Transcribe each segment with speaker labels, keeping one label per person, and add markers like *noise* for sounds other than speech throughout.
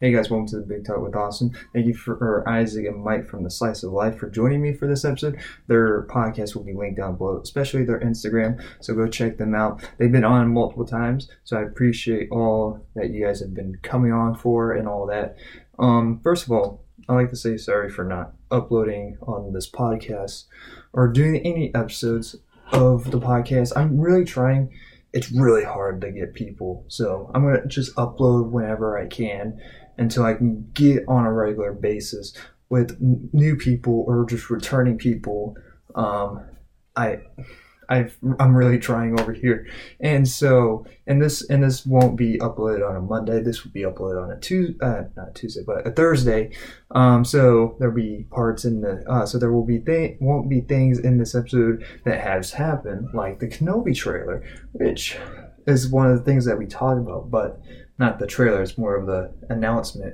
Speaker 1: Hey guys, welcome to the Big Talk with Austin. Thank you for or Isaac and Mike from the Slice of Life for joining me for this episode. Their podcast will be linked down below, especially their Instagram. So go check them out. They've been on multiple times, so I appreciate all that you guys have been coming on for and all that. Um, first of all, I'd like to say sorry for not uploading on this podcast or doing any episodes of the podcast. I'm really trying. It's really hard to get people, so I'm gonna just upload whenever I can until I can get on a regular basis with n- new people or just returning people. Um, I. i I'm really trying over here, and so and this and this won't be uploaded on a Monday. This will be uploaded on a Tuesday, uh, not Tuesday, but a Thursday. Um, so there'll be parts in the uh, so there will be th- won't be things in this episode that has happened, like the Kenobi trailer, which is one of the things that we talk about, but not the trailer. It's more of the announcement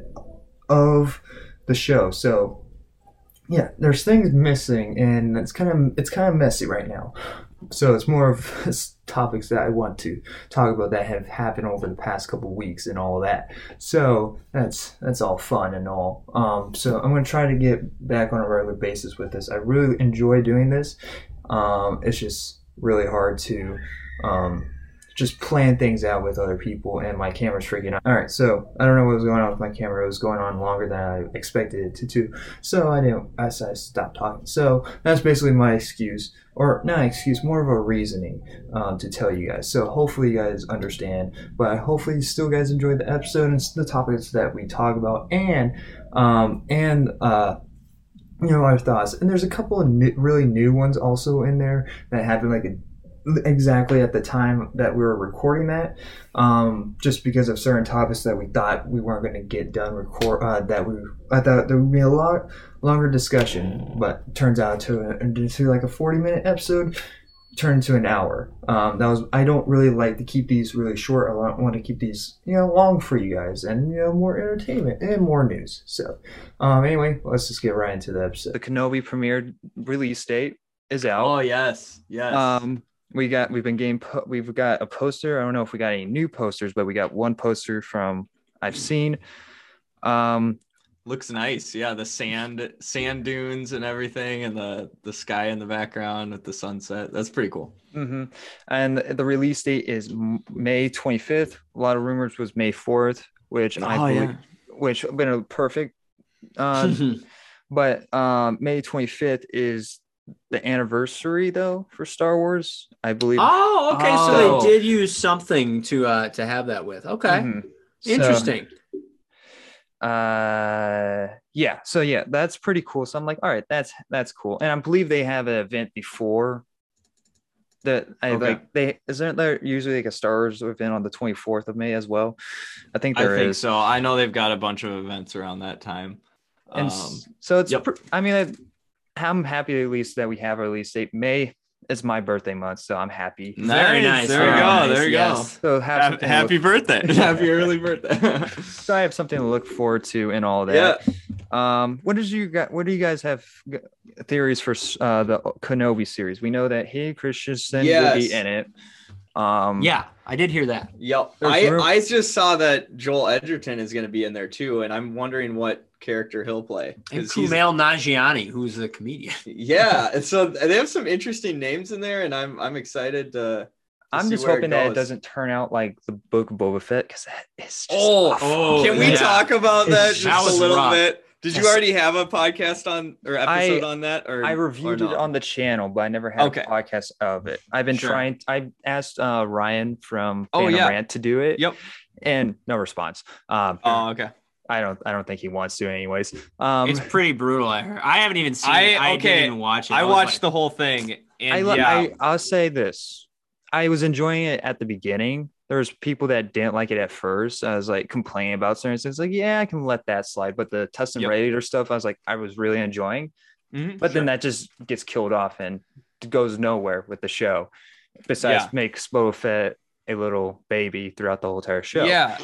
Speaker 1: of the show. So yeah, there's things missing, and it's kind of it's kind of messy right now. So it's more of *laughs* topics that I want to talk about that have happened over the past couple weeks and all that. So that's that's all fun and all. Um, so I'm gonna try to get back on a regular basis with this. I really enjoy doing this. Um, it's just really hard to um, just plan things out with other people, and my camera's freaking out. All right, so I don't know what was going on with my camera. It was going on longer than I expected it to, do. so I didn't. I s- I stopped talking. So that's basically my excuse, or not excuse, more of a reasoning um, to tell you guys. So hopefully you guys understand, but hopefully you still guys enjoyed the episode and s- the topics that we talk about, and um, and uh, you know our thoughts. And there's a couple of new, really new ones also in there that happened like a exactly at the time that we were recording that, um, just because of certain topics that we thought we weren't going to get done record uh, that we I thought there would be a lot longer discussion, but turns out to into like a forty minute episode turned to an hour. Um, that was I don't really like to keep these really short. I want, want to keep these you know long for you guys and you know more entertainment and more news. So um, anyway, let's just get right into the episode. The Kenobi premiere release date is out.
Speaker 2: Oh yes, yes.
Speaker 1: Um, we got we've been getting po- we've got a poster. I don't know if we got any new posters, but we got one poster from I've seen. Um,
Speaker 2: Looks nice. Yeah, the sand, sand dunes, and everything, and the the sky in the background with the sunset. That's pretty cool.
Speaker 1: mhm. and the release date is M- May 25th. A lot of rumors was May 4th, which I
Speaker 2: Oh,
Speaker 1: believe,
Speaker 2: yeah.
Speaker 1: which would have been a perfect. Uh,
Speaker 2: *laughs*
Speaker 1: *laughs*
Speaker 3: *laughs*
Speaker 1: but um, May 25th is the anniversary though for Star Wars. I believe.
Speaker 3: Oh, okay.
Speaker 2: Oh.
Speaker 3: So they did use something to uh to have that with. Okay.
Speaker 1: Mhm. So-
Speaker 3: Interesting.
Speaker 1: uh yeah so yeah that's pretty cool so i'm like all right that's that's cool and i believe they have an event before that i
Speaker 2: Okay.
Speaker 1: like they isn't there usually like a stars event on the 24th of may as well i think
Speaker 2: I
Speaker 1: there is.
Speaker 2: think so. I know they've got a bunch of events around that time.
Speaker 1: and
Speaker 2: Um,
Speaker 1: s- so it's
Speaker 2: yep.
Speaker 1: pr- i mean I, i'm happy at least that we have a release date may is my birthday month so i'm happy
Speaker 3: Very
Speaker 2: nice,
Speaker 3: nice.
Speaker 2: There
Speaker 3: very
Speaker 2: we go.
Speaker 3: nice,
Speaker 2: There we
Speaker 3: yes.
Speaker 1: so
Speaker 2: go.
Speaker 1: have
Speaker 2: Hap-
Speaker 1: something to
Speaker 2: happy
Speaker 1: look-
Speaker 2: birthday. *laughs* happy early
Speaker 1: *laughs*
Speaker 2: birthday.
Speaker 1: so i have something to look forward to and all that Um, what did you got? What do you guys have g- theories for uh, the Kenobi series? We know that Hayden Christensen will
Speaker 4: Yes.
Speaker 1: be in it. Um,
Speaker 3: Yeah, I did hear that.
Speaker 4: Yep.
Speaker 1: There's
Speaker 4: I,
Speaker 1: room-
Speaker 4: I just saw that Joel Edgerton is going to be in there too, and I'm wondering what character he'll play.
Speaker 3: And
Speaker 4: 'cause he's-
Speaker 3: Kumail Nanjiani, who's the comedian.
Speaker 4: Yeah. And so they have some interesting names in there, and I'm I'm excited to.
Speaker 1: I'm
Speaker 4: see
Speaker 1: just
Speaker 4: where it
Speaker 1: hoping that it
Speaker 4: goes.
Speaker 1: doesn't turn out like the book of Boba Fett because that is just
Speaker 3: Oh,
Speaker 1: awful.
Speaker 2: oh,
Speaker 4: Can we
Speaker 3: yeah.
Speaker 4: talk about
Speaker 1: It's-
Speaker 4: that
Speaker 1: that
Speaker 4: just
Speaker 3: was
Speaker 4: a little
Speaker 3: rough.
Speaker 4: bit? Did you
Speaker 3: Yes.
Speaker 4: already have a podcast on or episode
Speaker 1: I-
Speaker 4: on that? Or
Speaker 1: I reviewed
Speaker 4: or
Speaker 1: it
Speaker 4: no?
Speaker 1: on the channel, but I never had
Speaker 4: Okay.
Speaker 1: a podcast of it. I've been
Speaker 2: Sure.
Speaker 1: trying. I asked uh, Ryan from
Speaker 4: Oh,
Speaker 1: Phantom
Speaker 4: yeah.
Speaker 1: Rant to do it.
Speaker 2: Yep.
Speaker 1: and no response. Um,
Speaker 4: Oh, okay.
Speaker 1: I don't. I don't think he wants to, anyways. Um,
Speaker 3: it's pretty brutal. I heard. I haven't even seen.
Speaker 2: I-
Speaker 3: it. I
Speaker 2: okay,
Speaker 3: didn't even watch it.
Speaker 2: I
Speaker 3: was
Speaker 2: watched
Speaker 3: like,
Speaker 2: the whole thing, and
Speaker 1: I, li-
Speaker 2: yeah,
Speaker 1: I I'll say this. I was enjoying it at the beginning. There was people that didn't like it at first. I was like complaining about certain things. Like, yeah, I can let that slide. But the Tustin
Speaker 2: Yep.
Speaker 1: Raider stuff, I was like, I was really enjoying.
Speaker 2: Mhm.
Speaker 1: But then that just gets killed off and goes nowhere with the show. Besides,
Speaker 2: Yeah.
Speaker 1: makes Boba Fett a little baby throughout the whole entire show. *laughs*
Speaker 4: Yeah.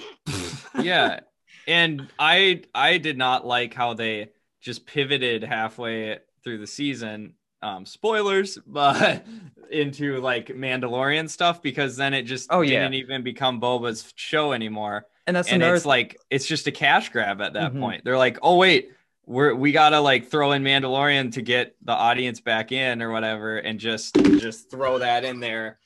Speaker 2: yeah and i i did not like how they just pivoted halfway through the season um spoilers *laughs* but into like mandalorian stuff because then it just
Speaker 1: Oh, yeah.
Speaker 2: didn't even become boba's show anymore
Speaker 1: and that's
Speaker 2: and
Speaker 1: another
Speaker 2: it's like it's just a cash grab at that
Speaker 1: Mhm.
Speaker 2: point. They're like, oh wait, we're we gotta like throw in Mandalorian to get the audience back in or whatever, and just just throw that in there.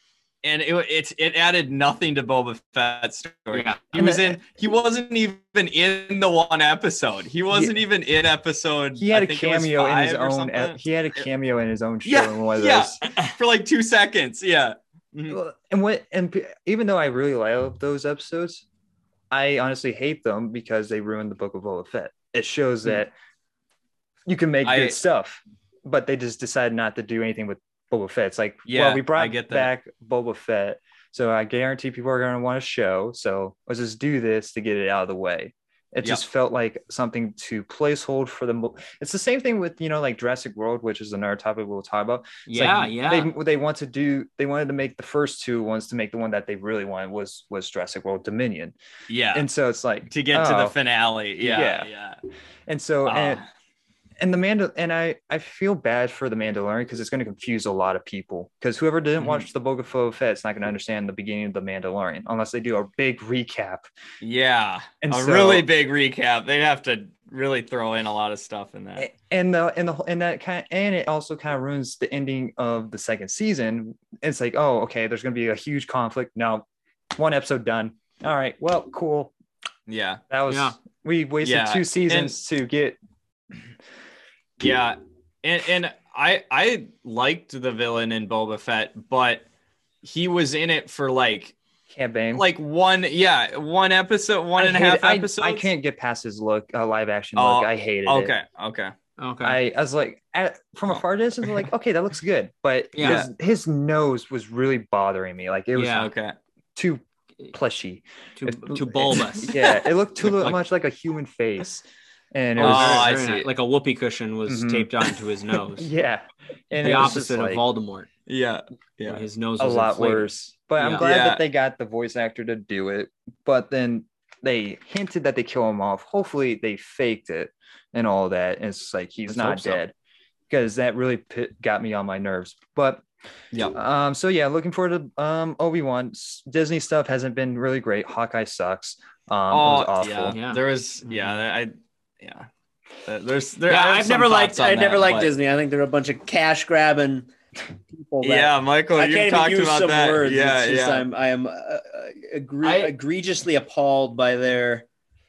Speaker 2: And it it's it added nothing to Boba Fett's story.
Speaker 3: Yeah.
Speaker 2: He
Speaker 1: And
Speaker 2: was
Speaker 1: the-
Speaker 2: in he wasn't even in the one episode. He wasn't even in episode.
Speaker 1: he had
Speaker 2: I
Speaker 1: a
Speaker 2: think it was
Speaker 1: cameo in his
Speaker 2: five or
Speaker 1: own ep-
Speaker 2: something,
Speaker 1: he had a cameo in his own show
Speaker 2: Yeah,
Speaker 1: in one of
Speaker 2: yeah.
Speaker 1: those
Speaker 2: *laughs* for like two seconds. Yeah. Mhm.
Speaker 1: Well, and what and p- even though I really love those episodes, I honestly hate them because they ruined the Book of Boba Fett. It shows that you can make
Speaker 2: Mm-hmm. I-
Speaker 1: good stuff, but they just decided not to do anything with Boba Fett. It's like,
Speaker 2: Yeah,
Speaker 1: well, we
Speaker 2: I
Speaker 1: brought
Speaker 2: get that.
Speaker 1: back Boba Fett, so I guarantee people are going to want to show. So let's just do this to get it out of the way. It
Speaker 2: Yeah.
Speaker 1: just felt like something to placehold for the. Mo- it's the same thing with you know like Jurassic World, which is another topic we'll talk about. It's
Speaker 3: yeah,
Speaker 1: like
Speaker 3: yeah.
Speaker 1: They, they want to do. They wanted to make the first two ones to make the one that they really wanted was was Jurassic World Dominion,
Speaker 2: Yeah.
Speaker 1: and so it's like
Speaker 2: to get to
Speaker 1: oh.
Speaker 2: the finale. Yeah.
Speaker 1: Yeah.
Speaker 2: Yeah. Oh,
Speaker 1: and so and,
Speaker 3: Ah.
Speaker 1: and the Mandal and I I feel bad for the Mandalorian because it's going to confuse a lot of people because whoever didn't
Speaker 3: Mm-hmm.
Speaker 2: Mhm.
Speaker 1: watch the Book of Boba Fett is not going to understand the beginning of the Mandalorian unless they do a big recap.
Speaker 2: Yeah. *laughs*
Speaker 1: And
Speaker 2: a
Speaker 1: so-
Speaker 2: really big recap. They'd have to really throw in a lot of stuff in
Speaker 3: Eh.
Speaker 2: that.
Speaker 1: A- And the and the whole- and that kind and it also kind of ruins the ending of the second season. It's like oh okay, there's going to be a huge conflict. No, one episode done. All right, well, cool.
Speaker 2: Yeah.
Speaker 1: That was
Speaker 3: Yeah.
Speaker 1: we wasted
Speaker 2: Yeah,
Speaker 1: two seasons to get.
Speaker 2: Yeah. And and I I liked the villain in Boba Fett, but he was in it for like
Speaker 1: Can't bang.
Speaker 2: like one yeah, one episode, one
Speaker 1: I
Speaker 2: and a
Speaker 1: hate
Speaker 2: half
Speaker 1: it. I-
Speaker 2: episodes.
Speaker 1: I, can't get past his look, uh, live action
Speaker 2: Oh,
Speaker 1: look. I hated it.
Speaker 2: Okay. Oh. Okay.
Speaker 3: okay.
Speaker 1: I, I was like, at, from a far distance, I'm like, okay, that looks good, but
Speaker 3: Yeah.
Speaker 1: his, his nose was really bothering me. Like it was
Speaker 3: Yeah.
Speaker 2: Okay.
Speaker 1: too plushy.
Speaker 3: too,
Speaker 1: It-
Speaker 3: too bulbous.
Speaker 1: *laughs* yeah, it looked
Speaker 2: *laughs*
Speaker 1: too
Speaker 3: Like-
Speaker 1: much like a human face, and it
Speaker 2: Oh,
Speaker 1: was,
Speaker 2: I
Speaker 3: very
Speaker 2: see.
Speaker 3: nice. Like a whoopee cushion was
Speaker 1: Mhm.
Speaker 3: taped onto his nose.
Speaker 1: yeah, and
Speaker 3: the
Speaker 1: it was just
Speaker 3: opposite
Speaker 1: like
Speaker 3: of Voldemort.
Speaker 2: Yeah.
Speaker 3: Yeah.
Speaker 2: Yeah.
Speaker 3: His nose
Speaker 1: a
Speaker 3: was
Speaker 1: lot
Speaker 3: inflated.
Speaker 1: worse. But I'm
Speaker 3: Yeah.
Speaker 1: glad
Speaker 2: Yeah.
Speaker 1: that they got the voice actor to do it. But then they hinted that they kill him off. Hopefully they faked it and all that. And it's just like he's
Speaker 3: Let's hope
Speaker 1: not
Speaker 3: so.
Speaker 1: dead because that really pit, got me on my nerves. But
Speaker 2: Yeah.
Speaker 1: um, so yeah, looking forward to um Obi Wan. Disney stuff hasn't been really great. Hawkeye sucks. Um,
Speaker 2: oh,
Speaker 1: it was awful.
Speaker 2: yeah. Mm-hmm.
Speaker 3: Yeah.
Speaker 2: There was yeah, I yeah. Uh, There's there
Speaker 3: Yeah,
Speaker 2: I have
Speaker 3: I've
Speaker 2: some
Speaker 3: never liked.
Speaker 2: thoughts on
Speaker 3: I never
Speaker 2: that,
Speaker 3: liked
Speaker 2: but-
Speaker 3: Disney. I think they're a bunch of cash grabbing people. that-
Speaker 2: Yeah, Michael,
Speaker 3: I
Speaker 2: you
Speaker 3: can't
Speaker 2: talked
Speaker 3: even use
Speaker 2: about
Speaker 3: some
Speaker 2: that.
Speaker 3: words.
Speaker 2: Yeah,
Speaker 3: it's just
Speaker 2: yeah.
Speaker 3: I'm, I am uh, uh, egre-
Speaker 2: I-
Speaker 3: egregiously appalled by their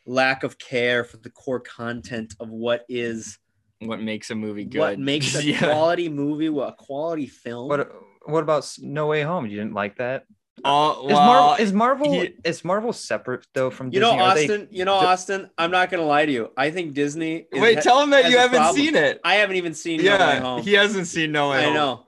Speaker 3: lack of care for the core content of what is
Speaker 2: what makes a movie good? *laughs*
Speaker 3: what makes a quality movie, what a quality film.
Speaker 1: What what about No Way Home? You didn't like that?
Speaker 2: Oh,
Speaker 1: Is
Speaker 2: well,
Speaker 1: Marvel is Marvel
Speaker 2: he-
Speaker 1: is Marvel separate though from
Speaker 3: you know,
Speaker 1: Disney? Are they-
Speaker 3: Austin. you know,
Speaker 1: d-
Speaker 3: Austin. I'm not gonna lie to you. I think Disney. is-
Speaker 2: wait, tell him that
Speaker 3: has
Speaker 2: you
Speaker 3: a
Speaker 2: haven't
Speaker 3: problem.
Speaker 2: seen it.
Speaker 3: I haven't even seen. Yeah,
Speaker 2: yeah,
Speaker 3: Home.
Speaker 2: he hasn't seen No Way
Speaker 3: I
Speaker 2: Home.
Speaker 3: know.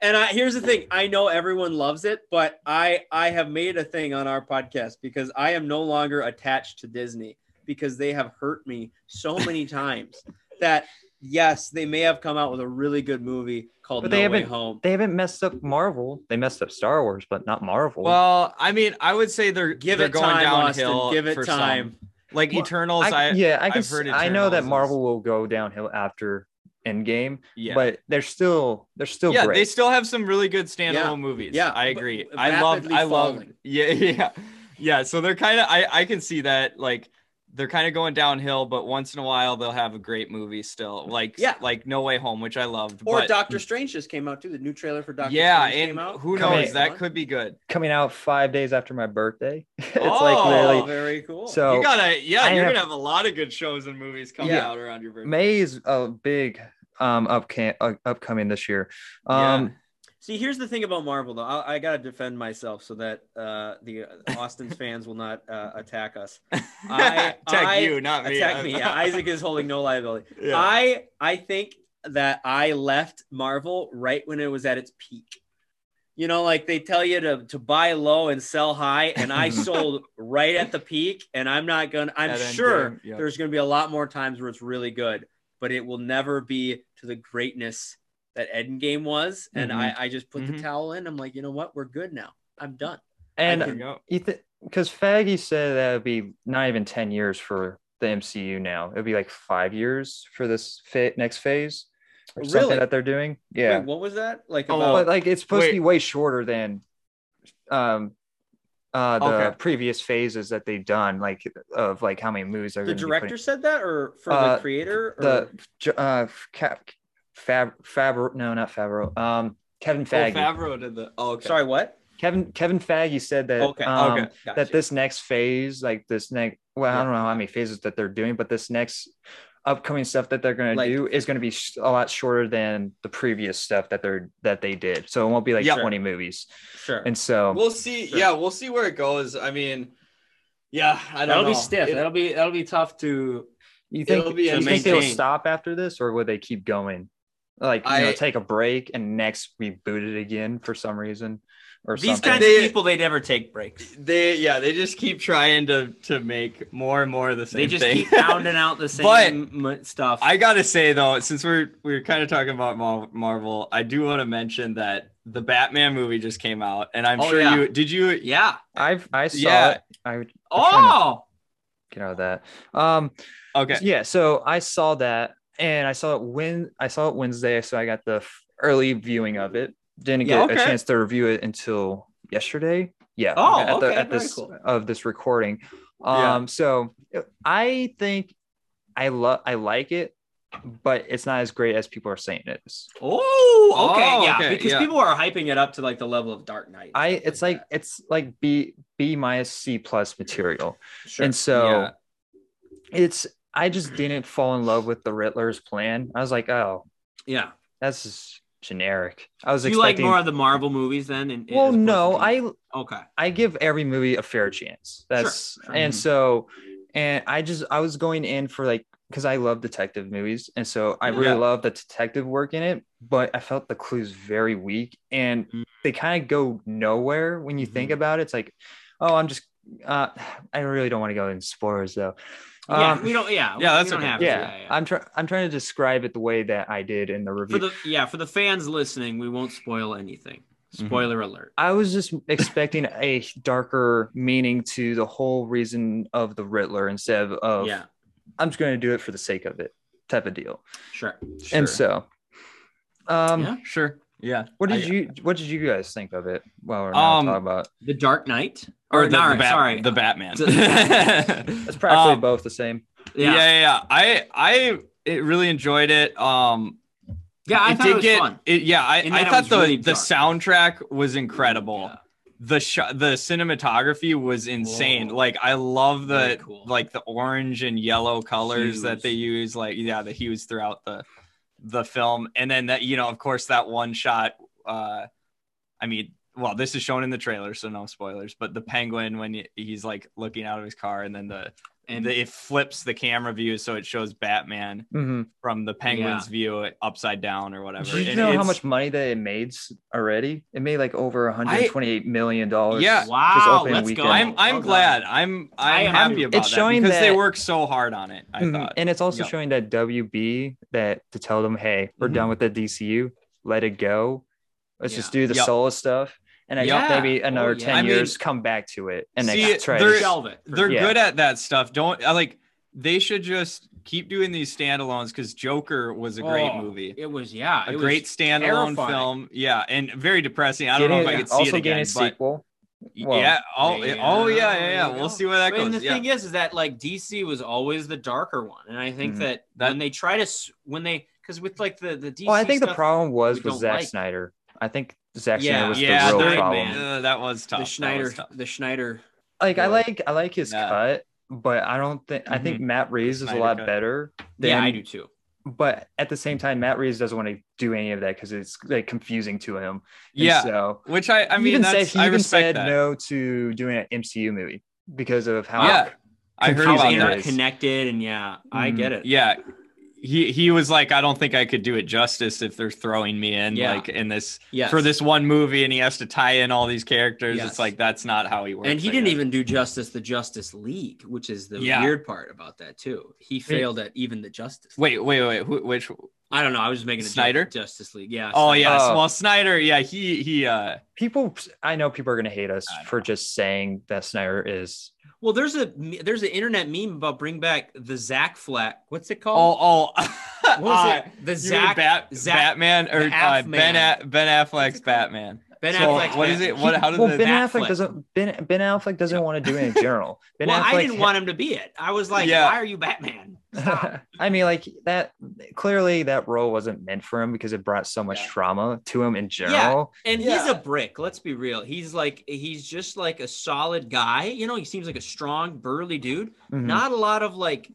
Speaker 3: And I, here's the thing: I know everyone loves it, but I I have made a thing on our podcast because I am no longer attached to Disney because they have hurt me so
Speaker 2: *laughs*
Speaker 3: many times that yes, they may have come out with a really good movie called
Speaker 1: But
Speaker 3: No
Speaker 1: they
Speaker 3: Way
Speaker 1: haven't-
Speaker 3: Home.
Speaker 1: they haven't messed up Marvel. They messed up Star Wars, but not Marvel.
Speaker 2: Well, I mean, I would say they're
Speaker 3: Give
Speaker 2: they're
Speaker 3: it
Speaker 2: going
Speaker 3: time,
Speaker 2: downhill.
Speaker 3: Austin. Give it
Speaker 2: for some.
Speaker 3: time.
Speaker 2: Like
Speaker 1: Well,
Speaker 2: Eternals, I,
Speaker 1: I, yeah, I
Speaker 2: I've
Speaker 1: can. s-
Speaker 2: heard
Speaker 1: I know
Speaker 2: Eternals
Speaker 1: that
Speaker 2: is-
Speaker 1: Marvel will go downhill after Endgame,
Speaker 2: yeah,
Speaker 1: but they're still they're still
Speaker 2: yeah,
Speaker 1: great.
Speaker 2: they still have some really good standalone
Speaker 3: Yeah,
Speaker 2: movies.
Speaker 3: yeah,
Speaker 2: I
Speaker 3: but
Speaker 2: agree. I love.
Speaker 3: rapidly
Speaker 2: I love.
Speaker 3: falling.
Speaker 2: Yeah, *laughs* yeah, yeah. So they're kind of. I I can see that like. They're kind of going downhill, but once in a while they'll have a great movie still, like
Speaker 3: Yeah.
Speaker 2: like No Way Home, which I loved.
Speaker 3: Or
Speaker 2: but-
Speaker 3: Doctor Strange just came out too. The new trailer for Doctor
Speaker 2: yeah,
Speaker 3: Strange
Speaker 2: and
Speaker 3: came out.
Speaker 2: who
Speaker 1: Come
Speaker 2: knows?
Speaker 1: on.
Speaker 2: That could be good.
Speaker 1: Coming out five days after my birthday. *laughs* it's
Speaker 2: Oh.
Speaker 1: like
Speaker 3: Oh,
Speaker 1: literally.
Speaker 3: very cool.
Speaker 1: So
Speaker 2: you gotta, yeah,
Speaker 1: I
Speaker 2: you're
Speaker 1: have-
Speaker 2: gonna have a lot of good shows and movies coming
Speaker 3: Yeah.
Speaker 2: out around your birthday.
Speaker 1: May is a big um upca- uh, upcoming this year. Um,
Speaker 3: See, here's the thing about Marvel, though. I, I got to defend myself so that uh, the
Speaker 2: *laughs*
Speaker 3: Austin fans will not uh, attack us. I-
Speaker 2: attack
Speaker 3: I-
Speaker 2: you, not me.
Speaker 3: Attack
Speaker 2: *laughs*
Speaker 3: me. Yeah, *laughs* Isaac is holding no liability.
Speaker 2: Yeah.
Speaker 3: I I think that I left Marvel right when it was at its peak. You know, like they tell you to to buy low and sell high,
Speaker 2: *laughs*
Speaker 3: and I sold right at the peak. And I'm not gonna. I'm
Speaker 2: At
Speaker 3: sure
Speaker 2: Endgame, yeah.
Speaker 3: there's gonna be a lot more times where it's really good, but it will never be to the greatness that Endgame was. And
Speaker 1: Mhm.
Speaker 3: I I just put
Speaker 2: Mhm.
Speaker 3: the towel in. I'm like, you know what? We're good now. I'm done.
Speaker 1: and
Speaker 2: There you go.
Speaker 1: Ethan, because Faggy said that would be not even ten years for the MCU now. It'd be like five years for this fa- next phase or something
Speaker 3: Really?
Speaker 1: that they're doing. Yeah,
Speaker 3: Wait, what was that? Like
Speaker 2: Oh,
Speaker 3: about
Speaker 1: but like it's supposed
Speaker 2: Wait.
Speaker 1: to be way shorter than um uh uh, the
Speaker 2: Okay.
Speaker 1: previous phases that they've done, like of like how many movies they're
Speaker 3: The
Speaker 1: gonna be
Speaker 3: director said that, or from
Speaker 1: Uh,
Speaker 3: the creator? Or?
Speaker 1: putting- the J- uh, Cap, Fab, Fabro, no, not Fabro, um, Kevin Faggy.
Speaker 2: Oh, Favreau did the. Oh, okay.
Speaker 3: sorry, what?
Speaker 1: Kevin Kevin Faggy said that
Speaker 3: Okay,
Speaker 1: um,
Speaker 2: okay.
Speaker 3: Gotcha.
Speaker 1: that this next phase, like this next, well, I don't know how many phases that they're doing, but this next upcoming stuff that they're going
Speaker 3: Like-
Speaker 1: to do is going to be sh- a lot shorter than the previous stuff that they're that they did. So it won't be like
Speaker 2: Yeah.
Speaker 1: 20 movies.
Speaker 3: sure.
Speaker 1: And so
Speaker 5: We'll see.
Speaker 3: Sure.
Speaker 5: Yeah, we'll see where it goes. I mean, yeah, I don't
Speaker 3: that'll
Speaker 5: know.
Speaker 3: be stiff.
Speaker 5: It-
Speaker 3: that'll be that'll be tough to.
Speaker 1: you think
Speaker 5: it'll be
Speaker 1: you
Speaker 5: a
Speaker 1: think they'll
Speaker 3: maintain.
Speaker 1: stop after this or will they keep going? Like, you know,
Speaker 5: I-
Speaker 1: take a break and next reboot it again for some reason or
Speaker 2: These
Speaker 1: something.
Speaker 2: kinds
Speaker 5: They-
Speaker 2: of people, they never take breaks.
Speaker 5: they yeah, they just keep trying to to make more and more of the same
Speaker 3: They just
Speaker 5: thing.
Speaker 3: keep pounding out the same m- stuff.
Speaker 2: *laughs* I gotta say though, since we're we're kind of talking about Mar- Marvel, I do want to mention that the Batman movie just came out, and I'm
Speaker 5: Oh,
Speaker 2: sure
Speaker 5: yeah.
Speaker 2: you did. You
Speaker 5: yeah.
Speaker 1: I've I saw
Speaker 2: Yeah.
Speaker 1: it. I would
Speaker 3: oh,
Speaker 1: get out of that. Um,
Speaker 2: okay?
Speaker 1: Yeah, so I saw that and I saw it when I saw it Wednesday, so I got the f- early viewing of it. Didn't
Speaker 2: Yeah,
Speaker 1: get
Speaker 2: okay.
Speaker 1: a chance to review it until yesterday. Yeah.
Speaker 3: Oh,
Speaker 1: at the,
Speaker 3: okay,
Speaker 1: at
Speaker 3: very
Speaker 1: this
Speaker 3: cool.
Speaker 1: of this recording.
Speaker 2: Yeah.
Speaker 1: Um so I think I love I like it, but it's not as great as people are saying it is.
Speaker 3: oh, okay,
Speaker 2: Oh,
Speaker 3: yeah,
Speaker 2: okay,
Speaker 3: because
Speaker 2: yeah.
Speaker 3: people are hyping it up to like the level of Dark Knight.
Speaker 1: I it's like it's like B B minus C plus material. And so
Speaker 2: Yeah.
Speaker 1: it's I just didn't fall in love with the Riddler's plan. I was like, oh,
Speaker 3: yeah.
Speaker 1: that's just generic. I was
Speaker 3: Do you like
Speaker 1: expecting.
Speaker 3: more of the Marvel movies then? And
Speaker 1: well, no, I
Speaker 3: okay.
Speaker 1: I give every movie a fair chance. That's
Speaker 3: sure. mm-hmm.
Speaker 1: and
Speaker 2: Mhm.
Speaker 1: so, and I just I was going in for like because I love detective movies, and so I really
Speaker 2: Yeah.
Speaker 1: love the detective work in it. But I felt the clues very weak, and
Speaker 3: Mm.
Speaker 1: they kind of go nowhere when you think
Speaker 3: Mm-hmm.
Speaker 1: about it. It's like, oh, I'm just. Uh, I really don't want to go in spoilers though.
Speaker 3: Yeah,
Speaker 1: Um,
Speaker 3: we don't. Yeah, we-
Speaker 2: yeah,
Speaker 3: we
Speaker 2: that's
Speaker 3: don't
Speaker 2: okay.
Speaker 3: have to,
Speaker 1: yeah, I'm trying. I'm trying to describe it the way that I did in the review.
Speaker 3: for the yeah for the fans listening, we won't spoil anything.
Speaker 2: Mm-hmm.
Speaker 3: Spoiler alert.
Speaker 1: I was just expecting a darker meaning to the whole reason of the Riddler instead of, of
Speaker 3: yeah,
Speaker 1: I'm just going to do it for the sake of it type of deal.
Speaker 3: sure.
Speaker 2: Sure.
Speaker 1: And so, um,
Speaker 3: Yeah.
Speaker 2: sure, yeah,
Speaker 1: what did
Speaker 2: I-
Speaker 1: you what did you guys think of it? While we're not
Speaker 2: Um,
Speaker 1: talking about it?
Speaker 3: The Dark Knight
Speaker 2: or the,
Speaker 3: no,
Speaker 2: the Bat-
Speaker 3: sorry,
Speaker 2: the Batman. *laughs*
Speaker 3: The- Yeah.
Speaker 1: it's practically
Speaker 2: um,
Speaker 1: both the same.
Speaker 2: yeah.
Speaker 3: yeah, yeah.
Speaker 2: yeah, yeah. I I it really enjoyed it. Um,
Speaker 3: I
Speaker 2: it
Speaker 3: thought
Speaker 2: did
Speaker 3: it was
Speaker 2: get,
Speaker 3: fun.
Speaker 2: It, yeah, I,
Speaker 3: In
Speaker 2: I
Speaker 3: that it
Speaker 2: thought
Speaker 3: was
Speaker 2: the
Speaker 3: really
Speaker 2: the
Speaker 3: dark.
Speaker 2: soundtrack was incredible.
Speaker 3: Yeah.
Speaker 2: The shot, the cinematography was insane.
Speaker 3: Whoa.
Speaker 2: Like I love
Speaker 3: Very
Speaker 2: the
Speaker 3: cool.
Speaker 2: like the orange and yellow colors that they use. Like yeah, the hues throughout the the film, and then that you know, of course, that one shot. uh I mean, well, this is shown in the trailer, so no spoilers. But the penguin when he- he's like looking out of his car, and then the and
Speaker 3: And-
Speaker 2: the, it flips the camera view, so it shows Batman
Speaker 1: hmm
Speaker 2: from the penguin's view upside down or whatever.
Speaker 1: Did you
Speaker 2: And
Speaker 1: know how
Speaker 2: it's-
Speaker 1: much money that it made s- already? It made like over 128 million dollars.
Speaker 2: Yeah.
Speaker 3: Wow,
Speaker 1: opening
Speaker 3: let's
Speaker 1: weekend.
Speaker 3: go.
Speaker 2: I'm I'm
Speaker 3: Well
Speaker 2: glad. I'm
Speaker 3: I
Speaker 2: I'm
Speaker 3: am
Speaker 2: happy
Speaker 3: too.
Speaker 2: about
Speaker 1: It's
Speaker 2: that
Speaker 1: showing
Speaker 2: because they
Speaker 1: that-
Speaker 2: work so hard on it. I
Speaker 1: Mhm.
Speaker 2: thought.
Speaker 1: and it's also
Speaker 2: Yeah.
Speaker 1: showing that WB that to tell them, hey, we're
Speaker 2: Mhm.
Speaker 1: done with the DCU, let it go, let's just do the
Speaker 2: Yep.
Speaker 1: solo stuff, and I
Speaker 2: Yeah.
Speaker 1: think maybe another
Speaker 3: Oh, yeah.
Speaker 1: ten
Speaker 2: I mean-
Speaker 1: years come back to it and
Speaker 2: See,
Speaker 1: then try.
Speaker 2: there-
Speaker 1: to-
Speaker 3: Shelve it. for-
Speaker 2: They're
Speaker 1: Yeah.
Speaker 2: good at that stuff. Don't I like they should just keep doing these standalones because Joker was a great
Speaker 3: Oh,
Speaker 2: movie.
Speaker 3: It was yeah,
Speaker 2: A
Speaker 3: it was
Speaker 2: great standalone
Speaker 3: terrifying.
Speaker 2: film. Yeah. And very depressing. I don't know if
Speaker 1: Getting-
Speaker 2: I could see
Speaker 1: also
Speaker 2: it
Speaker 1: getting
Speaker 2: again.
Speaker 1: a sequel.
Speaker 2: But
Speaker 1: well,
Speaker 2: yeah. Oh, it- oh yeah, yeah, yeah.
Speaker 3: yeah.
Speaker 2: We'll see where that
Speaker 3: But
Speaker 2: goes.
Speaker 3: and the
Speaker 2: yeah.
Speaker 3: thing is, is that like DC was always the darker one, and I think
Speaker 1: Mhm.
Speaker 3: that,
Speaker 2: Mm-hmm. That-
Speaker 3: when they try to s- when they because with like the the DC.
Speaker 1: Well, I think the
Speaker 3: stuff,
Speaker 1: problem was
Speaker 3: we
Speaker 1: with
Speaker 3: don't
Speaker 1: Zack
Speaker 3: like.
Speaker 1: Snyder. I think Zack
Speaker 3: Yeah.
Speaker 1: Snyder was
Speaker 2: yeah,
Speaker 1: the real
Speaker 2: that,
Speaker 3: Snyder,
Speaker 1: problem.
Speaker 3: man.
Speaker 2: uh, that was tough.
Speaker 3: uh, the
Speaker 2: That was
Speaker 3: Schneider,
Speaker 2: tough.
Speaker 3: the Schneider.
Speaker 1: Like I
Speaker 3: Really.
Speaker 1: like I like his
Speaker 2: Yeah.
Speaker 1: cut, but I don't think I think Matt Reeves is a
Speaker 2: Mm-hmm. Snyder
Speaker 1: lot
Speaker 2: cut.
Speaker 1: better. Than,
Speaker 3: yeah, I do too.
Speaker 1: But at the same time, Matt Reeves doesn't want to do any of that because it's like confusing to him. And
Speaker 2: Yeah.
Speaker 1: So
Speaker 2: Which I I
Speaker 1: He
Speaker 2: mean
Speaker 1: even
Speaker 2: that's
Speaker 1: said, he
Speaker 2: I
Speaker 1: even
Speaker 2: respect
Speaker 1: said
Speaker 2: that.
Speaker 1: no to doing an MCU movie because of how
Speaker 2: Yeah. I heard
Speaker 1: How
Speaker 2: about
Speaker 1: confusing
Speaker 3: He's
Speaker 2: that.
Speaker 1: it is.
Speaker 3: interconnected, and yeah, I
Speaker 1: Mhm.
Speaker 3: get it.
Speaker 2: Mm-hmm. yeah he he was like i don't think i could do it justice if they're throwing me in
Speaker 3: Yeah.
Speaker 2: like in this
Speaker 3: Yes.
Speaker 2: for this one movie and he has to tie in all these characters
Speaker 3: Yes.
Speaker 2: it's like that's not how he works
Speaker 3: and he
Speaker 2: I
Speaker 3: didn't
Speaker 2: guess.
Speaker 3: even do justice the Justice League, which is the
Speaker 2: Yeah.
Speaker 3: weird part about that too. He failed at even the Justice. League.
Speaker 2: wait wait wait who, which
Speaker 3: I don't know. I was just making a joke,
Speaker 2: Snyder?
Speaker 3: Justice League. Yeah.
Speaker 2: oh
Speaker 3: Snyder.
Speaker 2: yes
Speaker 1: Oh.
Speaker 2: well snyder yeah he he uh
Speaker 1: people. I know people are gonna hate us
Speaker 2: I
Speaker 1: for just saying that Snyder is.
Speaker 3: Well, there's a me- there's an internet meme about bring back the Zach Flack. What's it called?
Speaker 2: *laughs* oh oh
Speaker 3: what was
Speaker 2: uh,
Speaker 3: it? The
Speaker 2: you mean
Speaker 3: Zach.
Speaker 2: Bat-
Speaker 3: Zac-
Speaker 2: batman or
Speaker 3: the
Speaker 2: uh,
Speaker 3: Affman.
Speaker 2: ben, a- ben affleck's
Speaker 3: it called?
Speaker 2: batman
Speaker 6: Ben
Speaker 2: So,
Speaker 6: Affleck.
Speaker 2: what is it? What? How did
Speaker 1: well,
Speaker 2: the
Speaker 1: Ben
Speaker 2: that
Speaker 1: Affleck
Speaker 2: flip?
Speaker 1: doesn't. Ben Ben Affleck doesn't
Speaker 2: Yeah.
Speaker 1: want to do it in general. Ben
Speaker 3: well,
Speaker 1: Affleck,
Speaker 3: I didn't want him to be it. I was like,
Speaker 2: Yeah.
Speaker 3: why are you Batman? Stop.
Speaker 1: *laughs* I mean, like that. Clearly, that role wasn't meant for him because it brought so much
Speaker 7: Yeah.
Speaker 1: trauma to him in general.
Speaker 3: And he's
Speaker 7: Yeah.
Speaker 3: a brick. Let's be real. He's like he's just like a solid guy. You know, he seems like a strong, burly dude.
Speaker 2: Mm-hmm.
Speaker 1: Mhm,
Speaker 3: Not a lot of like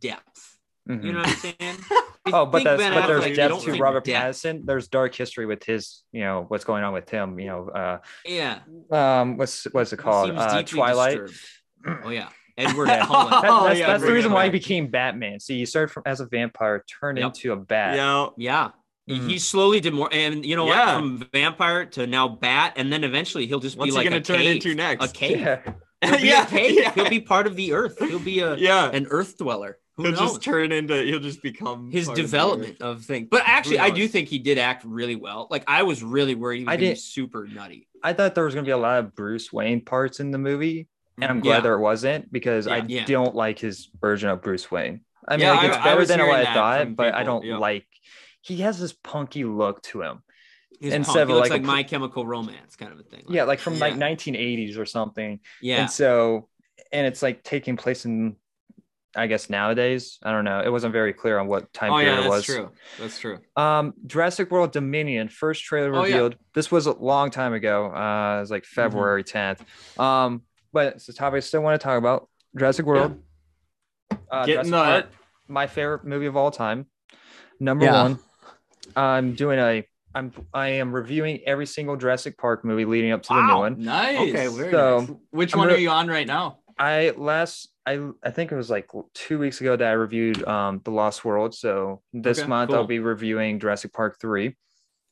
Speaker 3: depth.
Speaker 1: mhm.
Speaker 3: You know what I'm
Speaker 2: Mm.
Speaker 3: saying?
Speaker 1: oh, but that's but
Speaker 3: Affleck,
Speaker 1: there's
Speaker 3: you don't
Speaker 1: depth to
Speaker 3: think
Speaker 1: Robert
Speaker 3: depth.
Speaker 1: Pattinson. There's dark history with his, you know, what's going on with him. You know,
Speaker 2: *laughs*
Speaker 3: Yeah.
Speaker 1: uh, um, what's what's it
Speaker 3: He
Speaker 1: called?
Speaker 3: seems
Speaker 1: Uh,
Speaker 3: deeply
Speaker 1: Twilight.
Speaker 3: disturbed. Oh
Speaker 2: *clears throat*
Speaker 3: yeah. Edward
Speaker 1: Yeah.
Speaker 3: Cullen.
Speaker 1: That-
Speaker 2: Oh,
Speaker 1: that's
Speaker 2: yeah,
Speaker 1: that's the
Speaker 2: bring
Speaker 1: reason
Speaker 2: it
Speaker 1: why he
Speaker 2: back.
Speaker 1: became Batman. See, you started from as a vampire, turned
Speaker 3: Yep.
Speaker 1: into a bat.
Speaker 2: Yeah.
Speaker 3: Yeah.
Speaker 2: Mm-hmm.
Speaker 1: Mhm.
Speaker 3: He slowly did more, and you know
Speaker 2: Mm. Yeah.
Speaker 3: what? From vampire to now bat, and then eventually he'll just
Speaker 2: What's
Speaker 3: be
Speaker 2: he
Speaker 3: like
Speaker 2: gonna
Speaker 3: a
Speaker 2: turn
Speaker 3: cave.
Speaker 2: into
Speaker 3: A
Speaker 2: next?
Speaker 3: cave.
Speaker 2: *laughs*
Speaker 1: *laughs*
Speaker 3: He'll be a
Speaker 2: yeah.
Speaker 3: cave.
Speaker 2: *laughs* Yeah.
Speaker 3: He'll be part of the earth. He'll be
Speaker 2: *laughs*
Speaker 3: a
Speaker 2: yeah.
Speaker 3: an earth dweller. Who
Speaker 2: He'll
Speaker 3: knows?
Speaker 2: just turn into. He'll just become
Speaker 3: His
Speaker 2: part of the
Speaker 3: development
Speaker 2: earth.
Speaker 3: of, things, but actually,
Speaker 2: Who
Speaker 3: I do
Speaker 2: knows?
Speaker 3: think he did act really well. Like I was really worried he was
Speaker 1: I
Speaker 3: gonna be
Speaker 1: did-
Speaker 3: super nutty.
Speaker 1: I thought there was gonna be a lot of Bruce Wayne parts in the movie, and I'm glad
Speaker 3: Yeah.
Speaker 1: there wasn't because I
Speaker 3: Yeah, yeah.
Speaker 1: don't like his version of Bruce Wayne. I mean,
Speaker 2: Yeah,
Speaker 1: like,
Speaker 2: I-
Speaker 1: it's
Speaker 2: I
Speaker 1: better
Speaker 2: was
Speaker 1: than what
Speaker 2: hearing
Speaker 1: I
Speaker 2: that
Speaker 1: thought,
Speaker 2: from
Speaker 1: but I
Speaker 2: people,
Speaker 1: don't
Speaker 2: yeah.
Speaker 1: like. He has this punky look to him.
Speaker 3: His
Speaker 1: Instead
Speaker 3: punk.
Speaker 1: of
Speaker 3: He looks
Speaker 1: like a
Speaker 3: like
Speaker 1: pr-
Speaker 3: My Chemical Romance kind of a thing.
Speaker 1: Yeah, like from like
Speaker 3: Yeah.
Speaker 1: 1980s or something.
Speaker 3: yeah,
Speaker 1: And so, and it's like taking place in, I guess nowadays. I don't know. It wasn't very clear on what time
Speaker 2: Oh
Speaker 1: period
Speaker 2: yeah,
Speaker 1: it
Speaker 2: that's
Speaker 1: was.
Speaker 2: true. That's true.
Speaker 1: Um, Jurassic World Dominion first trailer
Speaker 2: Oh, yeah. Mm-hmm.
Speaker 1: revealed. This was a long time ago. Uh, it was like February 10th. Um, but it's a topic I still want to talk about. Jurassic World. Uh,
Speaker 2: Getting
Speaker 1: Jurassic
Speaker 2: the
Speaker 1: Park, my favorite movie of all time. Number
Speaker 2: Yeah.
Speaker 1: one. I'm doing a. I'm I am reviewing every single Jurassic Park movie leading up to the new
Speaker 3: Wow.
Speaker 1: one.
Speaker 2: Mm-hmm. nice.
Speaker 3: Okay, very
Speaker 1: So-
Speaker 2: nice. Which
Speaker 1: I'm
Speaker 2: one
Speaker 1: re-
Speaker 2: are you on right now?
Speaker 1: I last I I think it was like two weeks ago that I reviewed um The Lost World. So this
Speaker 2: Okay,
Speaker 1: month I'll
Speaker 2: cool.
Speaker 1: be reviewing Jurassic Park three.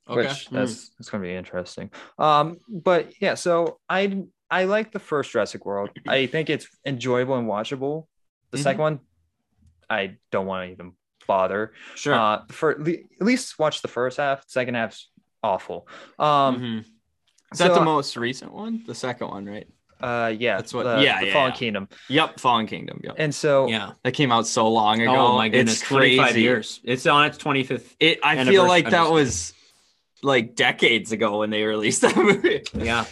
Speaker 2: Okay. Hmm.
Speaker 1: which that's that's gonna be interesting. Um, but yeah, so I I like the first Jurassic World. I think it's enjoyable and watchable. The
Speaker 2: Mhm.
Speaker 1: second one, I don't want to even bother.
Speaker 3: sure.
Speaker 1: Uh, for le- at least watch the first half. Second half's awful. Um,
Speaker 2: Mhm. Is
Speaker 1: so,
Speaker 2: that the most recent one? The second one, right?
Speaker 1: uh, yeah,
Speaker 2: That's what-
Speaker 1: the,
Speaker 2: yeah,
Speaker 1: the
Speaker 2: yeah,
Speaker 1: Fallen
Speaker 2: yeah.
Speaker 1: Kingdom.
Speaker 2: Yep, Fallen Kingdom. Yep.
Speaker 1: And so
Speaker 3: yeah.
Speaker 2: That came out so long ago.
Speaker 3: Oh my goodness,
Speaker 2: it's crazy.
Speaker 3: 25 years. It's on its 25th.
Speaker 2: It. I feel
Speaker 3: Anniversary-
Speaker 2: like that was like decades ago when they released that movie.
Speaker 3: Yeah,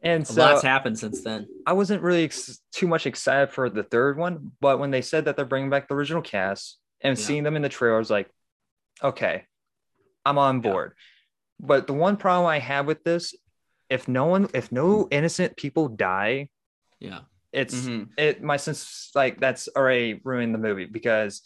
Speaker 1: and
Speaker 3: a
Speaker 1: so
Speaker 3: lot's happened since then.
Speaker 1: I wasn't really ex- too much excited for the third one, but when they said that they're bringing back the original cast and
Speaker 3: Yeah.
Speaker 1: seeing them in the trailer, I was like, okay, I'm on board. But the one problem I have with this, if no one, if no innocent people die,
Speaker 3: Yeah.
Speaker 1: it's
Speaker 3: Mm-hmm.
Speaker 2: Mm-hmm.
Speaker 7: Mhm.
Speaker 1: it my sense like that's already ruined the movie because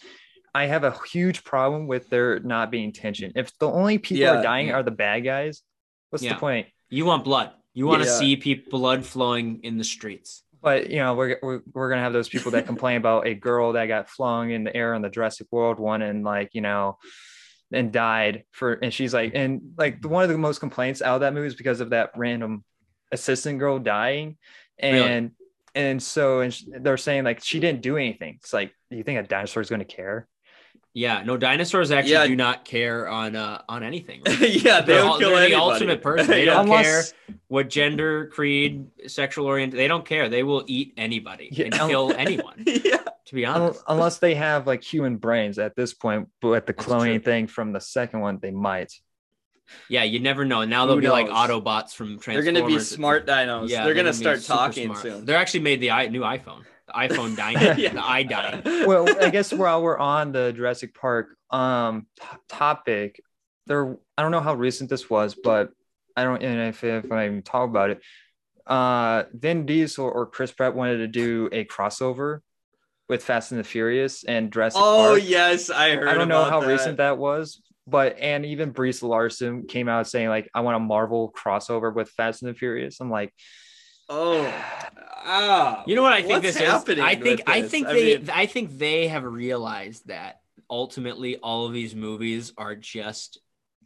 Speaker 1: I have a huge problem with there not being tension. If the only people
Speaker 7: Yeah,
Speaker 1: are dying
Speaker 3: yeah.
Speaker 1: are the bad guys, what's
Speaker 3: Yeah.
Speaker 1: the point?
Speaker 3: You want blood. You want to
Speaker 7: Yeah.
Speaker 3: see people blood flowing in the streets.
Speaker 1: but you know we're, we're we're gonna have those people that
Speaker 3: *laughs*
Speaker 1: complain about a girl that got flung in the air on the Jurassic World one and like you know and died for and she's like and like the- one of the most complaints out of that movie is because of that random assistant girl dying and and so and sh- they're saying like she didn't do anything it's like do you think a dinosaur is gonna care
Speaker 3: Yeah, no dinosaurs actually
Speaker 7: Yeah.
Speaker 3: do not care on uh, on anything.
Speaker 7: *laughs*
Speaker 3: right?
Speaker 7: yeah, *laughs* they
Speaker 3: They're,
Speaker 7: don't
Speaker 3: all-
Speaker 7: kill
Speaker 3: they're
Speaker 7: anybody.
Speaker 3: the ultimate person. They
Speaker 7: Yeah.
Speaker 3: don't care
Speaker 1: Unless-
Speaker 3: what gender, creed, sexual orient. They don't care. They will eat anybody
Speaker 1: Yeah.
Speaker 3: and
Speaker 7: *laughs*
Speaker 3: kill anyone.
Speaker 7: *laughs* yeah.
Speaker 3: To be
Speaker 1: un-
Speaker 3: honest,
Speaker 1: unless they have like human brains at this point but with the
Speaker 3: That's true.
Speaker 1: cloning thing from the second one they might
Speaker 3: yeah, you never know. Now
Speaker 7: Who
Speaker 3: they'll be like
Speaker 7: knows?
Speaker 3: Autobots from
Speaker 7: They're
Speaker 3: Transformers.
Speaker 7: gonna be smart dinos.
Speaker 3: Yeah,
Speaker 7: they're, gonna,
Speaker 3: be
Speaker 7: start
Speaker 3: super
Speaker 7: talking
Speaker 3: smart.
Speaker 2: *laughs*
Speaker 7: soon.
Speaker 3: They're actually made the i new iPhone. The
Speaker 7: *laughs*
Speaker 3: iPhone dying.
Speaker 7: Yeah.
Speaker 3: The eye dying.
Speaker 7: *laughs*
Speaker 1: well, I guess while we're on the Jurassic Park um t- topic, there I don't know how recent this was, but I don't and if if I even talk about it, uh Vin Diesel or Chris Pratt wanted to do a crossover with Fast and the Furious and Jurassic
Speaker 7: oh
Speaker 1: Park.
Speaker 7: yes, I heard.
Speaker 1: I don't know
Speaker 7: about
Speaker 1: how
Speaker 7: that.
Speaker 1: recent that was, but and even Brie Larson came out saying like I want a Marvel crossover with Fast and the Furious. I'm like,
Speaker 7: Oh, ah.
Speaker 3: You know what I think
Speaker 7: What's
Speaker 3: this is?
Speaker 7: happening
Speaker 3: I think
Speaker 7: with
Speaker 3: I
Speaker 7: this?
Speaker 3: think
Speaker 7: I
Speaker 3: they
Speaker 7: mean-
Speaker 3: I think they have realized that ultimately all of these movies are just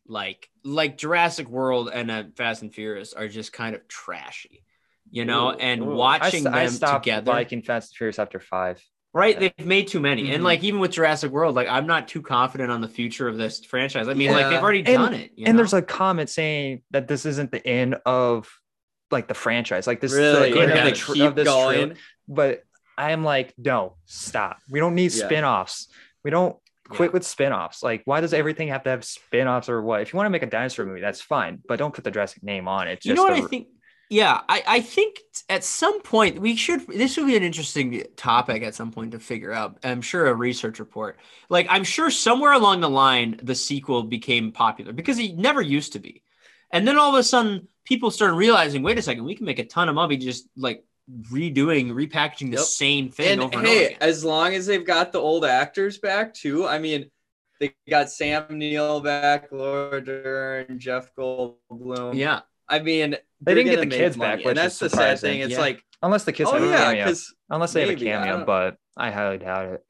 Speaker 3: like like Jurassic World and uh, Fast and Furious are just kind of trashy. You know,
Speaker 7: Ooh,
Speaker 3: and
Speaker 7: ooh.
Speaker 1: I,
Speaker 3: watching
Speaker 1: st- I
Speaker 3: them
Speaker 1: stopped
Speaker 3: together,
Speaker 1: liking Fast and Furious after five.
Speaker 3: right? They've made too many, and
Speaker 7: Mhm.
Speaker 3: like even with Jurassic World, like I'm not too confident on the future of this franchise. I mean, like
Speaker 7: Yeah.
Speaker 3: they've already
Speaker 1: And-
Speaker 3: done it. You
Speaker 1: and
Speaker 3: know?
Speaker 1: there's a comment saying that this isn't the end of like the franchise like this
Speaker 7: really?
Speaker 1: is the
Speaker 3: We're
Speaker 1: end
Speaker 3: gonna
Speaker 1: of, the
Speaker 7: gonna
Speaker 1: tr-
Speaker 7: keep
Speaker 1: of this
Speaker 7: going.
Speaker 1: going. but i am like no stop we don't need
Speaker 7: Yeah.
Speaker 1: spin-offs we don't Quit with spin-offs. Like, why does everything have to have spin-offs or what? If you want to make a dinosaur movie, that's fine, but don't put the Jurassic name on it.
Speaker 3: you know what
Speaker 1: a-
Speaker 3: I think? Yeah, I, I think t- at some point we should. This would be an interesting topic at some point to figure out. I'm sure a research report. Like I'm sure somewhere along the line the sequel became popular because it never used to be, and then all of a sudden people started realizing, wait a second, we can make a ton of money just like redoing, repackaging the
Speaker 2: Yep.
Speaker 3: same thing
Speaker 2: And
Speaker 3: over and over
Speaker 2: hey,
Speaker 3: again.
Speaker 2: as long as they've got the old actors back too, I mean, they got Sam Neill back, Laura Dern, Jeff Goldblum.
Speaker 3: yeah,
Speaker 2: I mean,
Speaker 1: They
Speaker 2: they're
Speaker 1: didn't get
Speaker 2: gonna
Speaker 1: the
Speaker 2: make
Speaker 1: kids back,
Speaker 2: money,
Speaker 1: which
Speaker 2: and that's
Speaker 1: is
Speaker 2: the sad
Speaker 1: surprising.
Speaker 2: thing. It's
Speaker 3: Yeah.
Speaker 2: like,
Speaker 1: unless the kids
Speaker 2: oh
Speaker 1: have a
Speaker 2: yeah,
Speaker 1: cameo.
Speaker 2: because
Speaker 1: Unless they
Speaker 2: maybe,
Speaker 1: have a
Speaker 2: I
Speaker 1: cameo,
Speaker 2: don't-
Speaker 1: but I highly doubt it.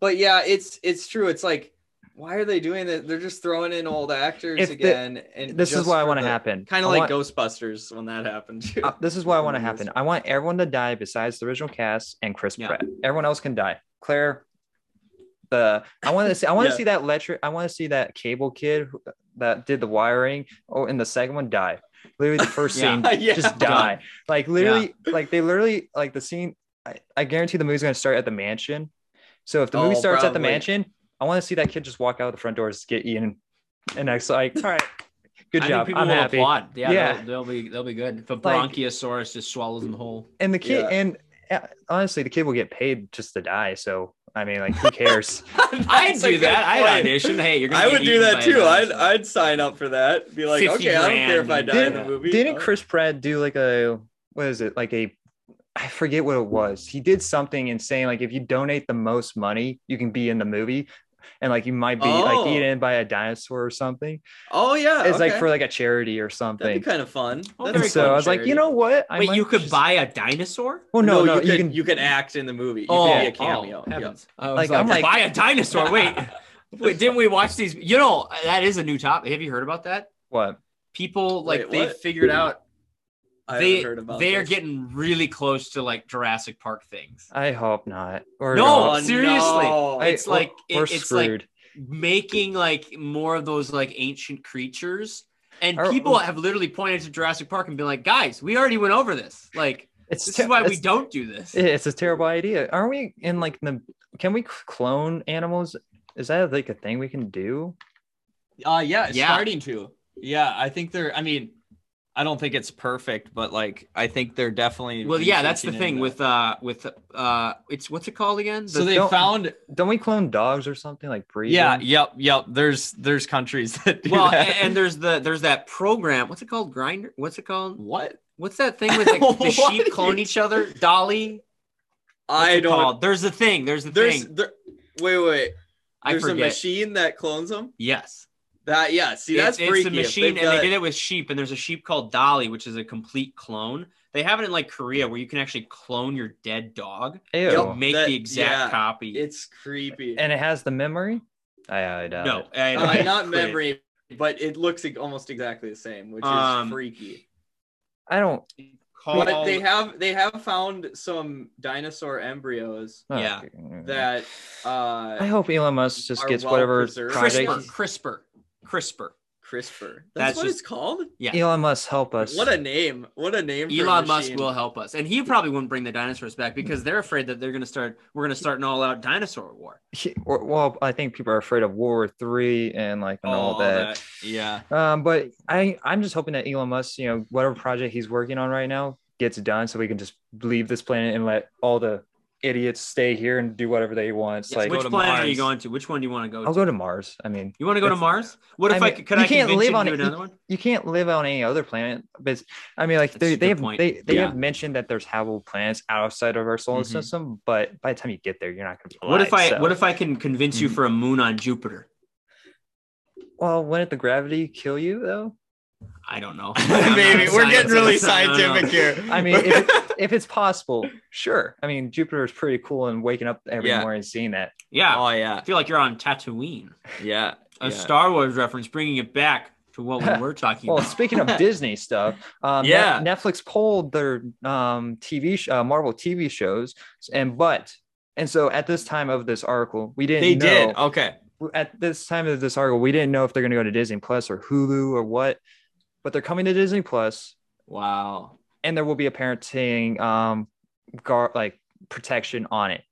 Speaker 2: but yeah, it's it's true. It's like, why are they doing that? They're just throwing in old actors
Speaker 1: If the-
Speaker 2: again. and
Speaker 1: This is what I want to
Speaker 2: happen.
Speaker 1: happen.
Speaker 2: Kind
Speaker 1: I
Speaker 2: of like
Speaker 1: want-
Speaker 2: Ghostbusters when that happened. *laughs* Too.
Speaker 1: uh, this is what I want to
Speaker 2: Yes.
Speaker 1: happen. I want everyone to die besides the original cast and Chris
Speaker 3: Yeah.
Speaker 1: Pratt. Everyone else can die. Claire, the I want to see. I want to
Speaker 8: Yeah.
Speaker 1: see that electric. I want to see that cable kid who- that did the wiring. Oh, and the second one die. Literally, the first
Speaker 3: Yeah.
Speaker 1: scene
Speaker 2: yeah.
Speaker 1: just die. Like literally, like they literally like the scene. I, I guarantee the movie's gonna start at the mansion. So if the movie
Speaker 2: Oh,
Speaker 1: starts at the
Speaker 2: probably.
Speaker 1: mansion, I want to see that kid just walk out the front doors, get eaten, and next like, all right, good
Speaker 3: I
Speaker 1: job.
Speaker 3: Think people
Speaker 1: I'm
Speaker 3: will
Speaker 1: happy.
Speaker 3: applaud. Yeah,
Speaker 1: Yeah.
Speaker 3: They'll, they'll be they'll be
Speaker 2: *laughs*
Speaker 3: good. If a bronchiosaurus just swallows them whole.
Speaker 1: and the kid
Speaker 2: Yeah.
Speaker 1: and uh, honestly the kid will get paid just to die so i mean like who
Speaker 3: *laughs*
Speaker 1: cares
Speaker 3: I'd
Speaker 2: That's a
Speaker 3: do
Speaker 2: good
Speaker 3: that.
Speaker 2: *laughs*
Speaker 3: I'd
Speaker 2: point.
Speaker 3: audition. Hey, you're. Gonna
Speaker 2: I
Speaker 3: get
Speaker 2: would do
Speaker 3: eaten
Speaker 2: that
Speaker 3: by a
Speaker 2: too. I'd
Speaker 3: dinosaur.
Speaker 2: I'd sign up for that. Be like,
Speaker 3: 50
Speaker 2: okay, I don't care if I
Speaker 3: grand.
Speaker 2: die in
Speaker 1: Didn't-
Speaker 2: the movie.
Speaker 1: didn't
Speaker 2: Oh.
Speaker 1: chris pratt do like a what is it like a i forget what it was he did something insane like if you donate the most money you can be in the movie and like you might be like
Speaker 2: Oh.
Speaker 1: eaten by a dinosaur or something
Speaker 2: Oh
Speaker 3: Ah,
Speaker 2: yeah,
Speaker 1: it's like
Speaker 2: okay.
Speaker 1: for like a charity or something
Speaker 2: that'd be kind of fun.
Speaker 3: Oh,
Speaker 2: That's
Speaker 1: and
Speaker 3: very
Speaker 2: a
Speaker 1: so
Speaker 2: fun
Speaker 1: i was like
Speaker 2: charity.
Speaker 1: you know what I
Speaker 3: Wait,
Speaker 1: might
Speaker 3: you oh, could
Speaker 1: just-
Speaker 3: buy a dinosaur?
Speaker 1: well no no, you, can,
Speaker 2: you can act in the movie. You
Speaker 3: oh,
Speaker 2: can be a
Speaker 3: oh,
Speaker 2: cameo. Yeah.
Speaker 3: heavens. I was
Speaker 1: Like,
Speaker 3: like,
Speaker 1: I'm like-
Speaker 3: buy a dinosaur. Wait, wait, didn't we watch these? You know, that is a new topic. Have you heard about that?
Speaker 1: what
Speaker 3: People like
Speaker 2: Wait,
Speaker 3: they
Speaker 2: what?
Speaker 3: figured out
Speaker 2: I haven't
Speaker 3: oh. they
Speaker 2: heard about
Speaker 3: they are
Speaker 2: this.
Speaker 3: getting really close to like Jurassic Park things.
Speaker 1: i hope not or
Speaker 3: Oh, No,
Speaker 1: not.
Speaker 2: no.
Speaker 3: seriously,
Speaker 2: I-
Speaker 3: it's like
Speaker 1: we're,
Speaker 3: it- it's like
Speaker 1: screwed
Speaker 3: making like more of those like ancient creatures. And
Speaker 1: Are-
Speaker 3: people have literally pointed to Jurassic Park and been like, "Guys, we already went over this. Like,
Speaker 1: it's
Speaker 3: this is
Speaker 1: ter-
Speaker 3: why we
Speaker 1: it's-
Speaker 3: don't do this."
Speaker 1: Yeah, it's a terrible idea. Aren't we in like the? Can we c- clone animals? Is that like a thing we can do?
Speaker 9: Uh yeah, it's
Speaker 3: Yeah.
Speaker 9: starting to. Yeah, I think they're I mean, I don't think it's perfect, but like I think they're definitely
Speaker 3: well yeah that's the
Speaker 9: researching
Speaker 3: thing
Speaker 9: into
Speaker 3: with uh with uh it's what's it called again
Speaker 9: that.
Speaker 3: The-
Speaker 9: So they
Speaker 1: don't-
Speaker 9: found
Speaker 1: Don't we clone dogs or something like breed?
Speaker 9: Yeah,
Speaker 1: them?
Speaker 9: yep, yep. There's there's countries that do
Speaker 3: well a-
Speaker 9: that.
Speaker 3: *laughs* and there's the there's that program what's it called grinder what's it called
Speaker 9: what?
Speaker 3: what's that
Speaker 2: *laughs*
Speaker 3: thing with like, the
Speaker 2: What
Speaker 3: sheep
Speaker 2: did
Speaker 3: clone
Speaker 2: you-
Speaker 3: each other dolly What's
Speaker 2: I
Speaker 3: it
Speaker 2: don't.
Speaker 3: called? there's a thing there's a
Speaker 2: There's
Speaker 3: thing
Speaker 2: there, wait wait.
Speaker 3: i
Speaker 2: There's a
Speaker 3: forget
Speaker 2: machine that clones them.
Speaker 3: yes
Speaker 2: That yeah. See,
Speaker 3: It's-
Speaker 2: that's
Speaker 3: it's,
Speaker 2: freaky.
Speaker 3: a
Speaker 2: If
Speaker 3: machine
Speaker 2: they've
Speaker 3: and they
Speaker 2: got-
Speaker 3: did it with sheep and there's a sheep called dolly which is a complete clone they have it in like korea where you can actually clone your dead dog
Speaker 1: Ew.
Speaker 3: to make
Speaker 2: That-
Speaker 3: the exact
Speaker 2: yeah.
Speaker 3: copy
Speaker 2: It's creepy.
Speaker 1: And it has the memory. I highly doubt
Speaker 3: no
Speaker 1: it.
Speaker 3: I-
Speaker 2: Uh,
Speaker 3: I
Speaker 2: not
Speaker 3: quit.
Speaker 2: memory, but it looks like almost exactly the same, which is
Speaker 3: Um,
Speaker 2: freaky.
Speaker 1: I don't.
Speaker 2: But they
Speaker 3: Called-
Speaker 2: have they have found some dinosaur embryos
Speaker 1: oh,
Speaker 3: Yeah.
Speaker 2: that
Speaker 1: I
Speaker 2: uh
Speaker 1: hope Elon Musk just
Speaker 2: are
Speaker 1: gets
Speaker 2: well
Speaker 1: whatever
Speaker 2: preserved.
Speaker 1: project.
Speaker 3: CRISPR, CRISPR, CRISPR.
Speaker 2: CRISPR. That's,
Speaker 3: That's
Speaker 2: what
Speaker 3: just-
Speaker 2: it's called.
Speaker 3: Yeah.
Speaker 1: Elon Musk help us.
Speaker 2: What a name! What a name! for a
Speaker 3: Elon Musk
Speaker 2: machine.
Speaker 3: will help us, and he probably wouldn't bring the dinosaurs back because they're afraid that they're going to start. We're going to start an all-out dinosaur war.
Speaker 1: He- or- well, I think people are afraid of World War Three and like and all
Speaker 9: Oh,
Speaker 1: that.
Speaker 9: that-
Speaker 1: *laughs*
Speaker 9: Yeah.
Speaker 1: Um, but I I'm just hoping that Elon Musk, you know, whatever project he's working on right now gets done, so we can just leave this planet and let all the idiots stay here and do whatever they want. It's
Speaker 3: Yes,
Speaker 1: like
Speaker 3: which
Speaker 9: go to
Speaker 3: planet are you
Speaker 9: Mars.
Speaker 3: going to? Which one do you want to go to?
Speaker 1: I'll go to Mars. I mean,
Speaker 3: you want to go to
Speaker 1: It's-
Speaker 3: Mars? What
Speaker 1: I
Speaker 3: if I,
Speaker 1: mean,
Speaker 3: could? Could
Speaker 1: you
Speaker 3: I
Speaker 1: can't
Speaker 3: convince
Speaker 1: live
Speaker 3: you to
Speaker 1: on
Speaker 3: do
Speaker 1: it.
Speaker 3: another one?
Speaker 1: you can't live on any other planet. But it's- I mean, like
Speaker 3: That's
Speaker 1: they,
Speaker 3: a
Speaker 1: they
Speaker 3: good
Speaker 1: have
Speaker 3: point.
Speaker 1: they, they
Speaker 9: Yeah.
Speaker 1: have mentioned that there's habitable planets outside of our solar
Speaker 9: Mhm.
Speaker 1: system, but by the time you get there, you're not going to.
Speaker 3: Mm-hmm. What if I? What if I can convince you
Speaker 9: Mhm.
Speaker 3: for a moon on Jupiter?
Speaker 1: Well, wouldn't the gravity kill you though?
Speaker 3: I don't know.
Speaker 9: Maybe we're getting
Speaker 3: *laughs*
Speaker 9: really
Speaker 2: *laughs*
Speaker 9: scientific here.
Speaker 1: I
Speaker 9: *laughs*
Speaker 1: mean, if, it, if it's possible, sure. I mean, Jupiter is pretty cool, and waking up every
Speaker 9: Yeah.
Speaker 1: morning and seeing that
Speaker 3: Yeah,
Speaker 9: oh yeah.
Speaker 3: I feel like you're on Tatooine.
Speaker 9: Yeah.
Speaker 3: A
Speaker 9: yeah.
Speaker 3: Star Wars reference, bringing it back to what we were talking
Speaker 1: Well,
Speaker 3: about.
Speaker 9: *laughs*
Speaker 1: speaking of Disney stuff, um, Net-
Speaker 9: Yeah.
Speaker 1: Netflix polled their um, TV sh- uh, Marvel TV shows, and but and so at this time of this article, we didn't.
Speaker 9: they
Speaker 1: know,
Speaker 9: did. Okay.
Speaker 1: At this time of this article, we didn't know if they're going to go to Disney Plus or Hulu or what, but they're coming to Disney Plus,
Speaker 9: Wow.
Speaker 1: and there will be a parenting um, guard like protection on it.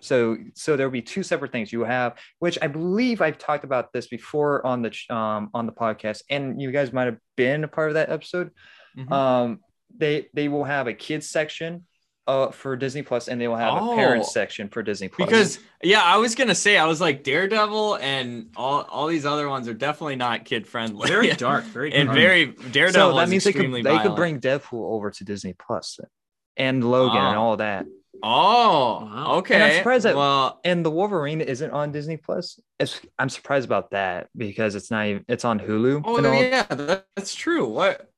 Speaker 1: So so there will be two separate things you have, which I believe I've talked about this before on the ch- um, on the podcast, and you guys might have been a part of that episode.
Speaker 2: Mhm.
Speaker 1: Um, they they will have a kids section uh, for Disney Plus, and they will have a
Speaker 2: Oh.
Speaker 1: parents section for Disney Plus.
Speaker 2: Because yeah, I was gonna say I was like Daredevil and all all these other ones are definitely not kid friendly.
Speaker 3: Very
Speaker 2: *laughs*
Speaker 3: dark, very
Speaker 2: and
Speaker 3: dark.
Speaker 2: very Daredevil.
Speaker 1: so that
Speaker 2: is
Speaker 1: means they could
Speaker 2: extremely
Speaker 1: they could
Speaker 2: violent.
Speaker 1: bring Deadpool over to Disney Plus then, and Logan and
Speaker 2: Ah.
Speaker 1: all that.
Speaker 2: Oh,
Speaker 3: Wow.
Speaker 2: okay.
Speaker 1: And I'm surprised that-
Speaker 2: well,
Speaker 1: And the Wolverine isn't on Disney Plus. It's, I'm surprised about that because it's not even, it's on Hulu.
Speaker 2: oh
Speaker 1: and all.
Speaker 2: yeah, that- that's true. What?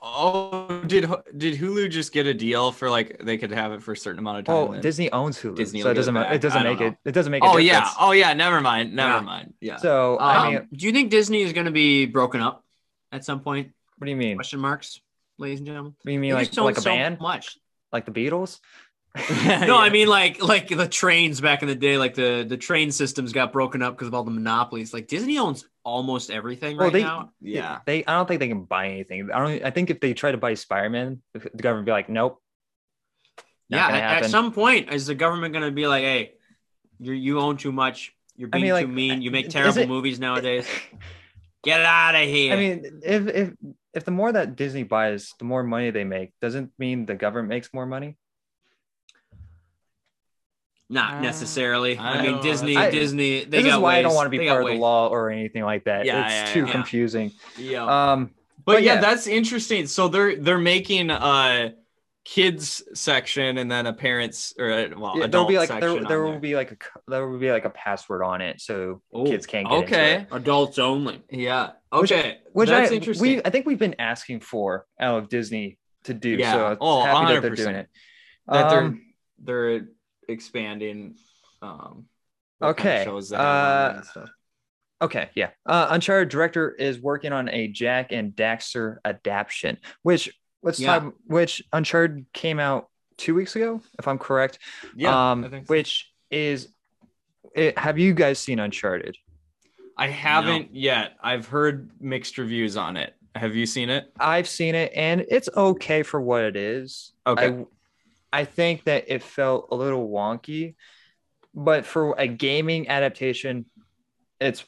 Speaker 2: Oh, did Hu- did Hulu just get a deal for like they could have it for a certain amount of time?
Speaker 1: Well,
Speaker 2: then?
Speaker 1: Oh, Disney owns Hulu,
Speaker 2: Disney
Speaker 1: so
Speaker 2: will
Speaker 1: it
Speaker 2: get it
Speaker 1: doesn't ma-
Speaker 2: back.
Speaker 1: it doesn't
Speaker 2: I don't
Speaker 1: make it it doesn't make
Speaker 2: oh
Speaker 1: a
Speaker 2: yeah.
Speaker 1: difference.
Speaker 2: Oh yeah. Never mind. Never
Speaker 3: Yeah.
Speaker 2: mind. Yeah. *laughs*
Speaker 1: So I
Speaker 3: Um,
Speaker 1: mean,
Speaker 3: do you think Disney is going to be broken up at some point?
Speaker 1: what do you mean?
Speaker 3: Question marks, ladies and gentlemen.
Speaker 1: What do you mean
Speaker 3: They
Speaker 1: like
Speaker 3: just own
Speaker 1: like a
Speaker 3: so
Speaker 1: band,
Speaker 3: Much.
Speaker 1: *laughs* like the Beatles?
Speaker 3: No, I mean like like the trains back in the day. Like the the train systems got broken up because of all the monopolies. Like Disney owns almost everything
Speaker 1: Well,
Speaker 3: right
Speaker 1: they-
Speaker 3: now.
Speaker 2: yeah.
Speaker 1: They I don't think they can buy anything. I don't. I think if they try to buy Spider-Man, the government would be like, nope. not
Speaker 3: Yeah,
Speaker 1: gonna
Speaker 3: at, at
Speaker 1: happen.
Speaker 3: some point, is the government going to be like, "Hey, you you own too much. You're
Speaker 1: I
Speaker 3: being
Speaker 1: mean, like, uh,
Speaker 3: too mean. You make
Speaker 1: is
Speaker 3: terrible
Speaker 1: it-
Speaker 3: movies nowadays.
Speaker 1: *laughs*
Speaker 3: Get out of here."
Speaker 1: I mean, if if if the more that Disney buys, the more money they make. Doesn't mean the government makes more money.
Speaker 3: not
Speaker 2: Uh,
Speaker 3: necessarily.
Speaker 2: I
Speaker 3: I, mean,
Speaker 2: don't know.
Speaker 3: Disney,
Speaker 1: I-
Speaker 3: Disney. They
Speaker 1: This
Speaker 3: got
Speaker 1: is why I don't
Speaker 3: ways-
Speaker 1: want to be
Speaker 3: they got
Speaker 1: part of the
Speaker 3: ways.
Speaker 1: law or anything like that.
Speaker 2: Yeah,
Speaker 1: it's
Speaker 2: yeah,
Speaker 1: too
Speaker 2: yeah.
Speaker 1: confusing.
Speaker 2: Yeah.
Speaker 1: Um,
Speaker 2: but,
Speaker 1: But
Speaker 2: yeah,
Speaker 1: yeah.
Speaker 2: that's interesting so they're they're making a kids section and then a parents or a, well
Speaker 1: yeah,
Speaker 2: adult
Speaker 1: there'll be like
Speaker 2: section
Speaker 1: there,
Speaker 2: on
Speaker 1: there will be like a c- there will be like a password on it, so
Speaker 3: Oh,
Speaker 1: kids can't get into it.
Speaker 2: okay
Speaker 3: Adults only.
Speaker 2: yeah
Speaker 1: Which-
Speaker 2: okay
Speaker 1: which
Speaker 2: that's
Speaker 1: I,
Speaker 2: interesting
Speaker 1: We, I think we've been asking for out of Disney to do.
Speaker 2: Yeah.
Speaker 1: So it's
Speaker 2: Oh,
Speaker 1: happy that they're
Speaker 2: 100%.
Speaker 1: doing it.
Speaker 2: that they're
Speaker 1: Um,
Speaker 2: they're expanding um what kind of
Speaker 1: okay.
Speaker 2: shows that are on
Speaker 1: uh,
Speaker 2: and stuff.
Speaker 1: okay. Yeah. Uh, Uncharted director is working on a Jack and Daxter adaptation, which let's
Speaker 3: Yeah.
Speaker 1: talk. Which Uncharted came out two weeks ago, if I'm correct.
Speaker 2: yeah
Speaker 1: Um,
Speaker 2: I think so.
Speaker 1: Which is, it, have you guys seen Uncharted?
Speaker 2: i haven't yet i've heard mixed reviews on it have you seen it
Speaker 1: I've seen it, and it's okay for what it is.
Speaker 2: okay
Speaker 1: I, I think that it felt a little wonky, but for a gaming adaptation, it's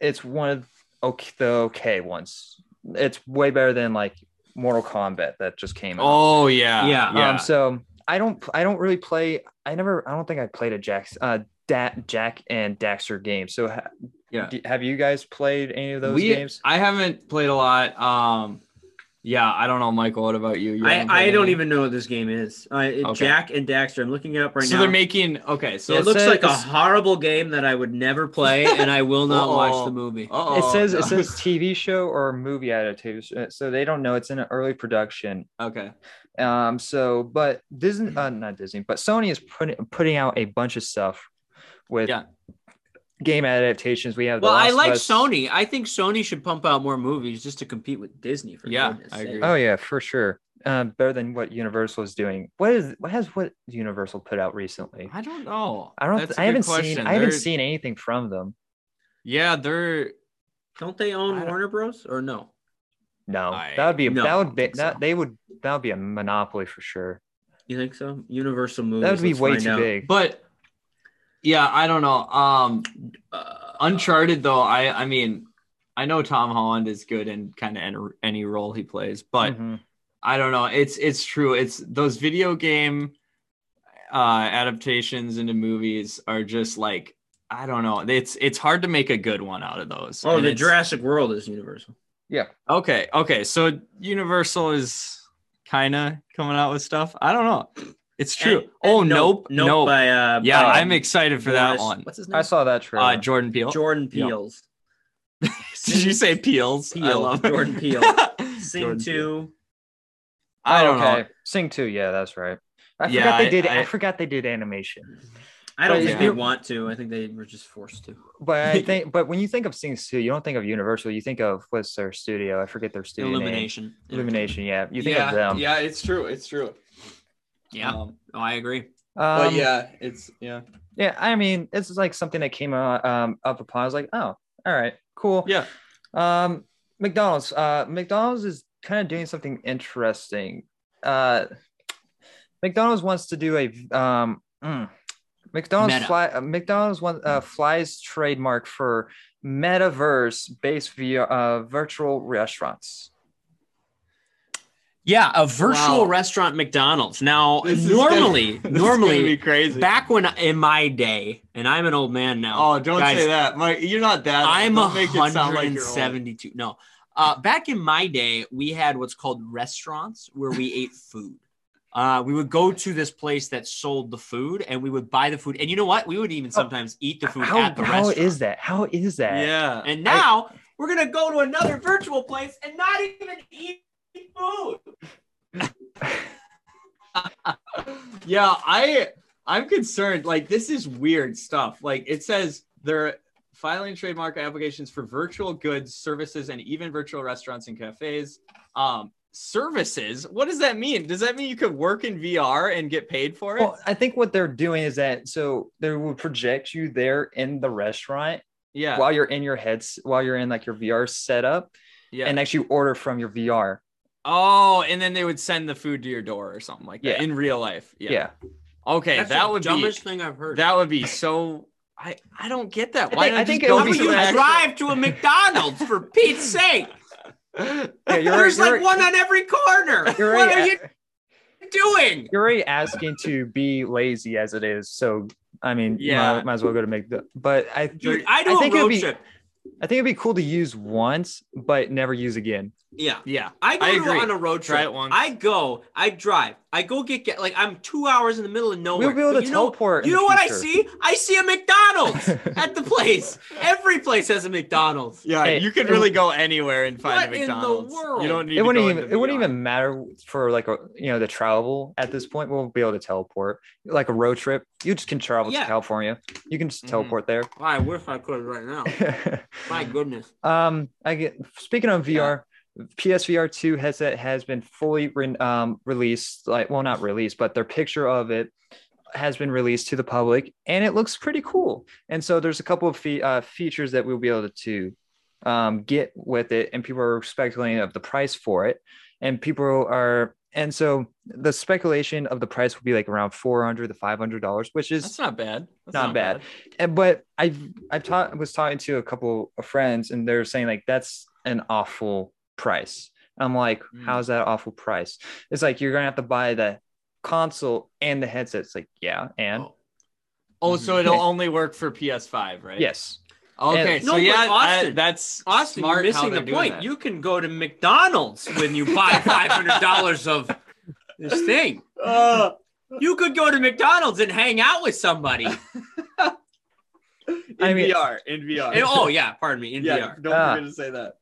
Speaker 1: it's one of okay, the okay ones. It's way better than like Mortal Kombat that just came out.
Speaker 2: oh yeah
Speaker 3: Yeah.
Speaker 2: yeah
Speaker 1: Um, so I don't I don't really play. I never I don't think I played a Jack uh da, Jack and Daxter game. So ha,
Speaker 2: Yeah.
Speaker 1: do- have you guys played any of those
Speaker 2: we,
Speaker 1: games?
Speaker 2: I haven't played a lot. Um, yeah, I don't know, Michael. What about you? You haven't
Speaker 3: I, I
Speaker 2: played
Speaker 3: don't
Speaker 2: any?
Speaker 3: even know what this game is. I, it-
Speaker 2: Okay.
Speaker 3: Jack and Daxter. I'm looking it up right
Speaker 2: so
Speaker 3: now.
Speaker 2: they're making okay. So
Speaker 3: it looks
Speaker 1: says-
Speaker 3: like a horrible game that I would never play, and I will not
Speaker 2: *laughs*
Speaker 3: watch
Speaker 2: Uh-oh.
Speaker 3: the movie.
Speaker 2: Uh-oh.
Speaker 1: It says
Speaker 2: oh, No.
Speaker 1: it says
Speaker 2: *laughs*
Speaker 1: TV show or movie adaptation, so they don't know it's in an early production.
Speaker 2: okay.
Speaker 1: Um, so but Disney, uh, not Disney, but Sony is putting putting out a bunch of stuff with
Speaker 2: Yeah.
Speaker 1: game adaptations. We have The
Speaker 3: Well, I
Speaker 1: Last of
Speaker 3: like
Speaker 1: Us.
Speaker 3: Sony. I think Sony should pump out more movies just to compete with Disney. For
Speaker 2: Yeah,
Speaker 3: goodness
Speaker 2: I
Speaker 3: sake.
Speaker 2: agree.
Speaker 1: Oh yeah, for sure. Um, better than what Universal is doing. What is what has what Universal put out recently?
Speaker 2: I don't know.
Speaker 1: I don't.
Speaker 2: That's a
Speaker 1: I haven't
Speaker 2: good question.
Speaker 1: seen. I haven't
Speaker 2: They're-
Speaker 1: seen anything from them.
Speaker 2: Yeah, they're.
Speaker 3: Don't they
Speaker 2: I
Speaker 3: own
Speaker 2: don't-
Speaker 3: Warner Bros. or no?
Speaker 1: No,
Speaker 2: I-
Speaker 1: that would be.
Speaker 3: no,
Speaker 1: that
Speaker 3: I
Speaker 1: would
Speaker 3: don't
Speaker 1: be.
Speaker 3: think so.
Speaker 1: That they would. That would be a monopoly for sure.
Speaker 3: You think so? Universal movies.
Speaker 1: that would be
Speaker 3: let's
Speaker 1: way
Speaker 3: find
Speaker 1: too
Speaker 3: out.
Speaker 1: big.
Speaker 2: But yeah, I don't know. Um,
Speaker 3: Uh,
Speaker 2: Uncharted though, I I mean, I know Tom Holland is good in kind of any, any role he plays, but
Speaker 3: Mm-hmm.
Speaker 1: Mhm.
Speaker 2: I don't know. It's it's true. It's those video game uh adaptations into movies are just like I don't know. It's it's hard to make a good one out of those.
Speaker 3: oh,
Speaker 2: And
Speaker 3: the
Speaker 2: it's-
Speaker 3: Jurassic World is Universal.
Speaker 2: Okay, okay. So Universal is kind of coming out with stuff. I don't know. It's true.
Speaker 3: And-
Speaker 2: oh,
Speaker 3: and
Speaker 2: nope,
Speaker 3: nope.
Speaker 2: nope.
Speaker 3: by uh,
Speaker 2: yeah,
Speaker 3: by,
Speaker 2: I'm excited for that
Speaker 3: Boris-
Speaker 2: one.
Speaker 3: What's his name?
Speaker 1: I saw that trailer.
Speaker 2: Uh, Jordan Peele.
Speaker 3: *laughs* Jordan
Speaker 2: Yeah.
Speaker 3: Peele's
Speaker 2: Did you say Peels? I
Speaker 3: Peele,
Speaker 2: love
Speaker 3: Jordan Peele. Sing
Speaker 2: Jordan Peele.
Speaker 3: two.
Speaker 2: I don't know.
Speaker 1: Sing two, yeah, that's right. I
Speaker 2: Yeah,
Speaker 1: forgot they
Speaker 2: I-
Speaker 1: did. I,
Speaker 2: I-
Speaker 1: forgot they did animation,
Speaker 3: I don't
Speaker 1: But
Speaker 3: think
Speaker 2: yeah.
Speaker 3: they want to. I think they were just forced to.
Speaker 1: but
Speaker 2: *laughs*
Speaker 1: I think. But when you think of Sing two, you don't think of Universal. You think of what's their studio? I forget their studio name.
Speaker 3: Illumination.
Speaker 1: Illumination. Yeah, you think
Speaker 2: yeah,
Speaker 1: of them.
Speaker 2: yeah, it's true. It's true.
Speaker 3: Yeah.
Speaker 2: Um,
Speaker 3: Oh, I agree.
Speaker 1: Um,
Speaker 2: but yeah, it's yeah.
Speaker 1: yeah. I mean, this is like something that came uh, um, up upon. I was like, oh, all right, cool.
Speaker 2: Yeah.
Speaker 1: Um, McDonald's. Uh, McDonald's is kind of doing something interesting. Uh, McDonald's wants to do a um. mm, McDonald's
Speaker 3: Meta. Mm.
Speaker 1: fly, uh, McDonald's one uh, flies trademark for metaverse based via uh, virtual restaurants.
Speaker 3: Yeah, a virtual
Speaker 2: Wow.
Speaker 3: restaurant McDonald's. Now,
Speaker 2: This is
Speaker 3: *laughs*
Speaker 2: gonna-
Speaker 3: normally,
Speaker 2: *laughs* this is gonna
Speaker 3: normally,
Speaker 2: be crazy.
Speaker 3: back when in my day, and I'm an old man now.
Speaker 2: oh, don't
Speaker 3: guys,
Speaker 2: say that, Mike. You're not that. old.
Speaker 3: I'm
Speaker 2: Don't make it sound like you're old.
Speaker 3: 172. No, uh, back in my day, we had what's called restaurants where
Speaker 2: *laughs*
Speaker 3: we ate food. Uh, we would go to this place that sold the food, and we would buy the food. And you know what? We would
Speaker 2: Oh,
Speaker 3: even sometimes eat the food
Speaker 1: How,
Speaker 3: at the
Speaker 1: how
Speaker 3: restaurant.
Speaker 1: is that? How is that?
Speaker 2: Yeah.
Speaker 3: and now we're gonna go to another virtual place and not even eat food.
Speaker 2: yeah i i'm concerned like this is weird stuff like it says they're filing trademark applications for virtual goods services and even virtual restaurants and cafes um services what does that mean does that mean you could work in vr and get paid for it
Speaker 1: Well, I think what they're doing is that so they will project you there in the restaurant
Speaker 2: yeah
Speaker 1: while you're in your heads while you're in like your VR setup
Speaker 2: yeah
Speaker 1: and actually order from your VR.
Speaker 2: oh and then they would send the food to your door or something like that
Speaker 1: Yeah.
Speaker 2: in real life
Speaker 1: Yeah.
Speaker 2: yeah,
Speaker 3: *laughs*
Speaker 2: okay that would
Speaker 3: dumbest thing I've
Speaker 2: be
Speaker 3: heard.
Speaker 2: that would be so i i don't get that
Speaker 1: I
Speaker 2: why
Speaker 1: think-
Speaker 2: not
Speaker 1: I think
Speaker 2: just
Speaker 1: it
Speaker 2: go
Speaker 1: would
Speaker 3: How
Speaker 1: be
Speaker 3: about
Speaker 2: to
Speaker 3: you
Speaker 2: the
Speaker 1: so-
Speaker 2: actual-
Speaker 3: drive to a McDonald's
Speaker 2: *laughs*
Speaker 3: for Pete's sake?
Speaker 1: Yeah, you're,
Speaker 3: There's
Speaker 1: you're-
Speaker 3: like one on every corner. What
Speaker 1: you're
Speaker 3: are
Speaker 1: already-
Speaker 3: you doing?
Speaker 1: you're already asking to be lazy as it is. So I mean, yeah,
Speaker 2: Yeah.
Speaker 1: might, might as well go to McDo. But I,
Speaker 3: Dude, I do
Speaker 1: I
Speaker 3: a
Speaker 1: think it'd
Speaker 3: road
Speaker 1: be-
Speaker 3: trip.
Speaker 1: I think it'd be cool to use once, but never use again.
Speaker 3: Yeah.
Speaker 2: yeah
Speaker 3: I go
Speaker 2: I
Speaker 3: to-
Speaker 2: agree.
Speaker 3: on a road
Speaker 2: Try it
Speaker 3: trip.
Speaker 2: once.
Speaker 3: I go, I drive, I go get, get like I'm two hours in the middle of nowhere.
Speaker 1: We'll be able
Speaker 3: But
Speaker 1: to
Speaker 3: Oh you know,
Speaker 1: teleport. in
Speaker 3: you
Speaker 1: the
Speaker 3: know what I
Speaker 1: future.
Speaker 3: see? I see a McDonald's at the place. Every place has a McDonald's.
Speaker 2: Yeah,
Speaker 1: Hey,
Speaker 2: you could
Speaker 1: it-
Speaker 2: really go anywhere and find
Speaker 3: What
Speaker 2: a
Speaker 3: in the
Speaker 2: McDonald's.
Speaker 3: world?
Speaker 2: You don't need.
Speaker 1: It
Speaker 2: to
Speaker 1: wouldn't
Speaker 2: go
Speaker 1: even.
Speaker 2: into
Speaker 1: It wouldn't
Speaker 2: VR.
Speaker 1: even matter for like a you know the travel at this point. We'll be able to teleport like a road trip. You just can travel
Speaker 3: Yeah. Mm-hmm.
Speaker 1: to California. You can just
Speaker 2: Mhm.
Speaker 1: teleport
Speaker 3: I wish I could right now.
Speaker 1: there. *laughs*
Speaker 3: My goodness.
Speaker 1: Um, I get speaking of VR, PSVR 2 headset has been fully re- um, released, like, well, not released, but their picture of it has been released to the public and it looks pretty cool. And so there's a couple of fe- uh, features that we'll be able to um, get with it, and people are speculating of the price for it. And people are, and so the speculation of the price will be like around 400 to $500, which is
Speaker 2: That's not bad. That's
Speaker 1: Not bad. and- but I've I've taught was talking to a couple of friends and they're saying like that's an awful price. I'm like,
Speaker 3: Hmm.
Speaker 2: Mm.
Speaker 1: how's that awful price? It's like you're gonna have to buy the console and the headset. It's like, yeah, and
Speaker 3: Oh,
Speaker 2: Oh, so it'll only work for PS5, right?
Speaker 1: yes.
Speaker 2: Okay.
Speaker 1: And-
Speaker 2: so
Speaker 3: No, but
Speaker 2: yeah, I,
Speaker 3: Austin-
Speaker 2: that's
Speaker 3: Austin,
Speaker 2: smart
Speaker 3: you're
Speaker 2: how
Speaker 3: missing
Speaker 2: they're
Speaker 3: the
Speaker 2: doing
Speaker 3: point.
Speaker 2: that. *laughs*
Speaker 3: You can go to McDonald's when you buy five hundred dollars of this thing.
Speaker 2: Uh,
Speaker 3: you could go to McDonald's and hang out with somebody. And,
Speaker 2: in
Speaker 1: I mean-
Speaker 2: VR, in VR.
Speaker 3: oh yeah, pardon me,
Speaker 2: *laughs*
Speaker 3: in
Speaker 2: yeah.
Speaker 3: VR.
Speaker 2: Don't
Speaker 1: Ah.
Speaker 2: forget to say that.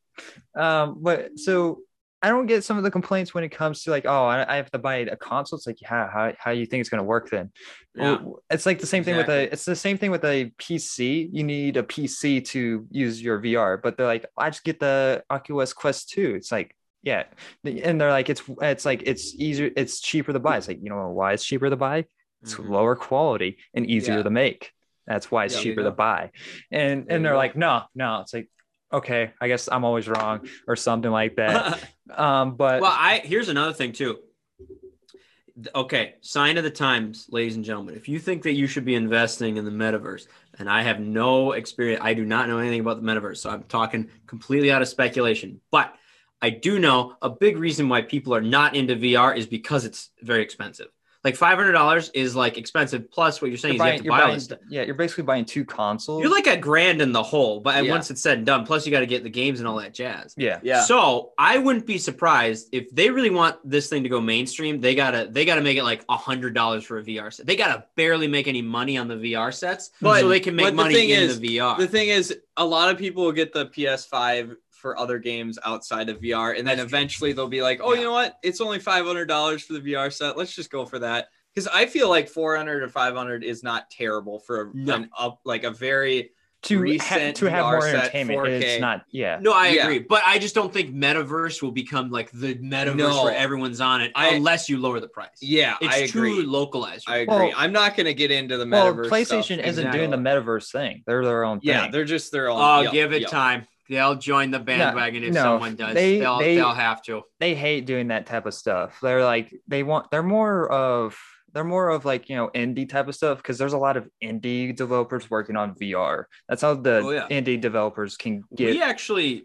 Speaker 1: Um, but so I don't get some of the complaints when it comes to like, oh, I, I have to buy a console. It's like, yeah, how how you think it's gonna work then?
Speaker 3: Yeah.
Speaker 1: Well, Oh, it's like the same thing with a it's the same thing with a PC. You need a PC to use your VR, but they're like, I just get the Oculus Quest 2. It's like, yeah. And they're like, it's it's like it's easier, it's cheaper to buy. It's like, you know why it's cheaper to buy? It's
Speaker 3: Mhm.
Speaker 1: lower quality and easier
Speaker 2: Yeah.
Speaker 1: to make. That's why it's
Speaker 2: Yeah, there you
Speaker 1: cheaper to
Speaker 2: go.
Speaker 1: buy. And
Speaker 2: There you
Speaker 1: and they're
Speaker 2: go.
Speaker 1: like, no, no, it's like okay, I guess I'm always wrong or something like
Speaker 3: *laughs*
Speaker 1: that. um, but
Speaker 3: well, I here's another thing too. Th- Okay, sign of the times, ladies and gentlemen. If you think that you should be investing in the metaverse, and I have no experience, I do not know anything about the metaverse, so I'm talking completely out of speculation. But I do know a big reason why people are not into VR is because it's very expensive. Like five hundred dollars is like expensive. Plus, what you're saying
Speaker 1: you're buying,
Speaker 3: is you have to
Speaker 1: you're
Speaker 3: buy all
Speaker 1: buying,
Speaker 3: this stuff.
Speaker 1: yeah, you're basically buying two consoles.
Speaker 3: You're like a grand in the hole, but
Speaker 2: Yeah.
Speaker 3: once it's said and done, plus you got to get the games and all that jazz.
Speaker 1: yeah,
Speaker 2: Yeah.
Speaker 3: So I wouldn't be surprised if they really want this thing to go mainstream. They gotta they gotta make it like a hundred dollars for a VR set. They gotta barely make any money on the VR sets,
Speaker 2: But-
Speaker 3: so they can
Speaker 2: but
Speaker 3: make
Speaker 2: the
Speaker 3: money
Speaker 2: thing
Speaker 3: in
Speaker 2: is,
Speaker 3: the VR.
Speaker 2: The thing is, a lot of people will get the PS5 for other games outside of VR, and then eventually they'll be like, "Oh, you know what? It's only five hundred dollars for the VR set. Let's just go for that." Because I feel like four hundred or five hundred is not terrible for a,
Speaker 3: No.
Speaker 2: an up like a very
Speaker 1: to ha-
Speaker 2: recent
Speaker 1: to have
Speaker 2: VR
Speaker 1: more
Speaker 2: set,
Speaker 1: entertainment.
Speaker 2: 4K.
Speaker 1: It's not yeah.
Speaker 3: no, I
Speaker 2: yeah.
Speaker 3: agree, but I just don't think metaverse will become like the metaverse
Speaker 2: No.
Speaker 3: where everyone's on it
Speaker 2: I-
Speaker 3: unless you lower the price.
Speaker 2: yeah.
Speaker 3: it's
Speaker 2: I
Speaker 3: too
Speaker 2: agree.
Speaker 3: localized.
Speaker 2: I agree.
Speaker 1: Well-
Speaker 2: I'm not gonna get into the
Speaker 1: Well,
Speaker 2: metaverse.
Speaker 1: PlayStation
Speaker 2: stuff.
Speaker 1: isn't
Speaker 3: Exactly.
Speaker 1: doing the metaverse thing. They're their own
Speaker 2: Yeah,
Speaker 1: thing.
Speaker 2: they're just their own.
Speaker 3: oh,
Speaker 2: yep,
Speaker 3: give it
Speaker 2: yep.
Speaker 3: time. They'll join the bandwagon if
Speaker 1: no,
Speaker 3: someone does.
Speaker 1: they-
Speaker 3: They, will
Speaker 1: they-
Speaker 3: they'll have to.
Speaker 1: They hate doing that type of stuff. They're like they want. They're more of They're more of like, you know, indie type of stuff because there's a lot of indie developers working on VR. That's how the
Speaker 2: Oh, yeah.
Speaker 1: indie developers can get.
Speaker 3: we actually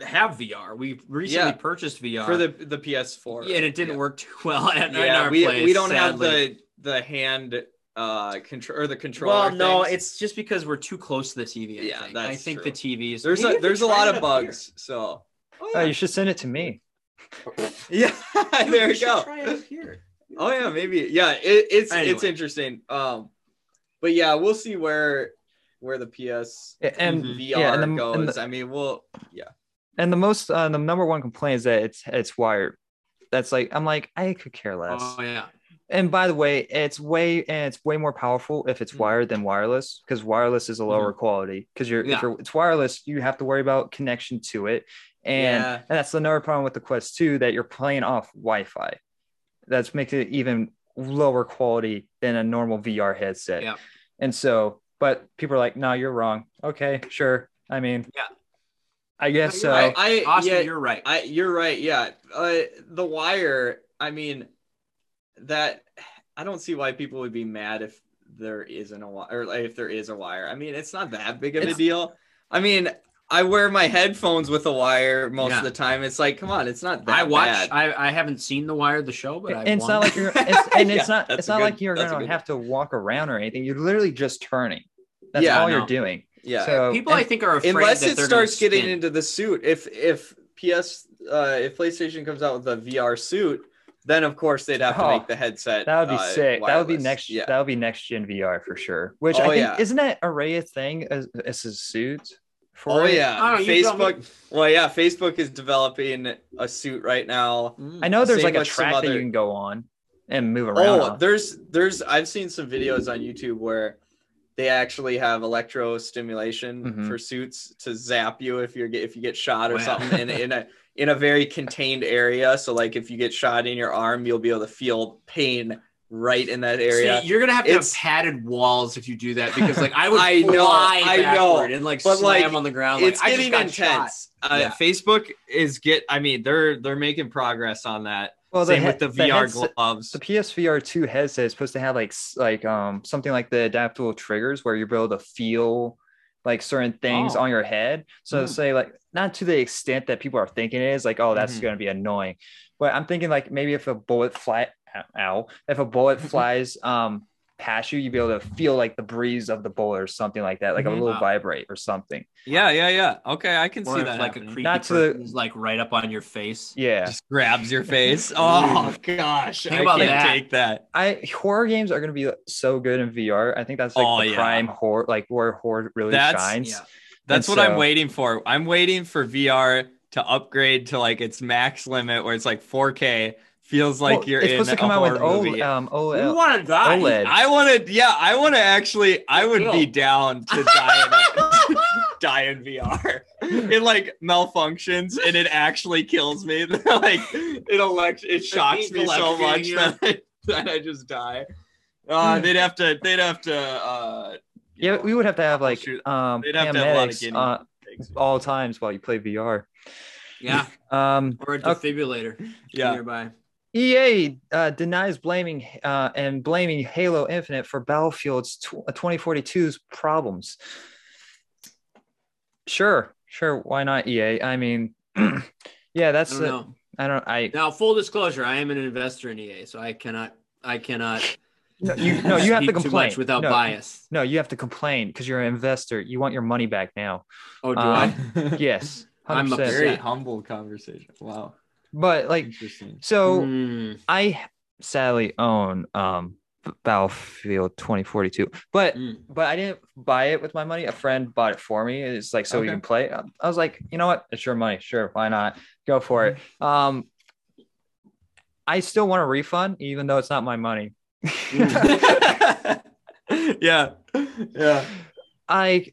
Speaker 3: have VR. We recently
Speaker 4: Yeah.
Speaker 3: purchased VR
Speaker 4: for the the PS4.
Speaker 3: yeah, and it didn't
Speaker 4: Yeah.
Speaker 3: work too well *laughs* at, in
Speaker 4: Yeah,
Speaker 3: our
Speaker 4: we,
Speaker 3: place.
Speaker 4: we don't
Speaker 3: sadly.
Speaker 4: have the the hand uh control or the controller.
Speaker 3: Well, no,
Speaker 4: things.
Speaker 3: it's just because we're too close to the TV. I
Speaker 4: Yeah,
Speaker 3: think.
Speaker 4: that's
Speaker 3: I think
Speaker 4: true.
Speaker 3: the TV is
Speaker 4: there's
Speaker 3: Maybe
Speaker 4: a
Speaker 3: if we
Speaker 4: there's a
Speaker 3: try
Speaker 4: lot
Speaker 3: it
Speaker 4: of
Speaker 3: up
Speaker 4: bugs. So oh,
Speaker 1: Oh, you should send it to me.
Speaker 4: *laughs* yeah,
Speaker 3: here. Dude,
Speaker 4: there
Speaker 3: we
Speaker 4: you
Speaker 3: should
Speaker 4: go.
Speaker 3: try it up here.
Speaker 4: Oh yeah, maybe yeah. It, it's it's
Speaker 3: Anyway.
Speaker 4: interesting. Um, but yeah, we'll see where where the PS
Speaker 1: Yeah, And
Speaker 3: Mhm.
Speaker 4: VR
Speaker 1: yeah, and the- and
Speaker 4: goes.
Speaker 1: the-
Speaker 4: I mean, we'll
Speaker 1: and the most uh, the number one complaint is that it's it's wired. That's like I'm like I could care less.
Speaker 3: Oh yeah.
Speaker 1: And by the way, it's way and it's way more powerful if it's
Speaker 3: Mm-hmm.
Speaker 4: Mhm.
Speaker 1: wired than wireless because wireless is a lower quality. Because you're
Speaker 3: Yeah.
Speaker 1: if you're, it's wireless, you have to worry about connection to it, and
Speaker 4: Yeah.
Speaker 1: and that's another problem with the Quest Two that you're playing off Wi-Fi. That's makes it even lower quality than a normal VR headset.
Speaker 3: Yeah.
Speaker 1: And so, but people are like, "No, you're wrong." Okay, sure. I mean,
Speaker 3: Yeah.
Speaker 1: I guess so.
Speaker 3: No,
Speaker 4: I,
Speaker 3: right.
Speaker 4: I
Speaker 3: Austin,
Speaker 4: yeah,
Speaker 3: you're right.
Speaker 4: I you're right. Yeah, uh, the wire. I mean, that I don't see why people would be mad if there isn't a wire or like, if there is a wire. I mean, it's not that big of a
Speaker 3: It's-
Speaker 4: deal. I mean, I wear my headphones with a wire most
Speaker 3: Yeah.
Speaker 4: of the time. It's like, come on, it's not that
Speaker 3: I watch.
Speaker 4: bad.
Speaker 3: I, I haven't seen The Wire, the show, but I
Speaker 1: and it's
Speaker 3: want-
Speaker 1: not
Speaker 4: *laughs*
Speaker 1: like you're it's, and it's
Speaker 4: Yeah,
Speaker 1: not
Speaker 4: that's
Speaker 1: it's
Speaker 4: a
Speaker 1: not
Speaker 4: good-
Speaker 1: like you're
Speaker 4: that's a
Speaker 1: gonna
Speaker 4: good
Speaker 1: have to walk around or anything you're literally just turning that's
Speaker 4: Yeah,
Speaker 1: all
Speaker 3: I
Speaker 1: you're
Speaker 3: know.
Speaker 1: doing
Speaker 4: yeah.
Speaker 1: so
Speaker 3: *laughs* people. I
Speaker 1: and,
Speaker 3: think are afraid
Speaker 4: unless
Speaker 3: that
Speaker 4: it
Speaker 3: they're
Speaker 4: starts
Speaker 3: gonna
Speaker 4: getting
Speaker 3: spin.
Speaker 4: into the suit if if ps uh if playstation comes out with a vr suit then of course they'd have to
Speaker 1: Oh,
Speaker 4: make the headset
Speaker 1: that would be
Speaker 4: uh,
Speaker 1: sick that would be
Speaker 4: wireless.
Speaker 1: next
Speaker 4: yeah
Speaker 1: that would be next gen vr for sure which
Speaker 4: Oh,
Speaker 1: i think
Speaker 4: yeah.
Speaker 1: isn't that array a thing as, as a suit for
Speaker 4: oh
Speaker 1: it?
Speaker 4: yeah
Speaker 3: Oh, you don't
Speaker 4: facebook well yeah facebook is developing a suit right now
Speaker 3: Mm.
Speaker 1: i know there's
Speaker 4: Same
Speaker 1: like a
Speaker 4: with some
Speaker 1: track that
Speaker 4: other-
Speaker 1: you can go on and move around
Speaker 4: oh
Speaker 1: on.
Speaker 4: there's there's i've seen some videos on youtube where they actually have electro stimulation
Speaker 1: Mhm.
Speaker 4: for suits to zap you if you're get, if you get shot or
Speaker 3: Wow.
Speaker 4: something in, in a in a very contained area so like if you get shot in your arm you'll be able to feel pain right in that area
Speaker 3: See, you're gonna have to
Speaker 4: It's-
Speaker 3: have padded walls if you do that because, like, I would
Speaker 4: *laughs* I know,
Speaker 3: fly
Speaker 4: I know.
Speaker 3: backward and like
Speaker 4: But,
Speaker 3: slam
Speaker 4: like,
Speaker 3: on the ground. Like,
Speaker 4: it's
Speaker 3: I just
Speaker 4: getting
Speaker 3: got
Speaker 4: intense
Speaker 3: shot.
Speaker 4: uh,
Speaker 3: Yeah.
Speaker 4: facebook is get i mean they're they're making progress on that
Speaker 1: well
Speaker 4: same
Speaker 1: he-
Speaker 4: with the vr
Speaker 1: headset-
Speaker 4: gloves
Speaker 1: the PSVR two headset is supposed to have like s- like um something like the adaptable triggers where you're able to feel like certain things
Speaker 3: Oh.
Speaker 1: on your head. So
Speaker 2: Hmm.
Speaker 3: Mm.
Speaker 1: say like not to the extent that people are thinking it is like oh that's
Speaker 2: Mm-hmm.
Speaker 4: Mhm.
Speaker 1: going to be annoying, but I'm thinking like maybe if a bullet fly ow if a bullet
Speaker 2: Mm-hmm.
Speaker 1: flies um past you you'd be able to feel like the breeze of the bullet or something like that like
Speaker 2: Mm-hmm.
Speaker 4: Mhm.
Speaker 1: a little
Speaker 3: Wow.
Speaker 1: vibrate or something.
Speaker 2: Yeah, yeah, yeah. Okay, I can
Speaker 3: Or
Speaker 2: see
Speaker 3: if,
Speaker 2: that.
Speaker 3: like a
Speaker 2: happening.
Speaker 3: creepy
Speaker 1: Not to the-
Speaker 3: person is like right up on your face.
Speaker 1: Yeah.
Speaker 2: just *laughs* grabs your
Speaker 1: *laughs*
Speaker 2: face. Oh gosh,
Speaker 3: Think
Speaker 2: I
Speaker 3: about
Speaker 2: can't
Speaker 3: that.
Speaker 2: take that.
Speaker 1: I horror games are going to be so good in VR. I think that's like
Speaker 2: Oh,
Speaker 1: the
Speaker 2: yeah.
Speaker 1: prime horror like where horror really
Speaker 2: That's-
Speaker 1: shines.
Speaker 3: Yeah.
Speaker 2: That's
Speaker 1: And
Speaker 2: what I'm
Speaker 1: so-
Speaker 2: waiting for. I'm waiting for VR to upgrade to like its max limit, where it's like 4K. Feels like
Speaker 1: Well,
Speaker 2: you're
Speaker 1: it's
Speaker 2: in
Speaker 1: supposed to
Speaker 2: a
Speaker 1: come out
Speaker 2: horror
Speaker 1: with
Speaker 2: movie.
Speaker 1: O, um,
Speaker 3: We
Speaker 1: OL,
Speaker 3: want to die.
Speaker 1: OLED.
Speaker 2: I want to, yeah, I want to actually, I would be
Speaker 3: Ew.
Speaker 2: down
Speaker 1: *laughs*
Speaker 2: to die in, to *laughs* die in VR. It like malfunctions and it actually kills me. *laughs* like it elect, it shocks
Speaker 3: heat's
Speaker 2: me so much *laughs* that
Speaker 3: electrocuting
Speaker 2: I, that I just die.
Speaker 1: *sighs*
Speaker 2: Uh, they'd have to, they'd have to, uh, you
Speaker 1: yeah,
Speaker 2: know,
Speaker 1: we would have to have like
Speaker 2: shoot.
Speaker 1: um,
Speaker 2: They'd have to have a lot of
Speaker 1: paramedics,
Speaker 2: guinea
Speaker 1: uh,
Speaker 2: pigs.
Speaker 1: all times while you play VR.
Speaker 3: Yeah,
Speaker 1: *laughs* Um,
Speaker 3: or a
Speaker 1: Okay. *laughs*
Speaker 3: defibrillator
Speaker 2: yeah.
Speaker 3: nearby.
Speaker 1: EA uh, denies blaming uh, and blaming Halo Infinite for Battlefield's tw- 2042's problems. Sure, sure, why not EA? I mean, *clears throat* yeah,
Speaker 3: I
Speaker 1: that's
Speaker 3: don't
Speaker 1: the-
Speaker 3: know.
Speaker 1: I don't I
Speaker 3: Now, full disclosure, I am an investor in EA, so I cannot, I cannot.
Speaker 1: no, you no
Speaker 2: *laughs*
Speaker 1: you have to
Speaker 3: speak too
Speaker 1: complain
Speaker 3: much without
Speaker 1: no,
Speaker 3: bias.
Speaker 1: No, you have to complain because you're an investor. You want your money back now.
Speaker 3: Oh, do
Speaker 1: Um,
Speaker 3: I?
Speaker 2: *laughs*
Speaker 1: Yes,
Speaker 3: I'm
Speaker 1: 100%.
Speaker 3: upset.
Speaker 2: Very humble conversation. Wow.
Speaker 1: But like, *laughs*
Speaker 2: Interesting.
Speaker 1: so.
Speaker 3: Hmm.
Speaker 1: I sadly own um B- Battlefield 2042, but
Speaker 3: Mm.
Speaker 1: but I didn't buy it with my money. A friend bought it for me. It's like so you
Speaker 2: Okay.
Speaker 1: can play. I I was like, you know what? It's your money. Sure, why not? Go for it. Um, I still want a refund, even though it's not my money.
Speaker 2: Mm.
Speaker 1: *laughs*
Speaker 2: yeah. Yeah.
Speaker 1: I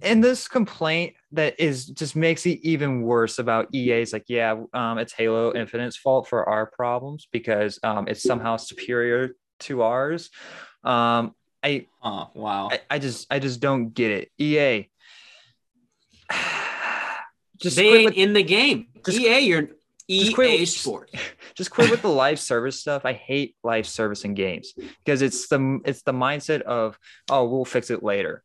Speaker 1: and this complaint that is just makes it even worse about EA's like, yeah, um, it's Halo Infinite's fault for our problems because um, it's somehow superior to ours. Um, I,
Speaker 2: Oh, wow.
Speaker 1: I I just I just don't get it. E EA, just
Speaker 3: they
Speaker 1: quit
Speaker 3: ain't
Speaker 1: with
Speaker 3: in the game.
Speaker 1: *sighs* just-
Speaker 3: EA, you're
Speaker 1: quit
Speaker 3: EA
Speaker 1: with-
Speaker 3: Sports.
Speaker 1: Just quit with the live service stuff. I hate live service in games because it's the it's the mindset of oh we'll fix it later.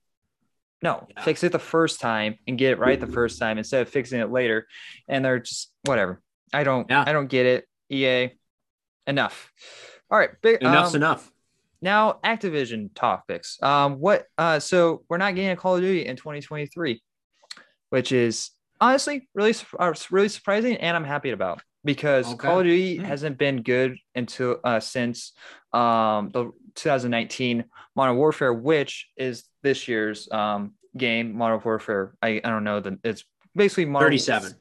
Speaker 1: No,
Speaker 2: Yeah.
Speaker 1: fix it the first time and get it right the first time instead of fixing it later. And they're just whatever. I don't
Speaker 3: Yeah.
Speaker 1: I don't get it. EA, enough. All right, big,
Speaker 3: Enough's
Speaker 1: um,
Speaker 3: enough.
Speaker 1: now activision topics um what uh so we're not getting a call of duty in 2023 which is honestly really sur- uh, really surprising and i'm happy about because
Speaker 3: Okay.
Speaker 1: call of duty
Speaker 3: Hmm.
Speaker 1: hasn't been good until uh since um the 2019 modern warfare which is this year's um game modern warfare i, I don't know the it's basically modern
Speaker 3: 37.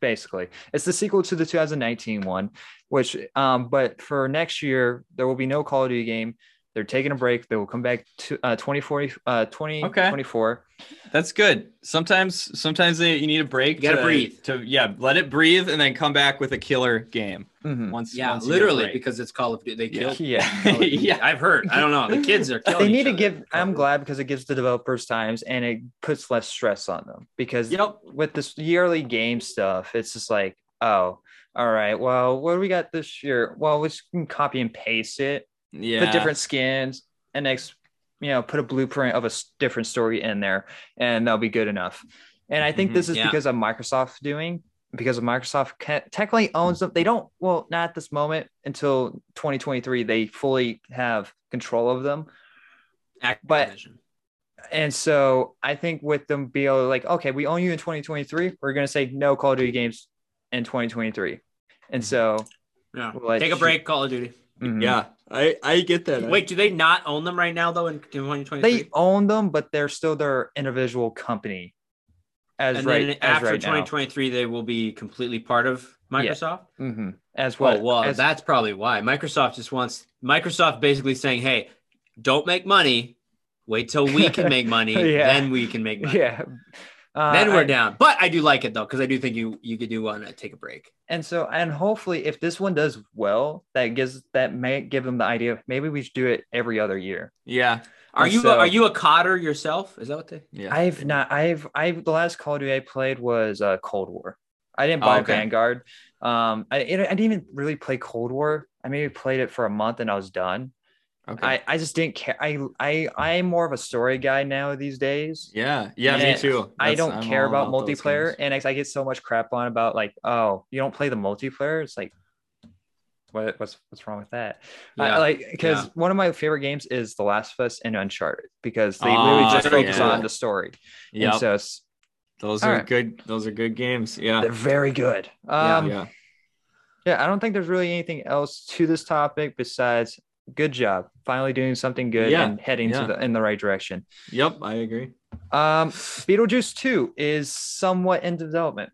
Speaker 1: basically it's the sequel to the 2019 one which um but for next year there will be no call of duty game they're taking a break they will come back to uh 2040 uh 2024
Speaker 2: That's good. Sometimes, sometimes they, you need a break.
Speaker 3: You gotta
Speaker 2: to,
Speaker 3: breathe.
Speaker 2: To yeah, let it breathe, and then come back with a killer game.
Speaker 1: Mhm.
Speaker 2: Once,
Speaker 3: Yeah,
Speaker 2: once you get a
Speaker 3: literally
Speaker 2: break.
Speaker 3: because it's Call of Duty. They
Speaker 2: Yeah. *laughs*
Speaker 3: killed.
Speaker 1: yeah *laughs*
Speaker 3: Call of Duty. yeah, I've heard. I don't know. The kids are killing.
Speaker 1: they
Speaker 3: each
Speaker 1: need to
Speaker 3: other.
Speaker 1: give i'm glad because it gives the developers times and it puts less stress on them because
Speaker 4: Yep.
Speaker 1: with this yearly game stuff it's just like oh all right well what do we got this year well we can copy and paste it
Speaker 2: yeah,
Speaker 1: put different skins and next you know put a blueprint of a s- different story in there and that'll be good enough and i think
Speaker 2: Mhm,
Speaker 1: this is
Speaker 3: yeah.
Speaker 1: because of microsoft doing because of microsoft ca- technically owns them they don't well not at this moment until 2023 they fully have control of them but-
Speaker 3: Activision.
Speaker 1: and so i think with them be able to like okay we own you in 2023 we're going to say no call of duty games in 2023 and so
Speaker 3: Yeah.
Speaker 1: Well, I
Speaker 3: Take a
Speaker 1: should-
Speaker 3: break. Call of Duty.
Speaker 2: Mm.
Speaker 1: mhm.
Speaker 4: Yeah, I I get that.
Speaker 3: Wait, do they not own them right now though? In 2023.
Speaker 1: they own them but they're still their individual company as
Speaker 3: and
Speaker 1: right
Speaker 3: then
Speaker 1: as
Speaker 3: after
Speaker 1: right now.
Speaker 3: 2023, they will be completely part of
Speaker 1: Yeah.
Speaker 3: Microsoft.
Speaker 1: Mm-hmm. As well.
Speaker 3: Well, well,
Speaker 1: as,
Speaker 3: that's probably why Microsoft just wants Microsoft basically saying, "Hey, don't make money. Wait till we
Speaker 1: *laughs*
Speaker 3: can make money,
Speaker 1: Yeah.
Speaker 3: then we can make money.
Speaker 1: *laughs* yeah. Uh,
Speaker 3: then we're
Speaker 1: I-
Speaker 3: down." But I do like it though because I do think you you could do one uh, take a break.
Speaker 1: and so and hopefully if this one does well, that gives that may give them the idea of maybe we should do it every other year.
Speaker 2: yeah,
Speaker 3: Are
Speaker 1: And
Speaker 3: you
Speaker 1: so-
Speaker 3: are you a cotter yourself? Is that what they?
Speaker 2: yeah.
Speaker 1: I've not I've I've the last Call of Duty I played was uh Cold War. I didn't buy
Speaker 2: Oh, okay.
Speaker 1: Vanguard. Um I, I didn't even really play Cold War. I maybe played it for a month and I was done.
Speaker 2: okay.
Speaker 1: I, I just didn't care. I I I'm more of a story guy now these days.
Speaker 2: yeah, yeah, me
Speaker 1: Yeah,
Speaker 2: too.
Speaker 1: I
Speaker 2: That's-
Speaker 1: don't
Speaker 2: I'm
Speaker 1: care
Speaker 2: all
Speaker 1: about,
Speaker 2: those
Speaker 1: multiplayer,
Speaker 2: games.
Speaker 1: and I, I get so much crap on about like, oh, you don't play the multiplayer. It's like, what what's what's wrong with that? I- I,
Speaker 3: Yeah,
Speaker 1: like because
Speaker 3: yeah.
Speaker 1: one of my favorite games is The Last of Us and Uncharted because they
Speaker 2: Ah,
Speaker 1: literally just
Speaker 2: very
Speaker 1: focus
Speaker 2: cool.
Speaker 1: on the story. Yeah,
Speaker 2: Yep,
Speaker 1: so it's,
Speaker 2: those
Speaker 1: all
Speaker 2: are
Speaker 1: right.
Speaker 2: good. Those are good games. Yeah,
Speaker 1: they're very good. Um, yeah,
Speaker 2: yeah.
Speaker 1: I don't think there's really anything else to this topic besides good job, finally doing something good
Speaker 2: Yeah,
Speaker 1: and heading
Speaker 2: yeah.
Speaker 1: to the in the right direction.
Speaker 2: Yep, I agree.
Speaker 1: Um, Beetlejuice 2 is somewhat in development.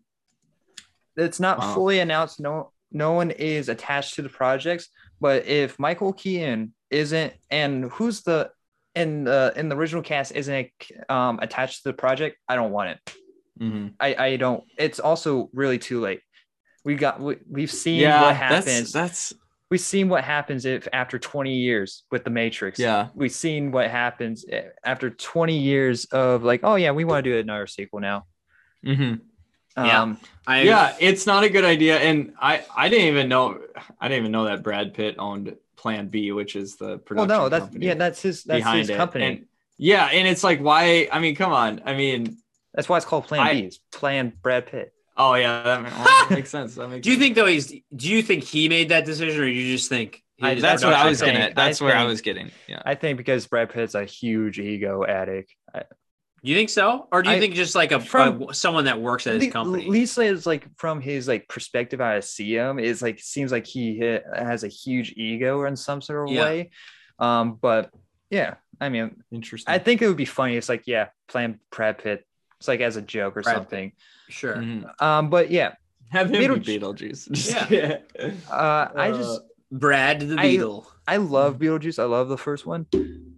Speaker 1: It's not
Speaker 2: Wow.
Speaker 1: fully announced. No, no one is attached to the projects. But if Michael Keaton isn't, and who's the in the in the original cast isn't um, attached to the project, I don't want it.
Speaker 4: Mm-hmm.
Speaker 2: hmm
Speaker 1: I I don't. It's also really too late. We got we, we've seen
Speaker 2: Yeah,
Speaker 1: what
Speaker 2: that's
Speaker 1: happens.
Speaker 2: that's
Speaker 1: We've seen what happens if after 20 years with the Matrix
Speaker 2: yeah.
Speaker 1: we've seen what happens eh, after 20 years of like, oh yeah, we want to do another sequel now.
Speaker 2: hmm
Speaker 3: Yeah.
Speaker 1: Um,
Speaker 3: I,
Speaker 4: Mm-hmm. yeah, it's not a good idea. And I I didn't even know I didn't even know that Brad Pitt owned Plan B, which is the
Speaker 1: well,
Speaker 4: production.
Speaker 1: no, that's
Speaker 4: company
Speaker 1: yeah, that's his that's
Speaker 4: behind
Speaker 1: his
Speaker 4: it.
Speaker 1: company.
Speaker 4: And- yeah, and it's like why? I mean, come on. I mean,
Speaker 1: that's why it's called Plan
Speaker 4: I-
Speaker 1: B. It's Plan Brad Pitt.
Speaker 4: oh yeah, that, ma- that makes sense. That
Speaker 2: *laughs*
Speaker 4: makes
Speaker 3: Do you
Speaker 4: sense.
Speaker 3: think though he's? Do you think he made that decision, or you just think? he
Speaker 1: I-
Speaker 3: just-
Speaker 2: That's what I was
Speaker 1: think-
Speaker 2: getting. At. That's
Speaker 1: I
Speaker 2: where I
Speaker 1: think-
Speaker 2: was getting. Yeah.
Speaker 1: I think because Brad Pitt's a huge ego addict. I,
Speaker 3: You think so, or do you
Speaker 1: I-
Speaker 3: think just like a,
Speaker 1: From-
Speaker 3: a- someone that works at his
Speaker 1: Le-
Speaker 3: company?
Speaker 1: Lisa is like from his like perspective, I see him is like seems like he ha- has a huge ego in some sort of
Speaker 3: Yeah.
Speaker 1: way. Um, but yeah, I mean,
Speaker 4: Interesting.
Speaker 1: I think it would be funny. It's like yeah, Plan Brad Pitt. It's like as a joke or
Speaker 3: Brad Pitt.
Speaker 1: something.
Speaker 3: sure.
Speaker 2: Mhm.
Speaker 1: Um, but yeah,
Speaker 4: Mm-hmm. Have him be
Speaker 1: Beetleju-
Speaker 4: Beetlejuice. Just
Speaker 3: Yeah.
Speaker 4: *laughs*
Speaker 2: *laughs*
Speaker 4: kidding.
Speaker 1: Uh, I just
Speaker 3: Brad the
Speaker 1: I-
Speaker 3: Beetle.
Speaker 1: I
Speaker 10: mm.
Speaker 1: love Beetlejuice. I love the first one,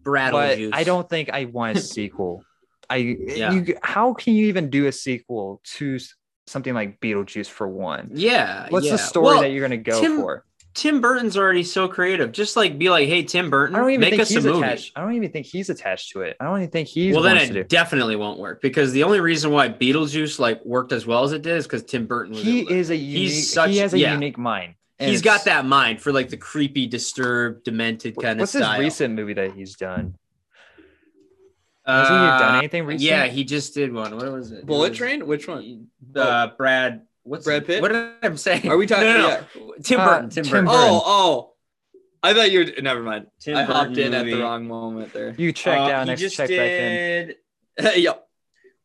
Speaker 3: Brad
Speaker 1: but I don't think I
Speaker 3: *laughs*
Speaker 1: want a sequel. I
Speaker 3: Yeah.
Speaker 1: you, how can you even do a sequel to s- something like Beetlejuice for one?
Speaker 3: Yeah.
Speaker 1: What's
Speaker 3: yeah.
Speaker 1: the story
Speaker 3: Well,
Speaker 1: that you're gonna go
Speaker 3: Tim-
Speaker 1: for?
Speaker 3: Tim Burton's already so creative. Just like be like, hey, Tim Burton,
Speaker 1: I don't even
Speaker 3: make
Speaker 1: think
Speaker 3: us a
Speaker 1: he's
Speaker 3: movie.
Speaker 1: attached. I don't even think he's attached to it. I don't even think he's
Speaker 3: well,
Speaker 1: well,
Speaker 3: then
Speaker 1: wants to
Speaker 3: it
Speaker 1: do.
Speaker 3: definitely won't work because the only reason why Beetlejuice like worked as well as it did is because Tim Burton was.
Speaker 1: He
Speaker 3: able to-
Speaker 1: is a unique.
Speaker 3: such-
Speaker 1: he has a
Speaker 3: yeah.
Speaker 1: unique mind. And
Speaker 3: he's got
Speaker 1: it's-
Speaker 3: that mind for like the creepy, disturbed, demented kind
Speaker 1: What's
Speaker 3: of
Speaker 1: his
Speaker 3: style.
Speaker 1: recent movie that he's done?
Speaker 3: Uh,
Speaker 1: Has he done anything recent?
Speaker 3: yeah, he just did one. What was it? It
Speaker 2: Bullet
Speaker 3: was-
Speaker 2: Train? Which one?
Speaker 3: Uh, Brad. What's
Speaker 2: Brad Pitt?
Speaker 3: What did I'm saying?
Speaker 2: Are we talking?
Speaker 3: *laughs* No, no, no.
Speaker 2: yeah.
Speaker 3: Tim
Speaker 1: Uh,
Speaker 3: Burton. Tim
Speaker 1: Tim
Speaker 3: Burton.
Speaker 1: Burton.
Speaker 2: Oh, oh. I thought you were. Never mind.
Speaker 10: Tim
Speaker 2: I hopped in
Speaker 10: Burton
Speaker 2: at
Speaker 10: movie.
Speaker 2: the wrong moment there. *laughs*
Speaker 1: You check
Speaker 10: Uh,
Speaker 1: down,
Speaker 10: he
Speaker 1: next
Speaker 10: just
Speaker 1: check back in.
Speaker 10: did.
Speaker 2: yep.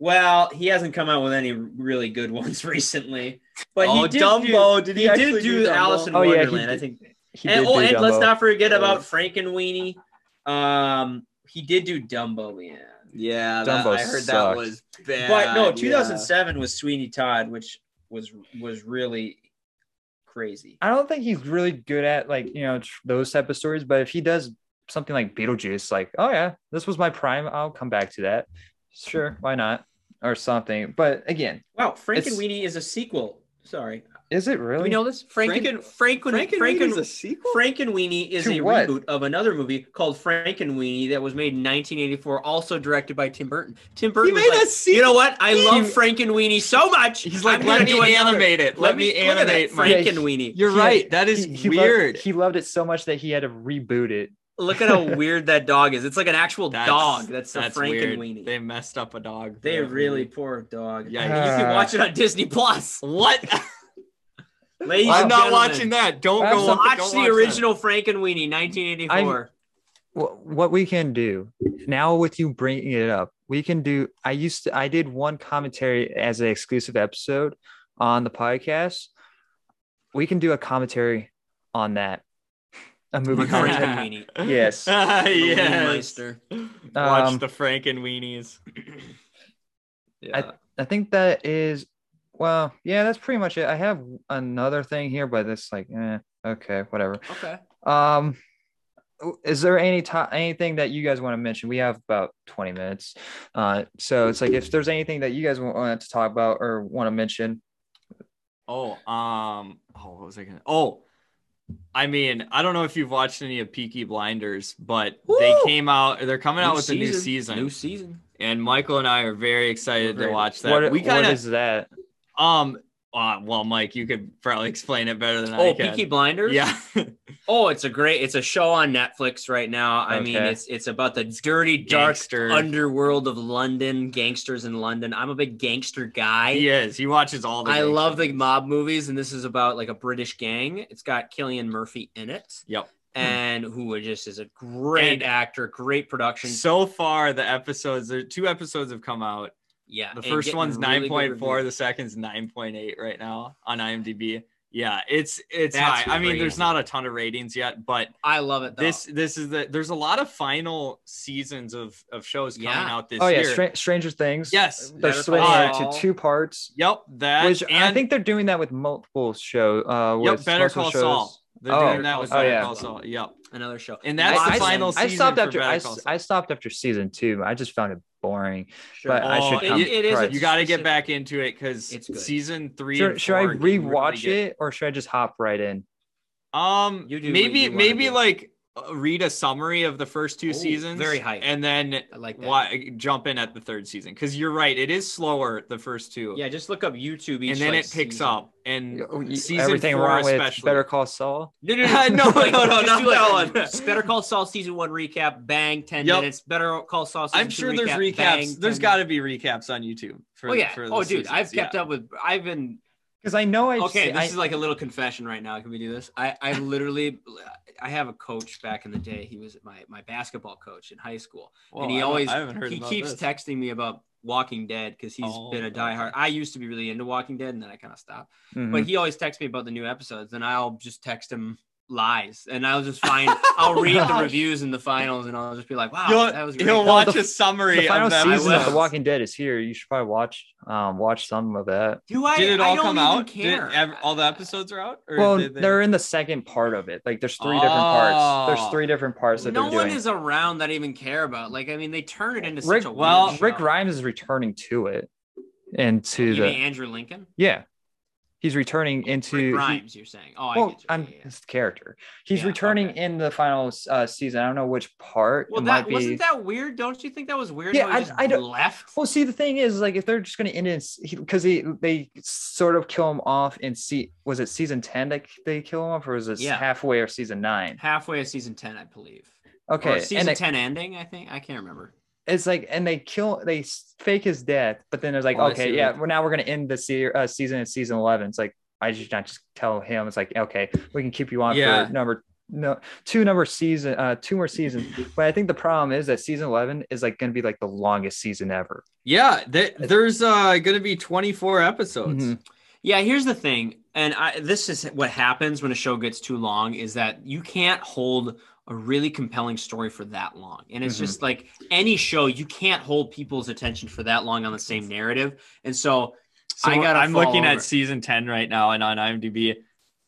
Speaker 10: Well, he hasn't come out with any really good ones *laughs* recently. But
Speaker 2: oh,
Speaker 10: he did
Speaker 2: Dumbo.
Speaker 10: Do,
Speaker 2: did
Speaker 10: he,
Speaker 2: he, actually
Speaker 10: did do,
Speaker 2: Dumbo?
Speaker 10: Alice in
Speaker 1: Oh, yeah, he
Speaker 10: Wonderland, I
Speaker 1: did-
Speaker 10: think.
Speaker 1: He
Speaker 10: and,
Speaker 1: did
Speaker 10: oh,
Speaker 1: do
Speaker 10: and let's
Speaker 1: Dumbo. Oh.
Speaker 10: not forget about Frank and Weenie. Um, he did do Dumbo, man.
Speaker 2: Yeah, that,
Speaker 1: Dumbo
Speaker 2: I heard that
Speaker 1: sucked.
Speaker 2: was bad.
Speaker 10: But no,
Speaker 2: yeah.
Speaker 10: 2007 was Sweeney Todd, which was was really crazy.
Speaker 1: I don't think he's really good at like you know tr- those type of stories, but if he does something like Beetlejuice, like oh yeah, this was my prime, I'll come back to that. Sure, why not or something. But again,
Speaker 10: Wow, Frank and
Speaker 1: It's-
Speaker 10: Weenie is a sequel. Sorry,
Speaker 1: is it
Speaker 3: Do
Speaker 1: really?
Speaker 3: we know this? Frank,
Speaker 2: Frank
Speaker 3: and
Speaker 2: and-
Speaker 3: Frank and
Speaker 2: Frank and
Speaker 3: Frank
Speaker 2: Weenie
Speaker 3: and
Speaker 2: is a sequel.
Speaker 10: Frank and Weenie is
Speaker 1: To
Speaker 10: a
Speaker 1: what?
Speaker 10: reboot of another movie called Frank and Weenie that was made in 1984, also directed by Tim Burton. Tim Burton
Speaker 2: he
Speaker 10: was
Speaker 2: made
Speaker 10: like,
Speaker 2: a sequel.
Speaker 3: You know what? I
Speaker 2: He-
Speaker 3: love Frank and Weenie so much.
Speaker 2: He's like,
Speaker 3: I'm
Speaker 2: let
Speaker 3: gonna do
Speaker 2: me
Speaker 3: another-
Speaker 2: animate it. Let, me
Speaker 3: look at that,
Speaker 2: animate. my-
Speaker 1: Yeah,
Speaker 3: Frank
Speaker 1: he-
Speaker 3: and Weenie.
Speaker 2: *laughs* You're
Speaker 1: He-
Speaker 2: right. That is
Speaker 1: He- he loved-
Speaker 2: weird.
Speaker 1: he loved it so much that he had to reboot it.
Speaker 3: Look at how weird that dog is. It's like an actual
Speaker 2: That's-
Speaker 3: dog. That's, the
Speaker 2: That's
Speaker 3: Frank
Speaker 2: weird.
Speaker 3: and Weenie.
Speaker 2: They messed up a dog. for
Speaker 10: They
Speaker 2: that
Speaker 10: really
Speaker 2: movie.
Speaker 10: poor dog.
Speaker 2: Yeah.
Speaker 3: you can
Speaker 1: Uh,
Speaker 3: watch it on Disney Plus.
Speaker 2: *laughs*
Speaker 3: *laughs*
Speaker 2: What?
Speaker 10: Ladies
Speaker 2: I'm
Speaker 3: and
Speaker 2: not
Speaker 3: gentlemen,
Speaker 2: watching that. Don't
Speaker 1: That's
Speaker 2: go.
Speaker 1: a-
Speaker 2: don't
Speaker 3: Watch
Speaker 2: watch
Speaker 3: the
Speaker 2: *laughs*
Speaker 3: original Frank and Weenie, 1984.
Speaker 1: Wh- what we can do now with you bringing it up we can do i used to i did one commentary as an exclusive episode on the podcast we can do a commentary on that a movie
Speaker 3: *laughs* Frank and
Speaker 1: commentary
Speaker 3: Weenie.
Speaker 2: That.
Speaker 1: Yes.
Speaker 2: *laughs* yes.
Speaker 3: Meister.
Speaker 2: Watch
Speaker 1: Um,
Speaker 2: the Frank and Weenies. yeah.
Speaker 1: i think that is well yeah that's pretty much it i have another thing here but it's like eh, okay whatever
Speaker 3: Okay.
Speaker 1: um is there any to- anything that you guys want to mention we have about 20 minutes uh so it's like if there's anything that you guys want to talk about or want to mention
Speaker 2: Oh, um, oh, what was I gonna? Oh, I mean, I don't know if you've watched any of Peaky Blinders, but they
Speaker 3: Woo!
Speaker 2: came out. They're coming out with a new season,
Speaker 3: New season.
Speaker 2: and Michael and I are very excited
Speaker 3: We're
Speaker 2: to
Speaker 3: very-
Speaker 2: watch that.
Speaker 1: what,
Speaker 2: we
Speaker 1: what
Speaker 2: kind of
Speaker 1: is that
Speaker 2: um. Uh, well, Mike, you could probably explain it better than I
Speaker 3: Oh,
Speaker 2: can.
Speaker 3: Peaky Blinders.
Speaker 2: yeah,
Speaker 3: Oh, it's a great. It's a show on Netflix right now. I mean,
Speaker 1: Okay.
Speaker 3: it's it's about the dirty, *laughs* dark
Speaker 2: Gangster.
Speaker 3: underworld of London, gangsters in London. I'm a big gangster guy.
Speaker 2: he is. He watches all the.
Speaker 3: I
Speaker 2: gangster
Speaker 3: love the
Speaker 2: movies.
Speaker 3: mob movies, and this is about like a British gang. It's got Killian Murphy in it.
Speaker 2: Yep. Hmm.
Speaker 3: And who just is a great
Speaker 2: And-
Speaker 3: actor, great production.
Speaker 2: So far, the episodes. There, two episodes have come out.
Speaker 3: yeah.
Speaker 2: The
Speaker 3: and
Speaker 2: first
Speaker 3: getting
Speaker 2: one's
Speaker 3: really
Speaker 2: nine
Speaker 3: good
Speaker 2: point four.
Speaker 3: reviews.
Speaker 2: The second's nine point eight right now on IMDb. Yeah, it's it's
Speaker 3: That's
Speaker 2: high. I mean,
Speaker 3: crazy.
Speaker 2: there's not a ton of ratings yet, but
Speaker 3: I love it. Though.
Speaker 2: this this is the there's a lot of final seasons of of shows coming
Speaker 3: Yeah.
Speaker 2: out this
Speaker 1: oh yeah
Speaker 2: year.
Speaker 1: Stra- stranger things
Speaker 2: yes.
Speaker 1: they're
Speaker 3: Better
Speaker 1: splitting
Speaker 2: Call
Speaker 1: it
Speaker 3: Saul.
Speaker 1: into two parts
Speaker 2: Yep. That
Speaker 1: which
Speaker 2: and
Speaker 1: i think they're doing that with multiple show uh
Speaker 2: yep.
Speaker 1: with
Speaker 2: Better
Speaker 1: multiple
Speaker 2: Call
Speaker 1: shows.
Speaker 2: Saul. They're
Speaker 1: Oh.
Speaker 2: doing that with
Speaker 1: Oh,
Speaker 2: Better
Speaker 1: yeah.
Speaker 2: Call Saul. Yep.
Speaker 3: another show.
Speaker 2: And that's
Speaker 3: I-
Speaker 2: the final
Speaker 3: I-
Speaker 1: i
Speaker 2: season
Speaker 1: stopped
Speaker 2: for
Speaker 1: after
Speaker 2: Better
Speaker 1: I,
Speaker 2: Call Saul.
Speaker 1: I stopped after season two i just found it boring
Speaker 3: Sure.
Speaker 1: but i should
Speaker 2: Oh,
Speaker 1: come
Speaker 2: it-
Speaker 3: it is a-
Speaker 1: correct.
Speaker 2: You got to get
Speaker 3: Specific-
Speaker 2: back into it because
Speaker 3: It's good.
Speaker 2: season three.
Speaker 1: should,
Speaker 2: and
Speaker 1: should i
Speaker 2: four can really
Speaker 1: rewatch
Speaker 2: get-
Speaker 1: it or should i just hop right in
Speaker 2: Um,
Speaker 3: You do what
Speaker 2: maybe
Speaker 3: you wanna
Speaker 2: maybe
Speaker 3: do.
Speaker 2: like uh, read a summary of the first two
Speaker 3: Ooh,
Speaker 2: seasons,
Speaker 3: very hype.
Speaker 2: and then
Speaker 3: I like that.
Speaker 2: why jump in at the third season because you're right, it is slower the first two,
Speaker 3: Yeah, just look up YouTube. Each,
Speaker 2: and then
Speaker 3: like,
Speaker 2: it picks
Speaker 3: season.
Speaker 2: up and season
Speaker 1: oh, everything
Speaker 2: four
Speaker 1: wrong with
Speaker 2: especially.
Speaker 1: better call saul *laughs*
Speaker 2: No, no, no, no, no, no,
Speaker 3: Just
Speaker 2: not
Speaker 3: do, *laughs* like,
Speaker 2: that one.
Speaker 3: just *laughs* Better Call Saul season one recap, bang, ten
Speaker 2: Yep.
Speaker 3: minutes. Better Call Saul.
Speaker 2: *laughs*
Speaker 3: Season
Speaker 2: I'm
Speaker 3: two
Speaker 2: sure there's
Speaker 3: recap,
Speaker 2: recaps.
Speaker 3: bang,
Speaker 2: there's
Speaker 3: 10
Speaker 2: got to be recaps on YouTube. For,
Speaker 3: minutes. Oh yeah.
Speaker 2: for the
Speaker 3: Oh dude, I've
Speaker 2: seasons, yeah.
Speaker 3: kept up with. I've been
Speaker 1: because i know i
Speaker 3: okay. This
Speaker 1: I,
Speaker 3: is like a little confession right now. Can we do this? I
Speaker 2: *laughs*
Speaker 3: I literally, I have a coach back in the day. He was my my basketball coach in high school,
Speaker 2: Well,
Speaker 3: and he
Speaker 2: I don't-
Speaker 3: always
Speaker 2: I haven't heard
Speaker 3: he
Speaker 2: about
Speaker 3: keeps
Speaker 2: this.
Speaker 3: texting me about Walking Dead because he's
Speaker 2: Oh,
Speaker 3: been a
Speaker 2: okay.
Speaker 3: diehard. I used to be really into Walking Dead, and then I kind of stopped.
Speaker 1: mhm.
Speaker 3: but he always texts me about the new episodes and I'll just text him lies and I'll just find
Speaker 1: *laughs*
Speaker 3: I'll read the
Speaker 2: Gosh.
Speaker 3: reviews in the finals and I'll just be like, wow,
Speaker 2: You'll-
Speaker 3: that was great.
Speaker 2: He'll
Speaker 1: No,
Speaker 2: watch
Speaker 1: the-
Speaker 2: a summary
Speaker 1: the final
Speaker 2: of that.
Speaker 1: season of
Speaker 3: will.
Speaker 1: The Walking Dead is here. You should probably watch um watch some of that.
Speaker 3: Do I?
Speaker 2: Did it
Speaker 3: I
Speaker 2: all
Speaker 3: don't
Speaker 2: come
Speaker 3: even
Speaker 2: out?
Speaker 3: Care.
Speaker 2: Did ev- all the episodes are out? Or
Speaker 1: well,
Speaker 2: did they-
Speaker 1: they're in the second part of it. Like there's three different parts.
Speaker 2: Oh.
Speaker 1: There's three different parts that
Speaker 3: no
Speaker 1: they're
Speaker 3: one
Speaker 1: doing.
Speaker 3: is around that I even care about. Like, I mean, they turn it into
Speaker 1: Rick-
Speaker 3: such a
Speaker 2: well,
Speaker 3: weird
Speaker 1: Rick
Speaker 3: show.
Speaker 1: Grimes is returning to it and to
Speaker 3: You
Speaker 1: the
Speaker 3: mean Andrew Lincoln.
Speaker 1: yeah. he's returning into. he-
Speaker 3: Grimes, you're saying? Oh, I
Speaker 1: well,
Speaker 3: get you.
Speaker 1: I'm
Speaker 3: Yeah, yeah.
Speaker 1: his character. He's
Speaker 3: Yeah,
Speaker 1: returning
Speaker 3: okay.
Speaker 1: in the final uh, season. I don't know which part.
Speaker 3: Well,
Speaker 1: it
Speaker 3: that
Speaker 1: might be.
Speaker 3: wasn't that weird. Don't you think that was weird?
Speaker 1: Yeah,
Speaker 3: how he
Speaker 1: I-
Speaker 3: just
Speaker 1: I don't-
Speaker 3: left.
Speaker 1: Well, see, the thing is, like, if they're just going to end it because he they sort of kill him off in see was it season ten that they kill him off, or was it
Speaker 3: Yeah.
Speaker 1: halfway or season nine?
Speaker 3: halfway of season ten, I believe.
Speaker 1: Okay,
Speaker 3: or
Speaker 1: and
Speaker 3: season
Speaker 1: they-
Speaker 3: ten ending. I think I can't remember.
Speaker 1: it's like, and they kill, they s- fake his death, but then it's like,
Speaker 3: Oh, I see
Speaker 1: okay,
Speaker 3: what
Speaker 1: yeah,
Speaker 3: you-
Speaker 1: well, now we're going to end the se- uh, season at season eleven. It's like I just not just tell him. It's like okay, we can keep you on
Speaker 2: Yeah.
Speaker 1: for number no two number season uh two more seasons but i think the problem is that season 11 is like going to be like the longest season ever
Speaker 2: Yeah, there, there's uh gonna be 24 episodes.
Speaker 1: Mhm.
Speaker 3: Yeah, here's the thing, and I, this is what happens when a show gets too long is that you can't hold a really compelling story for that long. And it's
Speaker 1: Mhm.
Speaker 3: just like any show, you can't hold people's attention for that long on the same narrative. And so,
Speaker 2: So
Speaker 3: I gotta
Speaker 2: I'm
Speaker 3: fall
Speaker 2: looking
Speaker 3: over.
Speaker 2: at season 10 right now, and on IMDb,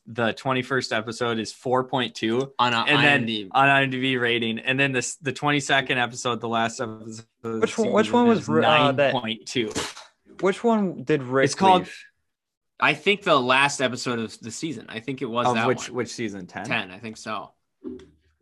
Speaker 2: the 21st episode is 4.2
Speaker 3: on a
Speaker 2: and
Speaker 3: IMDb
Speaker 2: then on IMDb rating, and then this the 22nd episode, the last episode. of the
Speaker 1: Which one- which
Speaker 2: season
Speaker 1: one was
Speaker 2: is
Speaker 1: re- uh, that-
Speaker 2: 9.2
Speaker 1: which one did rick
Speaker 2: It's called-
Speaker 1: leave?
Speaker 3: I think the last episode of the season. I think it was
Speaker 2: of
Speaker 3: that
Speaker 2: which
Speaker 3: one.
Speaker 2: which season 10?
Speaker 3: ten. I think so.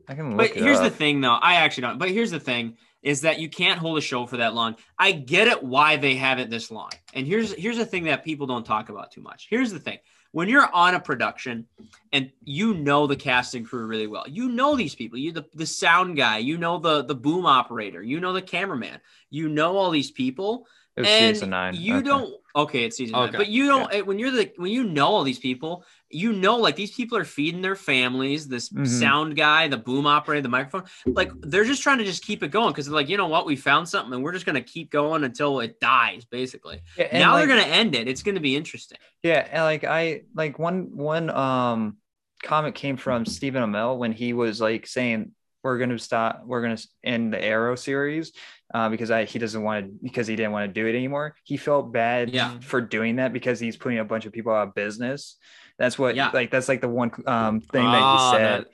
Speaker 1: i can look
Speaker 3: But
Speaker 1: it
Speaker 3: here's
Speaker 1: up.
Speaker 3: the thing, though. I actually don't. But here's the thing: is that you can't hold a show for that long. I get it why they have it this long. And here's here's the thing that people don't talk about too much. Here's the thing: when you're on a production and you know the casting crew really well, you know these people. You the, the sound guy, you know the the boom operator, you know the cameraman, you know all these people
Speaker 1: It was
Speaker 3: and
Speaker 1: season nine.
Speaker 3: You
Speaker 1: okay.
Speaker 3: don't. Okay, it's season nine.
Speaker 2: Okay,
Speaker 3: But you don't. eh, When you're the when you know all these people, you know like these people are feeding their families. This
Speaker 2: Mm-hmm.
Speaker 1: Mhm.
Speaker 3: sound guy, the boom operator, the microphone. Like they're just trying to just keep it going because they're like, you know what, we found something, and we're just gonna keep going until it dies. Basically,
Speaker 1: Yeah, and
Speaker 3: now
Speaker 1: like,
Speaker 3: they're gonna end it. It's gonna be interesting.
Speaker 1: Yeah, and like I like one one um comment came from Stephen Amell when he was like saying we're gonna stop, we're gonna end the Arrow series uh, because I he doesn't want to because he didn't want to do it anymore. He felt bad
Speaker 3: Yeah.
Speaker 1: for doing that because he's putting a bunch of people out of business. That's what
Speaker 3: Yeah.
Speaker 1: like that's like the one um thing
Speaker 2: Ah,
Speaker 1: that he said.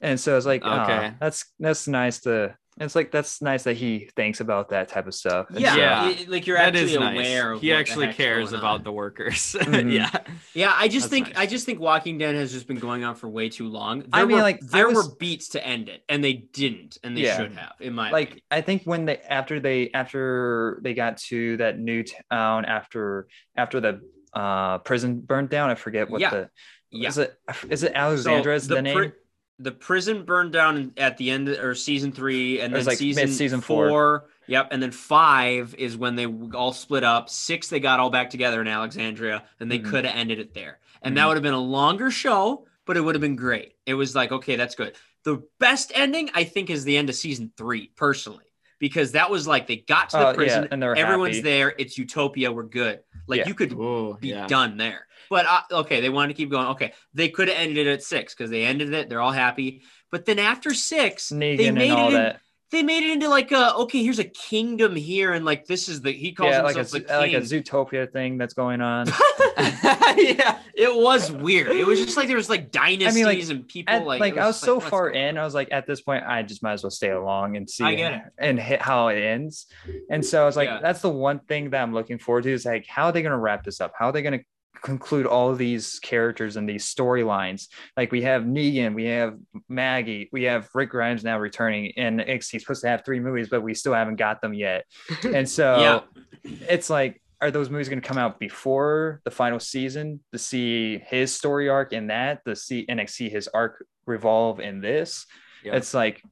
Speaker 1: And so it's like, okay,
Speaker 2: Okay.
Speaker 1: that's that's nice to. It's like that's nice that he thinks about that type of stuff. It's
Speaker 3: Yeah,
Speaker 2: Yeah.
Speaker 3: it- like you're
Speaker 2: that
Speaker 3: actually
Speaker 2: is nice.
Speaker 3: aware. Of
Speaker 2: he
Speaker 3: what the
Speaker 2: actually
Speaker 3: heck's
Speaker 2: cares
Speaker 3: going
Speaker 2: about
Speaker 3: on.
Speaker 2: the workers. *laughs*
Speaker 1: Mhm.
Speaker 2: yeah.
Speaker 3: Yeah, I just
Speaker 2: That's
Speaker 3: think
Speaker 2: nice.
Speaker 3: I just think Walking Dead has just been going on for way too long. There
Speaker 1: I mean,
Speaker 3: were,
Speaker 1: like, I
Speaker 3: there
Speaker 1: was-
Speaker 3: were beats to end it, and they didn't, and they
Speaker 1: Yeah.
Speaker 3: should have, in my
Speaker 1: like
Speaker 3: opinion.
Speaker 1: I think when they after they after they got to that new town after after the uh prison burnt down, I forget what
Speaker 3: Yeah.
Speaker 1: the
Speaker 3: Yeah.
Speaker 1: is it is it Alexandra is
Speaker 3: So
Speaker 1: the,
Speaker 3: pri-
Speaker 1: name?
Speaker 3: the prison burned down at the end or season three, and
Speaker 1: It was
Speaker 3: then
Speaker 1: like
Speaker 3: season
Speaker 1: mid-season four.
Speaker 3: four. Yep, and then five is when they w- all split up. Six, they got all back together in Alexandria, and they
Speaker 1: Mhm.
Speaker 3: could have ended it there. And
Speaker 1: Mhm.
Speaker 3: that would have been a longer show, but it would have been great. It was like, okay, that's good. The best ending, I think, is the end of season three, personally, because that was like they got to the
Speaker 1: Oh,
Speaker 3: prison,
Speaker 1: yeah, and they're
Speaker 3: everyone's
Speaker 1: happy.
Speaker 3: there, it's utopia, we're good. Like
Speaker 1: Yeah.
Speaker 3: you could
Speaker 2: Oh,
Speaker 3: be
Speaker 2: yeah.
Speaker 3: done there. But uh, okay, they wanted to keep going. Okay, they could have ended it at six because they ended it. They're all happy. But then after six, they
Speaker 1: Negan
Speaker 3: made
Speaker 1: and all
Speaker 3: it. in-
Speaker 1: that.
Speaker 3: they made it into like a okay. Here's a kingdom here, and like this is the he calls
Speaker 1: Yeah, like a
Speaker 3: himself
Speaker 1: zoo-
Speaker 3: the king.
Speaker 1: like a Zootopia thing that's going on.
Speaker 3: *laughs* yeah, it was weird. It was just like there was like dynasties and people
Speaker 1: At-
Speaker 3: like
Speaker 1: like,
Speaker 3: it
Speaker 1: I was
Speaker 3: just
Speaker 1: so
Speaker 3: what's
Speaker 1: far
Speaker 3: going
Speaker 1: in, I was like, at this point, I just might as well stay along and see
Speaker 3: I get it.
Speaker 1: and hit how it ends. And so I was like,
Speaker 3: Yeah.
Speaker 1: that's the one thing that I'm looking forward to is like, how are they going to wrap this up? How are they going to conclude all of these characters and these storylines? Like we have Negan, we have Maggie, we have Rick Grimes now returning, and it's- he's supposed to have three movies, but we still haven't got them
Speaker 3: *laughs*
Speaker 1: yet. And so
Speaker 3: Yeah.
Speaker 1: it's like are those movies going to come out before the final season to see his story arc in that to see and like, see his arc revolve in this
Speaker 2: Yeah.
Speaker 1: it's like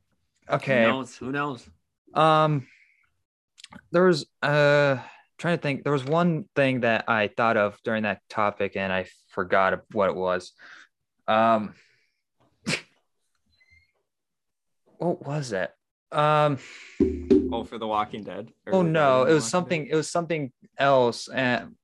Speaker 3: Who
Speaker 1: okay
Speaker 3: knows? Who knows?
Speaker 1: um there was uh trying to think there was one thing that i thought of during that topic and i forgot what it was um *laughs* what was that um
Speaker 2: Oh, for The Walking Dead. Or
Speaker 1: Oh
Speaker 2: regarding
Speaker 1: no,
Speaker 2: The
Speaker 1: it was
Speaker 2: Walking
Speaker 1: something. It was something else, and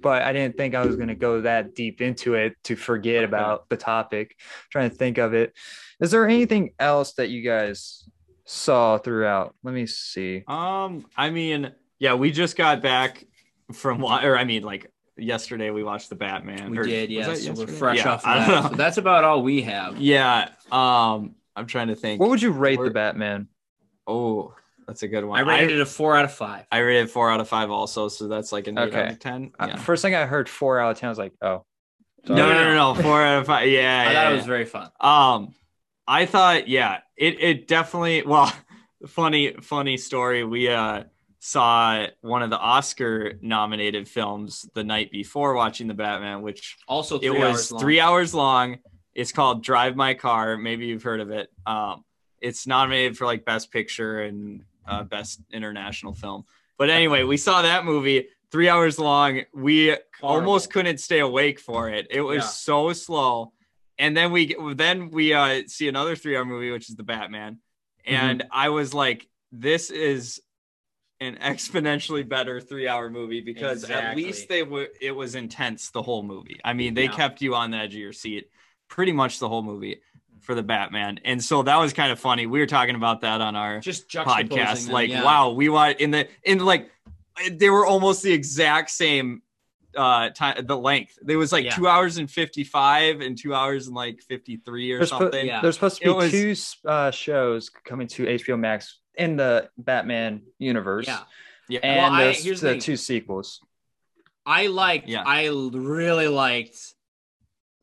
Speaker 1: but I didn't think I was gonna go that deep into it to forget about the topic. trying to think of it. Is there anything else that you guys saw throughout? Let me see.
Speaker 2: Dead. Um, I mean, yeah, we just got back from wa- or I mean, like yesterday we watched the Batman.
Speaker 3: We
Speaker 2: or-
Speaker 3: did,
Speaker 2: was
Speaker 3: yeah.
Speaker 2: that
Speaker 3: So we're
Speaker 2: yesterday?
Speaker 3: fresh
Speaker 2: Yeah,
Speaker 3: off
Speaker 2: I
Speaker 3: of
Speaker 2: don't
Speaker 3: that. So
Speaker 2: know.
Speaker 3: that's about all we have.
Speaker 2: Yeah. Um, I'm trying to think.
Speaker 1: What would you rate the
Speaker 2: We're-
Speaker 1: Batman?
Speaker 2: Oh, That's a good one.
Speaker 11: I rated it a four out of five.
Speaker 2: I rated four out of five also, so that's like an eight
Speaker 1: Okay.
Speaker 2: out of ten.
Speaker 1: Uh,
Speaker 2: Yeah.
Speaker 1: First thing I heard, four out of ten. I was like, oh,
Speaker 2: No, no, no, no, four out of five. Yeah,
Speaker 11: I
Speaker 2: yeah,
Speaker 11: thought it
Speaker 2: yeah.
Speaker 11: was very fun.
Speaker 2: Um, I thought, yeah, it it definitely. Well, *laughs* funny funny story. We uh saw one of the Oscar nominated films the night before watching the Batman, which
Speaker 11: Also, three
Speaker 2: it was
Speaker 11: hours long.
Speaker 2: three hours long. It's called Drive My Car. Maybe you've heard of it. Um, it's nominated for like Best Picture and uh, Best International Film. But anyway, we saw that movie three hours long. We
Speaker 11: Horrible.
Speaker 2: almost couldn't stay awake for it. It was
Speaker 11: Yeah.
Speaker 2: so slow. And then we then we uh, see another three hour movie, which is the Batman.
Speaker 11: Mm-hmm.
Speaker 2: And I was like, this is an exponentially better three hour movie because at
Speaker 11: Exactly.
Speaker 2: least they were it was intense the whole movie. I mean, they
Speaker 11: Yeah.
Speaker 2: kept you on the edge of your seat pretty much the whole movie for the Batman. And so that was kind of funny. We were talking about that on our
Speaker 11: just juxtaposing
Speaker 2: podcast.
Speaker 11: them,
Speaker 2: Like,
Speaker 11: yeah.
Speaker 2: wow, we want in the in like they were almost the exact same uh time the length. It was like
Speaker 11: Yeah.
Speaker 2: two hours and fifty five and two hours and like fifty three or
Speaker 1: There's po-
Speaker 2: something.
Speaker 11: Yeah.
Speaker 1: there's supposed
Speaker 2: It
Speaker 1: to be
Speaker 2: was-
Speaker 1: two uh, shows coming to HBO Max in the Batman universe.
Speaker 11: Yeah.
Speaker 2: Yeah.
Speaker 1: And
Speaker 11: Well, I-
Speaker 1: there's
Speaker 11: here's the
Speaker 1: the
Speaker 11: thing.
Speaker 1: two sequels.
Speaker 11: I liked.
Speaker 2: Yeah.
Speaker 11: I l- really liked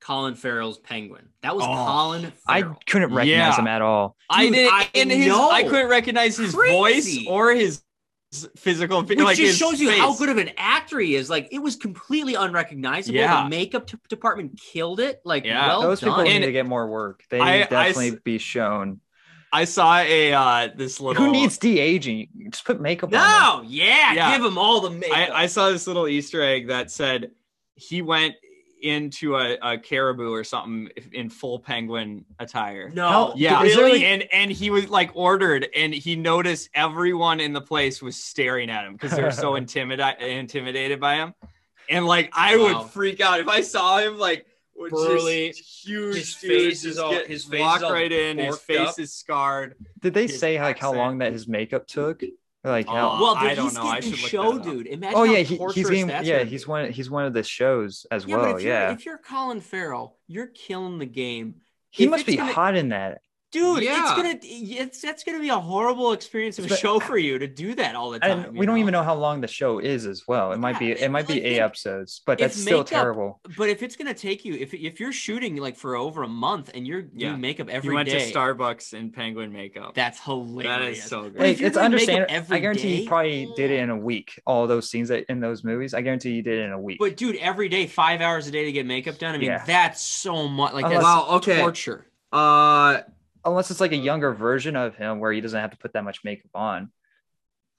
Speaker 11: Colin Farrell's Penguin. That was
Speaker 2: Oh.
Speaker 11: Colin.
Speaker 1: I
Speaker 11: Farrell.
Speaker 1: couldn't recognize
Speaker 2: Yeah.
Speaker 1: him at all.
Speaker 2: I
Speaker 11: Dude,
Speaker 2: didn't
Speaker 11: I
Speaker 2: and his
Speaker 11: know.
Speaker 2: I couldn't recognize his
Speaker 11: Crazy.
Speaker 2: voice or his physical
Speaker 3: Which
Speaker 2: like his
Speaker 3: just shows you how
Speaker 2: face.
Speaker 3: good of an actor he is. Like it was completely unrecognizable.
Speaker 2: Yeah.
Speaker 3: The makeup t- department killed it. Like
Speaker 2: Yeah.
Speaker 3: well
Speaker 1: Those
Speaker 3: done.
Speaker 1: people need
Speaker 2: And-
Speaker 1: to get more work. They
Speaker 2: I- I
Speaker 1: need definitely be shown.
Speaker 2: I saw a uh this little
Speaker 1: Who needs de aging? Just put makeup on. them.
Speaker 3: no, yeah,
Speaker 2: Yeah.
Speaker 3: give him all the makeup.
Speaker 2: I, I saw this little Easter egg that said he went into a, a caribou or something in full penguin attire.
Speaker 3: no,
Speaker 1: How-
Speaker 2: Yeah,
Speaker 1: Is there, like-
Speaker 2: and and he was like ordered, and he noticed everyone in the place was staring at him because they're
Speaker 11: *laughs*
Speaker 2: so intimidated intimidated by him. And like I
Speaker 11: Wow.
Speaker 2: would freak out if I saw him like with just
Speaker 11: Burly.
Speaker 2: huge
Speaker 11: His
Speaker 2: dude,
Speaker 11: face is
Speaker 2: just
Speaker 11: all-
Speaker 2: get-
Speaker 11: his face
Speaker 2: walk
Speaker 11: is all
Speaker 2: right in, his
Speaker 11: forked
Speaker 2: face
Speaker 11: up.
Speaker 2: is scarred.
Speaker 1: Did they
Speaker 2: His
Speaker 1: say like how
Speaker 2: accent.
Speaker 1: long that his makeup took? Like
Speaker 2: Oh,
Speaker 1: how?
Speaker 3: well, dude,
Speaker 2: I don't
Speaker 3: he's
Speaker 2: know. I
Speaker 3: getting
Speaker 2: should look
Speaker 3: show,
Speaker 2: that up.
Speaker 3: dude. Imagine
Speaker 1: Oh
Speaker 3: how
Speaker 1: yeah, he, he's
Speaker 3: torturous
Speaker 1: being
Speaker 3: that's
Speaker 1: yeah
Speaker 3: gonna
Speaker 1: he's
Speaker 3: be.
Speaker 1: one he's one of the shows as
Speaker 3: Yeah, but
Speaker 1: well.
Speaker 3: if you're,
Speaker 1: Yeah,
Speaker 3: if you're Colin Farrell, you're killing the game,
Speaker 1: he
Speaker 3: if
Speaker 1: must
Speaker 3: it's
Speaker 1: be
Speaker 3: gonna-
Speaker 1: hot in that.
Speaker 3: dude. It's
Speaker 2: Yeah.
Speaker 3: gonna it's that's gonna be a horrible experience of a
Speaker 1: But-
Speaker 3: show for you to do that all the time.
Speaker 1: And
Speaker 3: you
Speaker 1: we don't even know how long the show is as well. It might be
Speaker 3: Yeah,
Speaker 1: it might
Speaker 3: I
Speaker 1: be eight
Speaker 3: think
Speaker 1: episodes, but that's
Speaker 3: if
Speaker 1: still
Speaker 3: makeup-
Speaker 1: terrible.
Speaker 3: But if it's gonna take you, if if you're shooting like for over a month and you're
Speaker 2: Yeah.
Speaker 3: doing makeup
Speaker 2: He
Speaker 3: every day,
Speaker 2: went to Starbucks in penguin makeup.
Speaker 3: that's hilarious.
Speaker 2: that is so good.
Speaker 3: But if
Speaker 1: Like
Speaker 3: you're
Speaker 1: it's
Speaker 3: doing makeup
Speaker 1: understandable.
Speaker 3: every
Speaker 1: I guarantee
Speaker 3: day- eh.
Speaker 1: he probably did it in a week. All those scenes that, in those movies, I guarantee he did it in a week.
Speaker 3: But dude, every day, five hours a day to get makeup done. I mean,
Speaker 1: Yeah.
Speaker 3: that's so much. Like
Speaker 1: Unless-
Speaker 3: that's
Speaker 4: Wow. Okay.
Speaker 3: torture.
Speaker 4: Uh,
Speaker 1: Unless it's like a younger version of him where he doesn't have to put that much makeup on.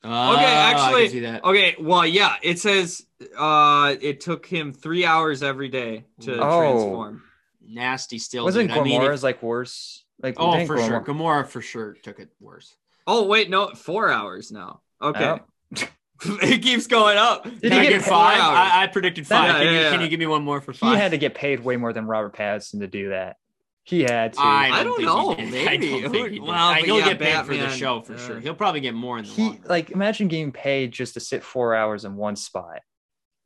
Speaker 3: Ah, I
Speaker 2: actually-
Speaker 3: can see that.
Speaker 2: Okay, well, yeah, it says uh it took him three hours every day to
Speaker 1: Oh.
Speaker 2: transform.
Speaker 3: nasty still.
Speaker 1: Wasn't
Speaker 3: dude. I mean, if-
Speaker 1: Gormora's like worse? Like
Speaker 3: oh,
Speaker 1: didn't
Speaker 3: for sure.
Speaker 1: Gormora-
Speaker 3: Gamora for sure took it worse.
Speaker 2: Oh wait, no, four hours now. Okay,
Speaker 4: *laughs*
Speaker 1: Oh.
Speaker 2: it keeps going up.
Speaker 1: he
Speaker 3: Can I
Speaker 1: get
Speaker 3: get
Speaker 1: paid?
Speaker 3: five?
Speaker 2: Four hours.
Speaker 3: I, I predicted five.
Speaker 2: Yeah,
Speaker 3: can, you,
Speaker 2: yeah,
Speaker 3: can
Speaker 2: yeah.
Speaker 3: you give me one more for
Speaker 1: He
Speaker 3: five?
Speaker 1: had to get paid way more than Robert Pattinson to do that. He had to.
Speaker 3: I,
Speaker 2: I don't
Speaker 3: think
Speaker 2: know,
Speaker 3: he did.
Speaker 2: maybe.
Speaker 3: I
Speaker 2: Who-
Speaker 3: don't think *laughs* he did.
Speaker 2: well, but
Speaker 3: I know he'll
Speaker 2: yeah,
Speaker 3: get paid for the
Speaker 2: Batman,
Speaker 3: show for
Speaker 2: uh,
Speaker 3: sure. He'll probably get more in the long
Speaker 1: he
Speaker 3: run.
Speaker 1: like imagine getting paid just to sit four hours in one spot.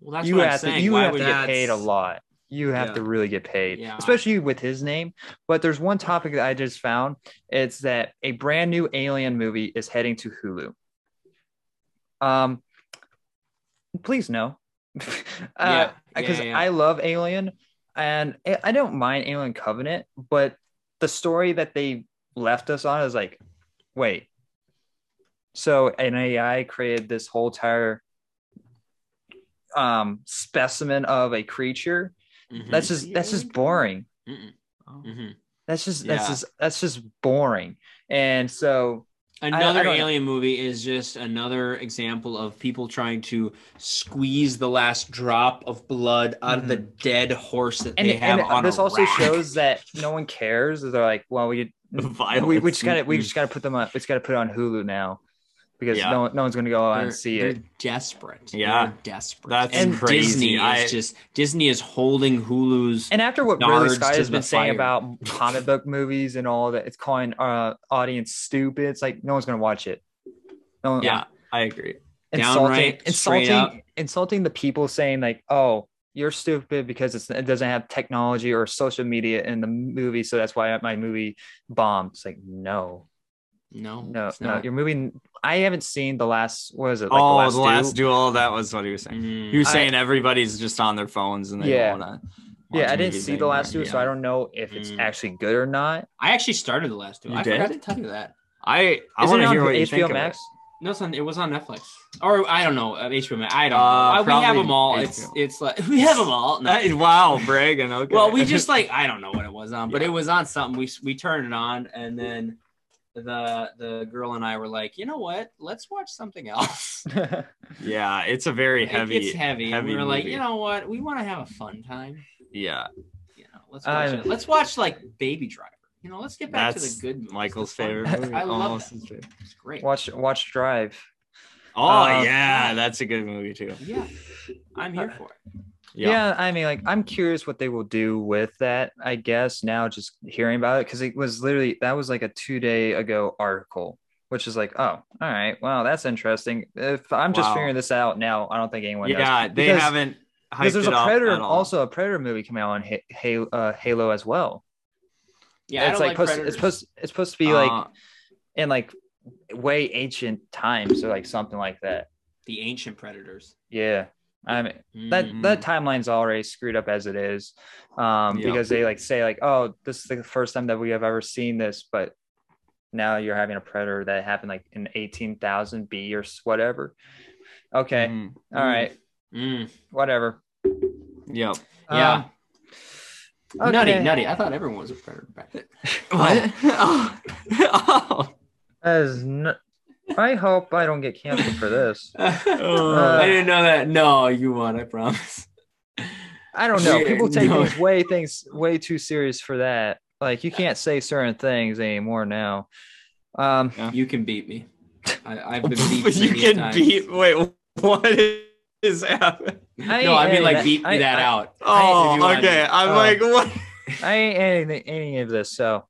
Speaker 3: well, that's
Speaker 1: you
Speaker 3: what I'm
Speaker 1: have to
Speaker 3: saying.
Speaker 1: you
Speaker 3: Why
Speaker 1: have to
Speaker 3: would
Speaker 1: get paid a
Speaker 4: that's-
Speaker 1: lot. You have
Speaker 4: Yeah.
Speaker 1: to really get paid,
Speaker 3: Yeah.
Speaker 1: especially with his name. But there's one topic that I just found. It's that a brand new Alien movie is heading to Hulu. Um, please no. *laughs* Uh, Because
Speaker 3: Yeah. Yeah, yeah.
Speaker 1: I love Alien, and I- I don't mind Alien Covenant, but the story that they left us on is like, wait. So an AI created this whole entire um specimen of a creature
Speaker 3: Mhm.
Speaker 1: that's just that's just boring
Speaker 3: Mm-mm. Mhm.
Speaker 1: that's just that's
Speaker 2: Yeah.
Speaker 1: just that's just boring and so
Speaker 3: Another
Speaker 1: don't-
Speaker 3: alien movie is just another example of people trying to squeeze the last drop of blood out of the dead horse that
Speaker 1: Mm-hmm. and,
Speaker 3: they have
Speaker 1: and
Speaker 3: on
Speaker 1: this
Speaker 3: a
Speaker 1: also
Speaker 3: rack.
Speaker 1: shows that no one cares they're like well we we, we
Speaker 2: Violence.
Speaker 1: just gotta we just gotta put them on it's gotta put it on hulu now because
Speaker 2: Yeah.
Speaker 1: no no, no one's gonna go out
Speaker 3: they're,
Speaker 1: and see
Speaker 3: they're
Speaker 1: it
Speaker 3: desperate.
Speaker 2: Yeah.
Speaker 3: they're desperate.
Speaker 2: That's
Speaker 3: and
Speaker 2: crazy.
Speaker 3: Disney
Speaker 2: I-
Speaker 3: is just Disney is holding Hulu's.
Speaker 1: and after what Ridley
Speaker 3: Nards
Speaker 1: Scott
Speaker 3: to
Speaker 1: has
Speaker 3: the
Speaker 1: been saying
Speaker 3: fire. *laughs*
Speaker 1: about comic book movies and all that, it's calling uh audience stupid. It's like no one's gonna watch it. No one,
Speaker 3: yeah,
Speaker 2: I agree.
Speaker 1: insulting
Speaker 3: Downright, straight up.
Speaker 1: insulting insulting the people saying like oh you're stupid because it's, it doesn't have technology or social media in the movie so that's why my movie bombed it's like no
Speaker 3: no,
Speaker 1: no
Speaker 3: it's
Speaker 1: no
Speaker 3: not.
Speaker 1: your movie I haven't seen the last. What is it? Like
Speaker 4: oh,
Speaker 1: the last, duel?
Speaker 4: duel. That was what he was
Speaker 3: Mm.
Speaker 4: saying. He was saying everybody's just on their phones and they
Speaker 1: Yeah.
Speaker 4: don't want to.
Speaker 1: Yeah, I didn't see the last duel, so I don't know if it's
Speaker 3: Mm.
Speaker 1: actually good or not.
Speaker 3: I actually started the last two.
Speaker 4: You
Speaker 3: I
Speaker 4: did?
Speaker 3: forgot to tell you that.
Speaker 4: I I
Speaker 1: Isn't
Speaker 4: want
Speaker 1: it
Speaker 4: to
Speaker 1: on
Speaker 4: hear what you
Speaker 1: HBO
Speaker 4: think of it.
Speaker 1: Max?
Speaker 3: No, it's on. It was on Netflix, or I don't know. uh, HBO. Max. I don't.
Speaker 4: Uh,
Speaker 3: know. I, we have
Speaker 4: probably
Speaker 3: them all.
Speaker 4: HBO.
Speaker 3: It's it's like *laughs* we have them all.
Speaker 4: *laughs*
Speaker 3: No.
Speaker 4: Hey, wow, bragging. Okay.
Speaker 3: *laughs* Well,
Speaker 4: *laughs*
Speaker 3: we just like I don't know what it was on, but it was on something. We we turned it on, and then the the girl and I were like, you know what? Let's watch something else. *laughs*
Speaker 4: yeah, it's a very
Speaker 3: It
Speaker 4: heavy.
Speaker 3: gets heavy. and we
Speaker 4: heavy
Speaker 3: were like,
Speaker 4: movie.
Speaker 3: you know what? We want to have a fun time.
Speaker 4: yeah,
Speaker 3: You know,
Speaker 4: Uh,
Speaker 3: let's watch.
Speaker 1: I'm-
Speaker 3: it. Let's watch like Baby Driver. You know, let's get back to
Speaker 4: That's
Speaker 3: the good. movies,
Speaker 4: Michael's
Speaker 3: the fun
Speaker 1: *laughs*
Speaker 4: favorite
Speaker 3: movies.
Speaker 4: movie.
Speaker 3: *laughs* I love
Speaker 4: Almost
Speaker 3: that.
Speaker 4: his favorite.
Speaker 3: It's
Speaker 1: *laughs*
Speaker 3: great.
Speaker 1: watch, watch Drive.
Speaker 4: Oh
Speaker 1: Uh,
Speaker 4: yeah, that's a good movie too.
Speaker 3: Yeah, I'm here for it.
Speaker 1: Yeah. I mean, like, I'm curious what they will do with that. I guess now just hearing about it because it was literally that was like a two day ago article, which is like, oh, all right, wow, that's interesting. If I'm just
Speaker 4: Wow.
Speaker 1: figuring this out now, I don't think anyone knows.
Speaker 4: yeah, they
Speaker 1: Because-
Speaker 4: haven't. Hyped
Speaker 1: Because there's
Speaker 4: it
Speaker 1: a
Speaker 4: up
Speaker 1: predator,
Speaker 4: at all.
Speaker 1: also a predator movie coming out on Ha- Halo, uh, Halo as well.
Speaker 3: Yeah, I
Speaker 1: it's like,
Speaker 3: don't like,
Speaker 1: supposed-
Speaker 3: Predators.
Speaker 1: it's supposed it's supposed to be
Speaker 4: Uh,
Speaker 1: like in like way ancient times or like something like that.
Speaker 3: the ancient Predators. Mm,
Speaker 1: Yeah, I mean, that
Speaker 3: Mm-hmm.
Speaker 4: Mhm.
Speaker 1: that timeline's already screwed up as it is um
Speaker 4: Yeah.
Speaker 1: because they like say like oh this is the first time that we have ever seen this but now you're having a predator that happened like in 18000 b or s- whatever okay
Speaker 4: mm,
Speaker 2: hmm,
Speaker 3: Mm-hmm.
Speaker 1: all right
Speaker 3: Mm.
Speaker 1: whatever
Speaker 4: Yep.
Speaker 3: Yeah.
Speaker 1: Um,
Speaker 3: Nutty,
Speaker 1: okay.
Speaker 3: nutty. I thought everyone was a predator back then. *laughs*
Speaker 4: *laughs*
Speaker 2: *laughs*
Speaker 4: What? Oh.
Speaker 1: That is nu- i hope i don't get canceled for this
Speaker 4: Uh,
Speaker 3: I didn't know that. No, you won. I promise.
Speaker 1: i don't know
Speaker 3: Weird.
Speaker 1: people take
Speaker 3: No.
Speaker 1: things way things way too serious for that like you can't say certain things anymore now um
Speaker 3: You can beat me. I, I've *laughs* been beat.
Speaker 4: you
Speaker 3: many
Speaker 4: can
Speaker 3: times.
Speaker 4: beat. Wait, what is happening?
Speaker 1: I
Speaker 3: no, I
Speaker 1: ain't
Speaker 3: mean like
Speaker 1: that-
Speaker 3: beat me
Speaker 1: I-
Speaker 3: that
Speaker 1: I-
Speaker 3: out.
Speaker 4: Oh,
Speaker 3: I-
Speaker 4: okay. I'm
Speaker 1: Oh.
Speaker 4: like, what?
Speaker 1: I ain't any, any of this, so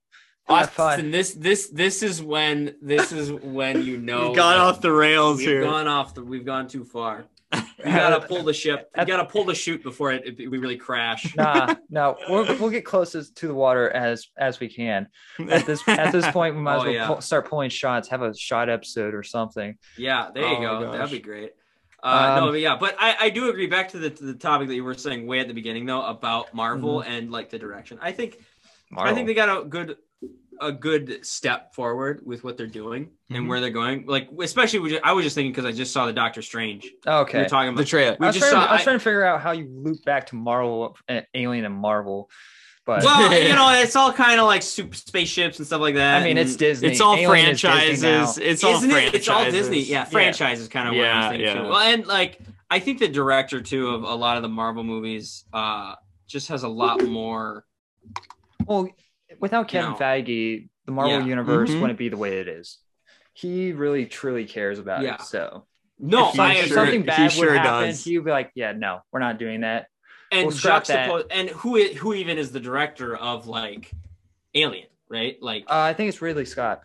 Speaker 3: Oh,
Speaker 1: I'm not fine.
Speaker 3: Austin, this this this is when this is when you
Speaker 4: *laughs*
Speaker 3: know
Speaker 4: you got
Speaker 3: that
Speaker 4: off the rails
Speaker 3: We've
Speaker 4: here. *laughs*
Speaker 3: gone off the. We've gone too far. We *laughs* gotta pull the ship. We
Speaker 1: At-
Speaker 3: gotta pull the chute before it, it- we really crash.
Speaker 1: *laughs* nah, no, we'll, we'll get closest to the water as as we can. At this at this point, we might as
Speaker 3: *laughs* Oh,
Speaker 1: well
Speaker 3: yeah.
Speaker 1: pull, start pulling shots. Have a shot episode or something.
Speaker 3: Yeah, there you
Speaker 4: Oh,
Speaker 3: go.
Speaker 4: gosh.
Speaker 3: That'd be great. Uh, no,
Speaker 1: Um,
Speaker 3: but yeah, but I, I do agree. Back to the to the topic that you were saying way at the beginning though about Marvel
Speaker 1: Mm-hmm.
Speaker 3: and like the direction. I think I think they got a good a good step forward with what they're doing and
Speaker 1: Mm-hmm.
Speaker 4: Mhm.
Speaker 3: where they're going. Like especially we ju- I was just thinking because I just saw the Doctor Strange. We
Speaker 1: okay.
Speaker 3: were talking
Speaker 4: the
Speaker 3: about.
Speaker 4: trailer.
Speaker 3: we
Speaker 1: I was,
Speaker 3: just
Speaker 1: trying,
Speaker 3: saw-
Speaker 1: to, I was
Speaker 3: I-
Speaker 1: trying to figure out how you loop back to Marvel, uh, Alien, and Marvel, but
Speaker 3: well,
Speaker 1: *laughs*
Speaker 3: you know, it's all kind of like super spaceships and stuff like that.
Speaker 1: I mean, it's
Speaker 3: and-
Speaker 1: Disney.
Speaker 4: It's all
Speaker 1: Alien is Disney
Speaker 4: franchises.
Speaker 1: now.
Speaker 4: It's all
Speaker 3: Isn't
Speaker 4: franchises.
Speaker 3: it? It's all Disney. Yeah, franchise is kind of what I was
Speaker 4: Yeah,
Speaker 3: thinking.
Speaker 4: yeah.
Speaker 3: Too. Well, and like I think the director too of a lot of the Marvel movies uh just has a lot more.
Speaker 1: Well, without Kevin
Speaker 3: No.
Speaker 1: Feige, the Marvel
Speaker 3: Yeah. Mm-hmm.
Speaker 1: universe
Speaker 4: Mhm.
Speaker 1: wouldn't be the way it is. He really truly cares about
Speaker 3: Yeah.
Speaker 1: it. So
Speaker 4: If
Speaker 3: No,
Speaker 1: if,
Speaker 4: you-
Speaker 3: I
Speaker 1: if
Speaker 3: agree.
Speaker 1: something
Speaker 4: he
Speaker 1: bad
Speaker 4: sure
Speaker 1: would happen,
Speaker 4: does.
Speaker 1: he'd be like, "Yeah, no, we're not doing that."
Speaker 3: and
Speaker 1: We'll scrap that.
Speaker 3: juxtapose and who i- who even is the director of like Alien, right? Like
Speaker 1: Uh, I think it's Ridley Scott.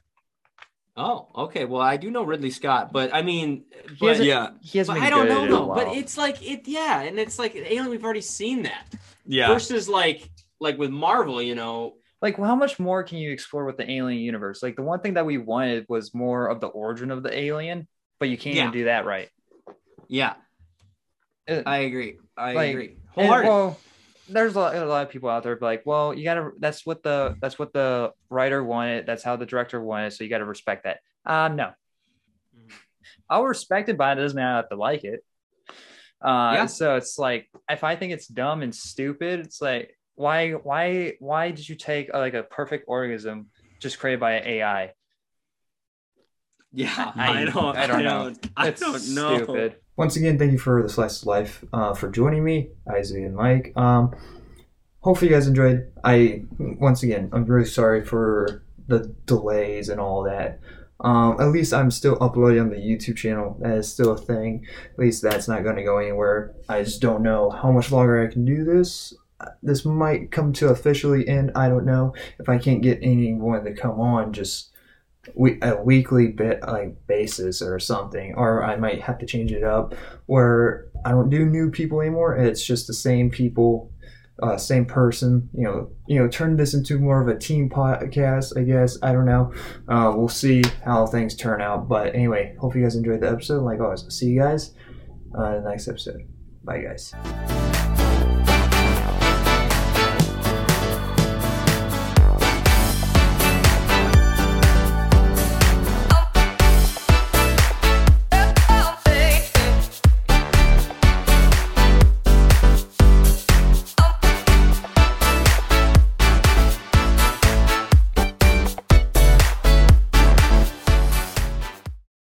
Speaker 3: oh, okay. Well, I do know Ridley Scott, but I mean,
Speaker 1: He
Speaker 3: but,
Speaker 1: hasn't-
Speaker 4: Yeah,
Speaker 1: He hasn't.
Speaker 3: but
Speaker 1: Been
Speaker 3: I don't
Speaker 1: good
Speaker 3: know
Speaker 1: in a
Speaker 3: though. But
Speaker 1: while.
Speaker 3: it's like it, yeah, and it's like Alien. We've already seen that
Speaker 4: yeah.
Speaker 3: versus like like with Marvel, you know.
Speaker 1: like, how much more can you explore with the alien universe? Like, the one thing that we wanted was more of the origin of the alien, but you can't
Speaker 3: Yeah.
Speaker 1: even do that right. Uh,
Speaker 3: Yeah,
Speaker 1: It-
Speaker 3: I agree. I
Speaker 1: Like,
Speaker 3: agree.
Speaker 1: and,
Speaker 3: Wholeheartedly.
Speaker 1: well, there's a lot, a lot of people out there be like, well, you gotta. That's what the that's what the writer wanted. That's how the director wanted. So you gotta respect that. Um, no,
Speaker 3: Mhm.
Speaker 1: I'll respect it, but it doesn't mean I have to like it. Uh,
Speaker 3: Yeah.
Speaker 1: so it's like if I think it's dumb and stupid, it's like why why why did you take uh, like a perfect organism just created by AI?
Speaker 3: Yeah,
Speaker 1: I-
Speaker 3: I, don't.
Speaker 1: I don't know.
Speaker 3: I
Speaker 1: It's
Speaker 3: don't know.
Speaker 1: Stupid.
Speaker 12: once again, thank you for the slice of life uh, for joining me, Isaac and Mike. Um, hopefully, you guys enjoyed. I once again, I'm really sorry for the delays and all that. Um, at least I'm still uploading on the YouTube channel. That is still a thing. At least that's not going to go anywhere. I just don't know how much longer I can do this. Uh, This might come to officially end. I don't know if I can't get anyone to come on. Just we a weekly bit like basis or something or i might have to change it up where i don't do new people anymore it's just the same people uh, same person. You know, you know, turn this into more of a team podcast. I guess I don't know. Uh, we'll see how things turn out. But uh, anyway, hope you guys enjoyed the episode. Like always, see you guys on the next episode. Bye, guys.